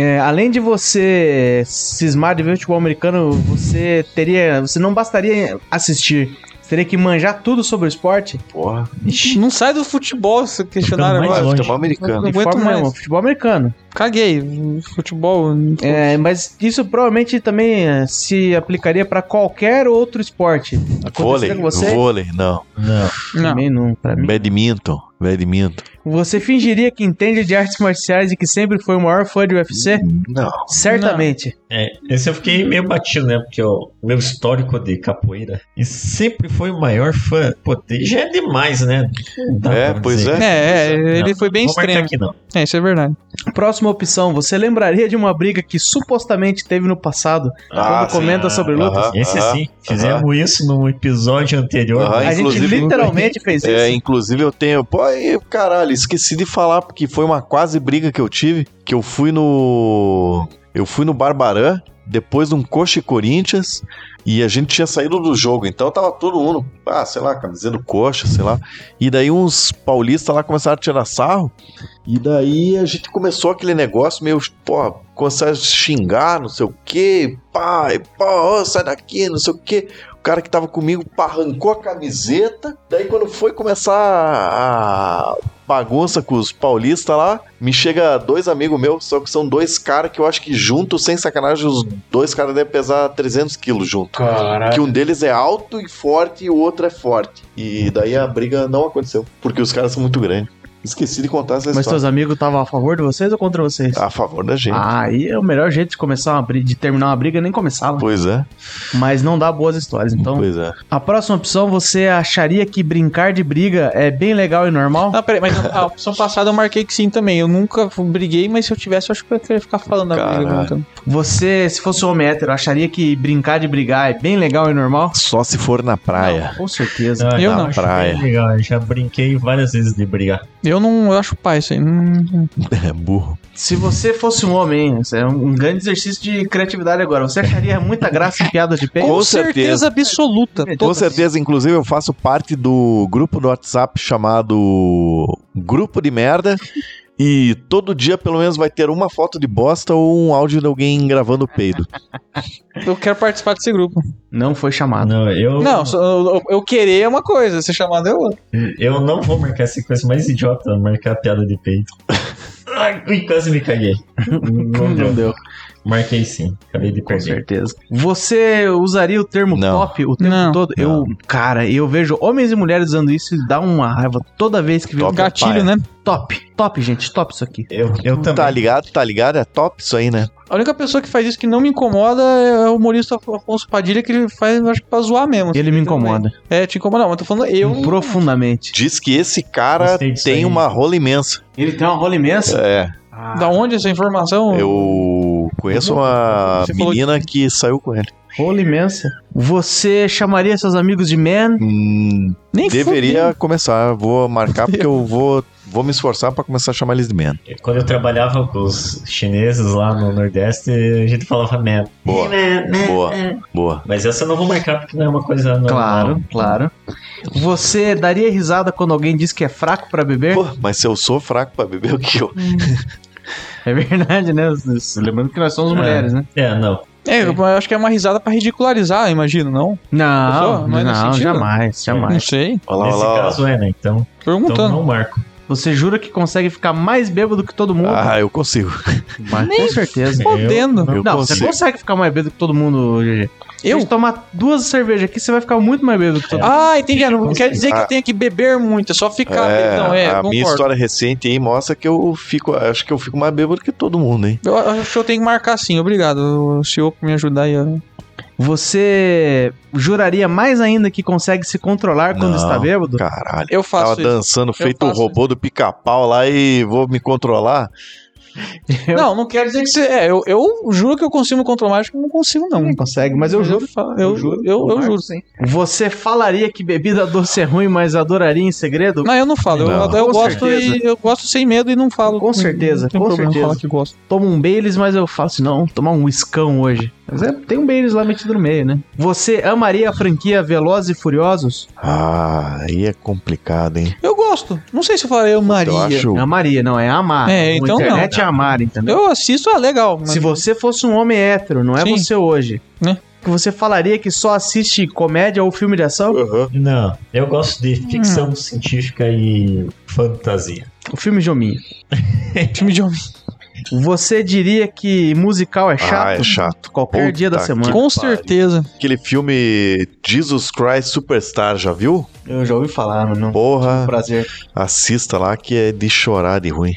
É, além de você cismar de ver futebol americano, você teria. Você não bastaria assistir. Você teria que manjar tudo sobre o esporte. Porra, Ixi, Não sai do futebol esse questionário ficando mais agora. longe. futebol americano. Não aguento mais. futebol americano. Caguei. Futebol. É, mas isso provavelmente também é, se aplicaria pra qualquer outro esporte. Vôlei, com você? vôlei, não. Não. Não. Também não, pra mim. Badminton, [LAUGHS] badminton. Você fingiria que entende de artes marciais e que sempre foi o maior fã de UFC? Não. Certamente. É, esse eu fiquei meio batido, né? Porque o meu histórico de capoeira e sempre foi o maior fã. Pô, tem- já é demais, né? Não dá É, pra pois dizer. é. É, é, ele Não, foi bem Vou marcar extremo. aqui, não. É, isso é verdade. Próxima opção, você lembraria de uma briga que supostamente teve no passado? Ah, quando comenta sobre aham. lutas? Esse Aham, sim. Fizemos isso num episódio anterior. Aham, a gente inclusive- literalmente fez isso. É, inclusive eu tenho. Pô, aí, caralho, esqueci de falar, porque foi uma quase briga que eu tive. Que eu fui no. Eu fui no Barbarã, depois de um Coxa e Corinthians, e a gente tinha saído do jogo. Então tava todo mundo, ah, sei lá, camiseta do Coxa, sei lá. E daí uns paulistas lá começaram a tirar sarro. E daí a gente começou aquele negócio meio, porra, começaram a xingar, não sei o quê, pai, pô, ô, sai daqui, não sei o quê. O cara que tava comigo pá, arrancou a camiseta. Daí, quando foi começar a a bagunça com os paulistas lá, me chega dois amigos meus, só que são dois caras que eu acho que juntos, sem sacanagem, os dois caras devem pesar 300 quilos junto. Caralho. Que um deles é alto e forte e o outro é forte. E daí a briga não aconteceu, porque os caras são muito grandes. Esqueci de contar essa Mas história. seus amigos estavam a favor de vocês ou contra vocês? A favor da gente. Ah, aí é o melhor jeito de começar uma briga, de terminar uma briga, nem começava. Pois é, Mas não dá boas histórias. Então, pois é. a próxima opção, você acharia que brincar de briga é bem legal e normal? Não, peraí, mas a [LAUGHS] opção passada eu marquei que sim também. Eu nunca briguei, mas se eu tivesse, eu acho que eu ia ficar falando da briga. Caralho. contando. Você, se fosse um homem hétero, acharia que brincar de brigar é bem legal e normal? Só se for na praia. Com certeza. Não, Eu não, não. ah, acho é bem Praia. legal, eu já brinquei várias vezes de brigar. Eu Eu não eu acho pai isso aí. Hum, Não- [LAUGHS] É burro. Se você fosse um homem, hein, isso é um grande exercício de criatividade agora. Você acharia muita graça em piadas de pé? Com Com certeza. certeza, absoluta. Com todas. certeza, inclusive, eu faço parte do grupo do WhatsApp chamado Grupo de Merda. E todo dia, pelo menos, vai ter uma foto de bosta ou um áudio de alguém gravando o peido. Eu quero participar desse grupo. Não foi chamado. Não, eu Não, só- eu, eu querer é uma coisa, ser chamado é outra. Eu não vou marcar a sequência mais idiota, marcar a piada de peito. Ai, ui, quase me caguei. Não deu. Marquei sim, acabei de Com perder. certeza. Você usaria o termo Não. top o tempo Não. todo? Não. Eu, cara, eu vejo homens e mulheres usando isso e dá uma raiva toda vez que vê Top. um cara- Gatilho, né? top, top, gente, top isso aqui. Eu, eu também. Tá ligado? Tá ligado? É top isso aí, né? A única pessoa que faz isso que não me incomoda é o humorista Af- Afonso Padilha, que ele faz, eu acho que pra zoar mesmo. assim, Ele me incomoda É, te incomoda, não, mas tô falando eu. profundamente. Diz que esse cara Gostei disso tem aí. uma rola imensa. Ele tem uma rola imensa. É, Ah, Da onde essa informação? eu conheço uma Você falou menina que saiu com ele. Rola imensa. Você chamaria seus amigos de man? Hum, nem deveria começar, vou marcar porque eu vou, vou me esforçar pra começar a chamar eles de man. Quando eu trabalhava com os chineses lá no Nordeste, a gente falava merda. Boa, É, boa, boa. Mas essa eu não vou marcar porque não é uma coisa normal. Claro, claro. Você daria risada quando alguém diz que é fraco pra beber? Pô, mas se eu sou fraco pra beber, o que eu... É verdade, né? Lembrando que nós somos mulheres, né? É, não. É, eu acho que é uma risada pra ridicularizar, eu imagino, não? Não, Pessoal, mas nesse não, sentido? jamais, Não [LAUGHS] jamais. sei. Olha lá, Nesse olha lá, olha lá. caso é, né? Então, então Perguntando. não marco. Você jura que consegue ficar mais bêbado que todo mundo? Ah, eu consigo. mas com certeza. Eu- Podendo. Eu não, você é consigo. consegue ficar mais bêbado que todo mundo, GG. Eu? Se a gente tomar duas cervejas aqui, você vai ficar muito mais bêbado que todo mundo. Ah, entendi. Ah, Não Consigo. quer dizer que Ah. eu tenho que beber muito, é só ficar. É, Então, é, a concordo. minha história recente aí mostra que eu fico, acho que eu fico mais bêbado que todo mundo, hein? Eu acho que eu tenho que marcar sim, obrigado, o senhor, por me ajudar aí. ó. Você juraria mais ainda que consegue se controlar quando Não, está bêbado? Caralho. Eu Tava faço isso. dançando feito o faço robô do pica-pau lá e vou me controlar. eu- Não, não quer dizer que você. É, eu, eu juro que eu consigo me controlar, acho que eu não consigo, não. Não consegue, mas eu juro. Eu, eu juro. Eu, eu juro. Você falaria que bebida doce é ruim, mas adoraria em segredo? Não, eu não falo. Eu- Não. eu, Com gosto certeza. e, eu gosto sem medo e não falo. Com certeza, Não tem com problema certeza. falar que gosto. Tomo um Baileys, mas eu falo assim, não, vou tomar um escão hoje. Mas é, tem um Baileys lá metido no meio, né? Você amaria a franquia Velozes e Furiosos? Ah, aí é complicado, hein? Eu gosto. Não sei se eu falei eu Eu Maria. acho. Amaria, não, é amar. É, então Na não. internet é amar, entendeu? Eu assisto, ah, legal. Mas Se você fosse um homem hétero, não é Sim. você hoje, Né? que você falaria que só assiste comédia ou filme de ação? Aham. Não, eu gosto de ficção científica e fantasia. O filme de hominho. [LAUGHS] time de homem. Você diria que musical é chato? Ah, é chato. Qualquer dia da Puta semana. Com pariu. certeza. Aquele filme Jesus Christ Superstar, já viu? Eu já ouvi falar, mas não. Porra, Prazer. assista lá que é de chorar de ruim.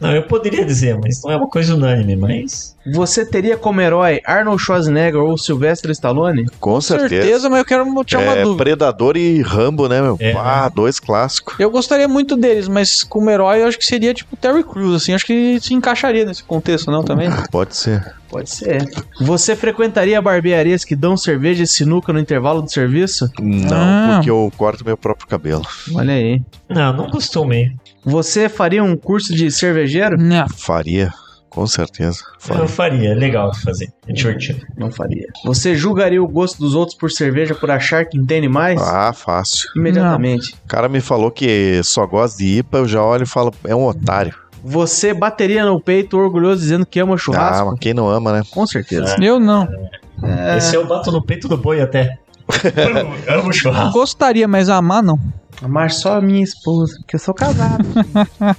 Não, eu poderia dizer, mas não é uma coisa unânime, mas. Você teria como herói Arnold Schwarzenegger ou Sylvester Stallone? Com Com certeza, certeza. mas eu quero tirar uma É, dúvida. Predador e Rambo, né, meu? É, Ah, dois clássicos. Eu gostaria muito deles, mas como herói eu acho que seria tipo Terry Crews, assim. Acho que se encaixaria nesse contexto, não? [LAUGHS] Também. Pode ser. Pode ser. Você frequentaria barbearias que dão cerveja e sinuca no intervalo do serviço? Não, Ah. porque eu corto meu próprio cabelo. Olha aí. Não, não costumei. Você faria um curso de cervejeiro? Não. Faria, com certeza. Eu Faria. faria, é legal de fazer. É divertido. Não faria. Você julgaria o gosto dos outros por cerveja por achar que entende mais? Ah, fácil. Imediatamente. O cara me falou que só gosta de IPA, eu já olho e falo, é um otário. Você bateria no peito orgulhoso dizendo que ama Ah, churrasco? mas quem não ama, né? Com certeza. Eu não. É. Esse eu bato no peito do boi até. Amo- Amo Ah. churrasco. Gostaria, mas amar não. É. Amar só a minha esposa, porque eu sou [LAUGHS] casado. gente.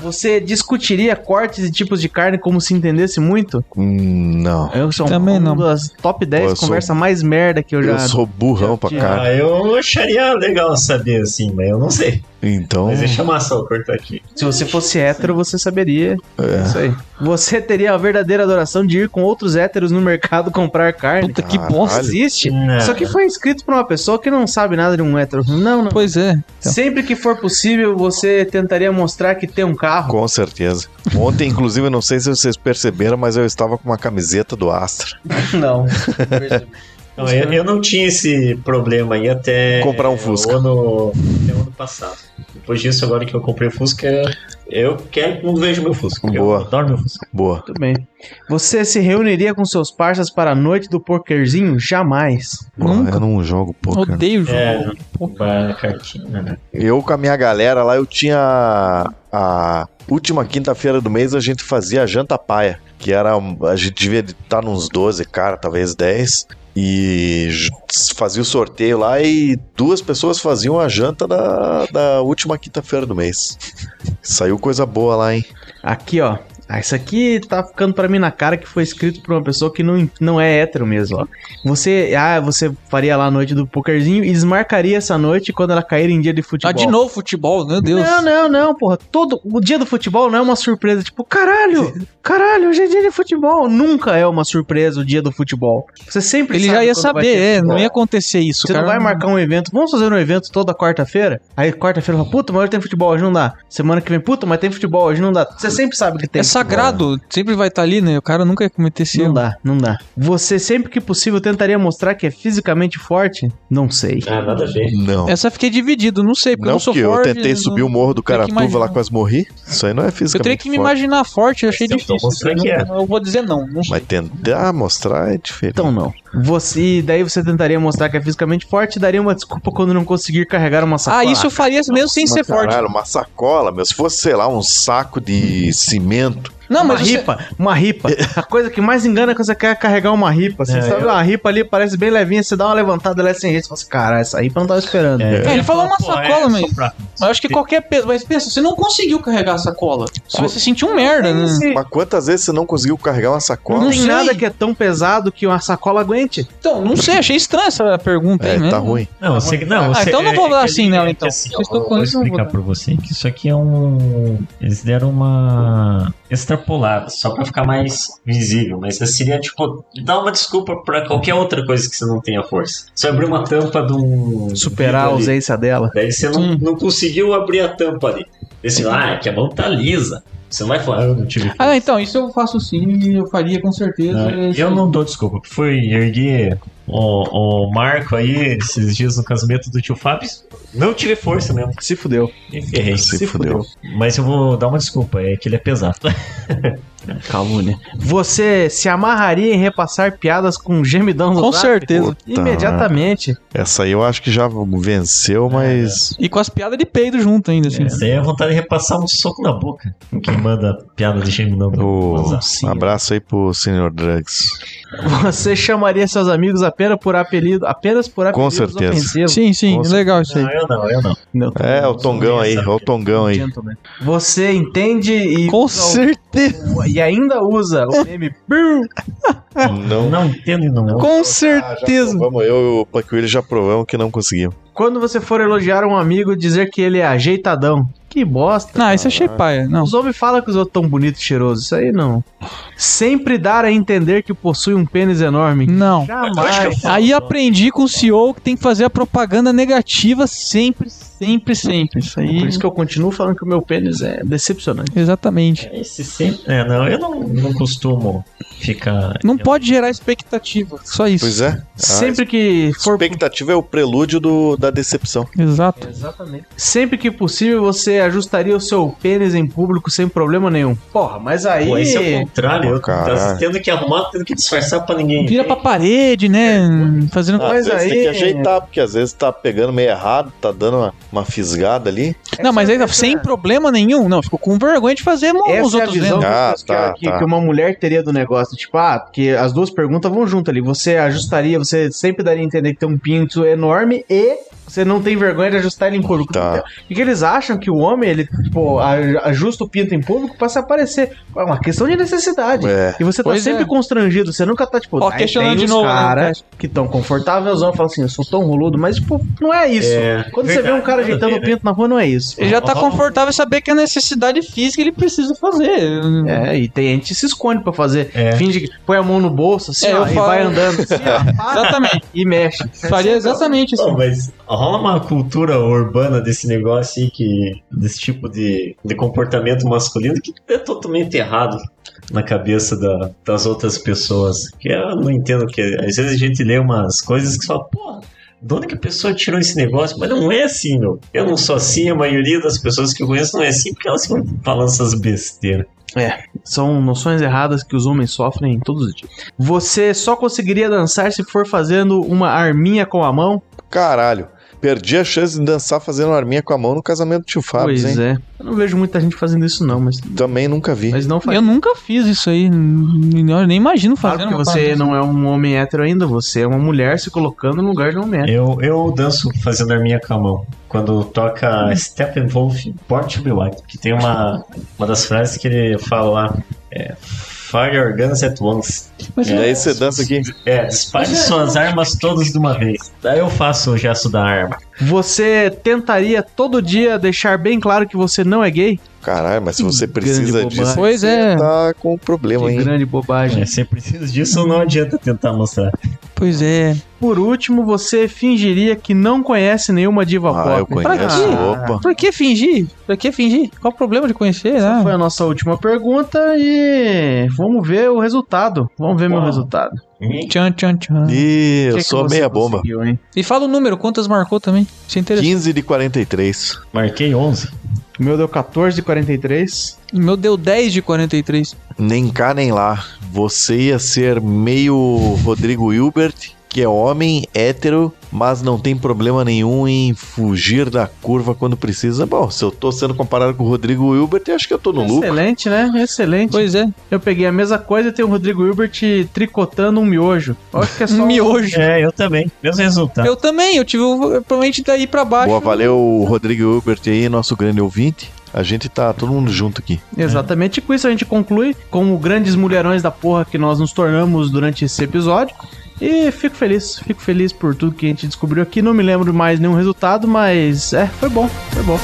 Você discutiria cortes e tipos de carne como se entendesse muito? Hum, não. Eu sou Também uma não. das top 10 Pô, eu sou- conversas mais merda que eu já. Eu sou burrão pra já- cara. Ah, eu acharia legal saber assim, mas eu não sei. Então, Mas deixa eu amassar o cortar aqui. Se você fosse hétero, você saberia. É. Isso aí. Você teria a verdadeira adoração de ir com outros héteros no mercado [LAUGHS] comprar carne? Puta que Caralho. bosta. Existe? Não. É. Isso aqui foi escrito pra uma pessoa que não sabe nada de um hétero. Não, não. Pois é. Sempre que for possível, você tentaria mostrar que tem um carro. com certeza. Ontem, inclusive, [LAUGHS] não sei se vocês perceberam, mas eu estava com uma camiseta do Astra. Não. Não, eu, eu não tinha esse problema aí até. Comprar um é, Fusca. O ano, até o ano passado. Depois disso, agora que eu comprei o Fusca, eu quero que todo mundo veja o meu Fusca. Eu Boa. adoro meu Fusca. Boa. Muito bem. Você se reuniria com seus parceiros para a noite do pokerzinho? Jamais. Porra, Nunca. Eu não jogo poker. Odeio o jogo. É, Pô, uma cartinha, né? Eu com a minha galera lá, eu tinha a- a última quinta-feira do mês a gente fazia a janta paia, que era um- a gente devia estar nos 12, cara, talvez 10. E j- fazia o sorteio lá e duas pessoas faziam a janta da, da última quinta-feira do mês. Saiu coisa boa lá, hein? Aqui, ó. Ah, isso aqui tá ficando pra mim na cara que foi escrito por uma pessoa que não, não é hétero mesmo, ó. Você, ah, você faria lá a noite do pokerzinho e desmarcaria essa noite quando ela cair em dia de futebol. Ah, de novo futebol, meu Deus. Não, não, não, porra. Todo o dia do futebol não é uma surpresa. Tipo, caralho, caralho, hoje é dia de futebol. Nunca é uma surpresa o dia do futebol. Você sempre Ele sabe já ia quando vai saber, ter é, futebol. não ia acontecer isso. Você cara. não vai marcar um evento. Vamos fazer um evento toda quarta-feira? Aí quarta-feira fala, puta, mas hoje tem futebol, hoje não dá. Semana que vem, puta, mas tem futebol, hoje não dá. Você sempre sabe que tem. É sagrado, sempre vai estar ali, né? O cara nunca ia cometer esse Não erro. dá, não dá. Você sempre que possível tentaria mostrar que é fisicamente forte? Não sei. Ah, nada a ver. Não. Essa eu fiquei dividido, não sei, É, porque eu não não sou que eu forte. tentei não- subir o morro do tem que Caratuva lá imaginar. quase morri. Isso aí não é Eu fisicamente teria que me forte. imaginar forte, eu achei Então, difícil. mostra que é. Eu não- eu vou dizer não, não sei. Mas tentar mostrar é diferente. Então não. Você, e daí você tentaria mostrar que é fisicamente forte e daria uma desculpa quando não conseguir carregar uma Ah, sacola. isso eu faria mesmo sem Mas ser forte. Caralho, é uma sacola, meu. Se fosse, sei lá, um saco de cimento. Não, uma mas você- ripa, uma ripa. A coisa que mais engana é quando você quer carregar uma ripa. Você É, sabe, uma ripa ali parece bem levinha, você dá uma levantada, ela é sem jeito, você fala assim, caralho, essa ripa eu não tava esperando. É. É, ele falou uma Pô, é, sacola, só mas. pra- Mas eu acho que qualquer peso. Mas pensa, você não conseguiu carregar a sacola. Você vai se sentir um merda, né? Esse- Mas quantas vezes você não conseguiu carregar uma sacola? Não, Não tem sei. nada que é tão pesado que uma sacola aguente. Então, não sei, achei estranha essa pergunta aí, É, né? tá ruim. Não, você, não, Ah, você, então eu não vou é- dar é assim que ele- nela, é que então. assim, Eu estou ó, eu com vou isso, eu não vou explicar dar. pra você que isso aqui é um. Eles deram uma extrapolada, só pra ficar mais visível. Mas seria tipo, dar uma desculpa pra qualquer outra coisa que você não tenha força. Você abrir uma tampa de um. Superar a vidro ali, ausência dela. Daí você não, Sim. não conseguiu abrir a tampa ali. Daí você fala, ah, é que a mão tá lisa. Você não vai falar, "Ah, eu não tive força." Ah, então, isso eu. Eu faço sim, eu faria com É, certeza. Não, eu não dou desculpa. porque Fui erguer o, o Marco aí esses dias no casamento do tio Fábio. Não tive força mesmo. Se fudeu. Me ferrei. É, Se fudeu. Mas eu vou dar uma desculpa, é que ele é pesado. Calúnia. Você se amarraria em repassar piadas com gemidão no Com zap? certeza. Imediatamente. Essa aí eu acho que já venceu, mas. E com as piadas de peido junto ainda, assim. [LAUGHS] Isso aí é vontade de repassar um soco na boca. Quem manda piada de gêmeo não. Ô, Mas, ah, um sim. abraço aí pro Sr. Drugs. Você chamaria seus amigos apenas por apelido, apenas por apelidos certeza. ofensivos? Sim, sim, Nossa. legal isso aí. Não, eu não, eu não. Não, tá É, bom. o Tongão aí, ó o Tongão aí. Você entende e, Com certeza. e ainda usa o meme "Piu", Não. Ah, Não entendo e não. Com Já certeza. provamos, eu e o Panquilho já provamos que não conseguimos. quando você for elogiar um amigo dizer que ele é ajeitadão. Que bosta. Ah, isso achei paia. Não. Os homens falam que os outros tão bonitos e cheirosos. Isso aí não. Sempre dar a entender que possui um pênis enorme. Não. Jamais. Aí aprendi com o CEO que tem que fazer a propaganda negativa sempre, sempre, sempre. Isso aí. É Por isso que eu continuo falando que o meu pênis é decepcionante. Exatamente. Esse sempre... É, não, eu não, não costumo ficar. Não pode gerar expectativa. Só isso. Pois é. Ah, Sempre que a for Expectativa é o prelúdio do, da decepção. é. Exato. Exatamente. Sempre que possível, você ajustaria o seu pênis em público sem problema nenhum. Porra, mas aí. Pô, esse é o contrário. Ah, eu tá Caralho. tendo que arrumar, tendo que disfarçar pra ninguém. Vira pra parede, né? Fazendo. Ah, Mas às vezes aí- tem que ajeitar, porque às vezes tá pegando meio errado, tá dando uma, uma fisgada ali. Não, mas aí essa- sem problema nenhum. Não, ficou com vergonha de fazer mano, os Essa é a outros né? visão vendo. que, eu Ah, penso que, ela- tá, que, tá. que uma mulher teria do negócio. Tipo, ah, porque as duas perguntas vão junto ali. Você ajustaria, você sempre daria a entender que tem um pinto enorme e você não tem vergonha de ajustar ele em público. Tá. E que eles acham que o homem, ele, tipo, a- ajusta o pinto em público pra se aparecer. É uma questão de necessidade. É. E você tá Pois sempre é. constrangido, você nunca tá, tipo, Ó, aí questionando tem de os novo, né, cara Tati? que tão confortávelzão, fala assim, eu sou tão roludo, mas, tipo, não é isso. É, Quando você vê um verdade, cara nada a ajeitando o ver, né? pinto na rua, não é isso. Ele já tá confortável em saber que a necessidade física ele precisa fazer. É, e tem gente que se esconde pra fazer. É. Finge que põe a mão no bolso, assim, É, ó, eu e falo- vai andando, assim, ó, [LAUGHS] para, Exatamente. e mexe. Faria exatamente isso. Não, mas rola uma cultura urbana desse negócio aí, que, desse tipo de, de comportamento masculino, que é totalmente errado. na cabeça da- das outras pessoas. Que eu não entendo que. Às vezes a gente lê umas coisas que fala, porra. De onde que a pessoa tirou esse negócio? Mas não é assim, meu. Eu não sou assim, a maioria das pessoas que eu conheço não é assim, porque elas ficam falando essas besteiras. São noções erradas que os homens sofrem todos os dias. Você só conseguiria dançar se for fazendo uma arminha com a mão? Caralho. Perdi a chance de dançar fazendo arminha com a mão no casamento do tio Fábio, pois hein? é. Eu não vejo muita gente fazendo isso, não, mas, Também nunca vi. mas não faz. Eu nunca fiz isso aí. n- Eu nem imagino Claro fazendo. né? que uma você parada não é um homem hétero ainda, você é uma mulher se colocando no lugar de um homem hétero. Eu, eu danço fazendo a minha com a mão. Quando toca Steppenwolf, Born to Be White, que tem uma, uma das frases que ele fala lá, é, Fire your guns at once. Mas E é, daí você dança aqui. É, dispare suas armas todas de uma vez. Daí eu faço o gesto da arma. Você tentaria todo dia deixar bem claro que você não é gay? Caralho, mas se você precisa grande disso, bobagem. Pois é. você tá com um problema, Que hein? grande bobagem. É, se precisa disso, não adianta tentar mostrar. assim. Pois é. Por último, você fingiria que não conhece nenhuma diva Ah, pop. eu Pra conheço. quê? Opa. Por que fingir? Pra que fingir? Qual o problema de conhecer? Essa né? foi a nossa última pergunta e vamos ver o resultado. Vamos ver meu Uau. resultado. Tchan, tchan, tchan. Ih, O eu Ah. que sou que você meia bomba. conseguiu, hein? E fala o número, quantas marcou também. Isso é interessante. 15 de 43. Marquei 11. O meu deu 14,43. O meu deu 10 de 43. Nem cá nem lá. Você ia ser meio Rodrigo Hilbert, que é homem, hétero, mas não tem problema nenhum em fugir da curva quando precisa. Bom, se eu tô sendo comparado com o Rodrigo Hilbert, eu acho que eu tô no lucro. Excelente, né? Excelente. Pois é. Eu peguei a mesma coisa e tem o Rodrigo Hilbert tricotando um miojo. Olha que é só [LAUGHS] Um miojo. É, eu também. Mesmo tá. resultado. Eu também, eu tive o- provavelmente daí pra baixo. Boa, valeu Rodrigo Hilbert aí, nosso grande ouvinte. A gente tá todo mundo junto aqui. Exatamente com isso a gente conclui como grandes mulherões da porra que nós nos tornamos durante esse episódio. E fico feliz, fico feliz por tudo que a gente descobriu aqui. Não me lembro mais nenhum resultado, mas é, foi bom, foi bom.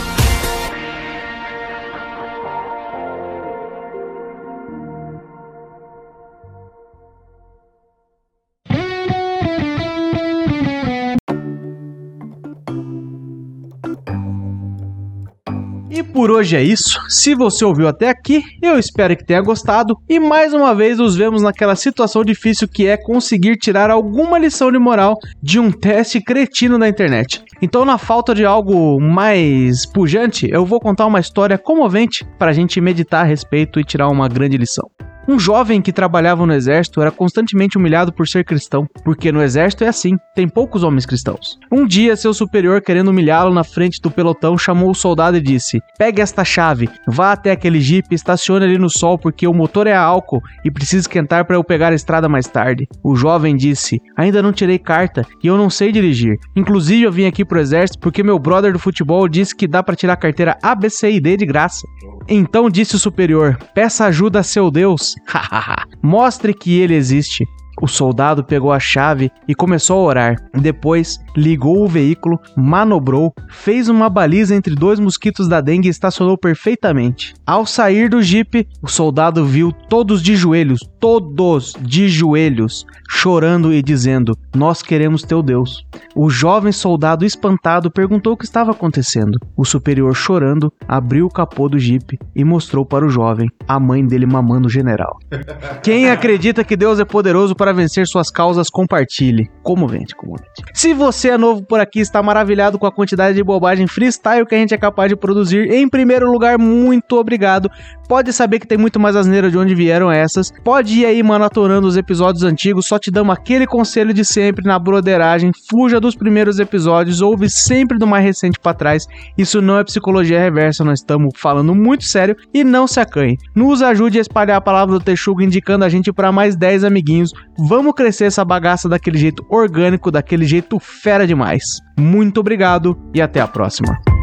E por hoje é isso. Se você ouviu até aqui, eu espero que tenha gostado. E mais uma vez nos vemos naquela situação difícil que é conseguir tirar alguma lição de moral de um teste cretino da internet. Então, na falta de algo mais pujante, eu vou contar uma história comovente para a gente meditar a respeito e tirar uma grande lição. Um jovem que trabalhava no exército era constantemente humilhado por ser cristão, porque no exército é assim, tem poucos homens cristãos. Um dia, seu superior, querendo humilhá-lo na frente do pelotão, chamou o soldado e disse: Pegue esta chave, vá até aquele jipe, e estacione ali no sol, porque o motor é a álcool e precisa esquentar para eu pegar a estrada mais tarde. O jovem disse: Ainda não tirei carta e eu não sei dirigir. Inclusive, eu vim aqui pro exército porque meu brother do futebol disse que dá para tirar a carteira A, B, C e D de graça. Então disse o superior: Peça ajuda a seu Deus. [LAUGHS] Mostre que ele existe. O soldado pegou a chave e começou a orar. Depois, ligou o veículo, manobrou, fez uma baliza entre dois mosquitos da dengue e estacionou perfeitamente. Ao sair do jipe, o soldado viu todos de joelhos, todos de joelhos, chorando e dizendo: Nós queremos teu Deus. O jovem soldado, espantado, perguntou o que estava acontecendo. O superior, chorando, abriu o capô do jipe e mostrou para o jovem a mãe dele mamando o general. Quem acredita que Deus é poderoso para vencer suas causas, compartilhe. Comovente, comovente. Se você é novo por aqui e está maravilhado com a quantidade de bobagem freestyle que a gente é capaz de produzir, em primeiro lugar, muito obrigado. Pode saber que tem muito mais asneira de onde vieram essas. Pode ir aí manatonando os episódios antigos, só te damos aquele conselho de sempre na broderagem. Fuja dos primeiros episódios, ouve sempre do mais recente pra trás. Isso não é psicologia reversa, nós estamos falando muito sério e não se acanhe. Nos ajude a espalhar a palavra do Texugo indicando a gente para mais 10 amiguinhos. Vamos crescer essa bagaça daquele jeito orgânico, daquele jeito fera demais. Muito obrigado e até a próxima.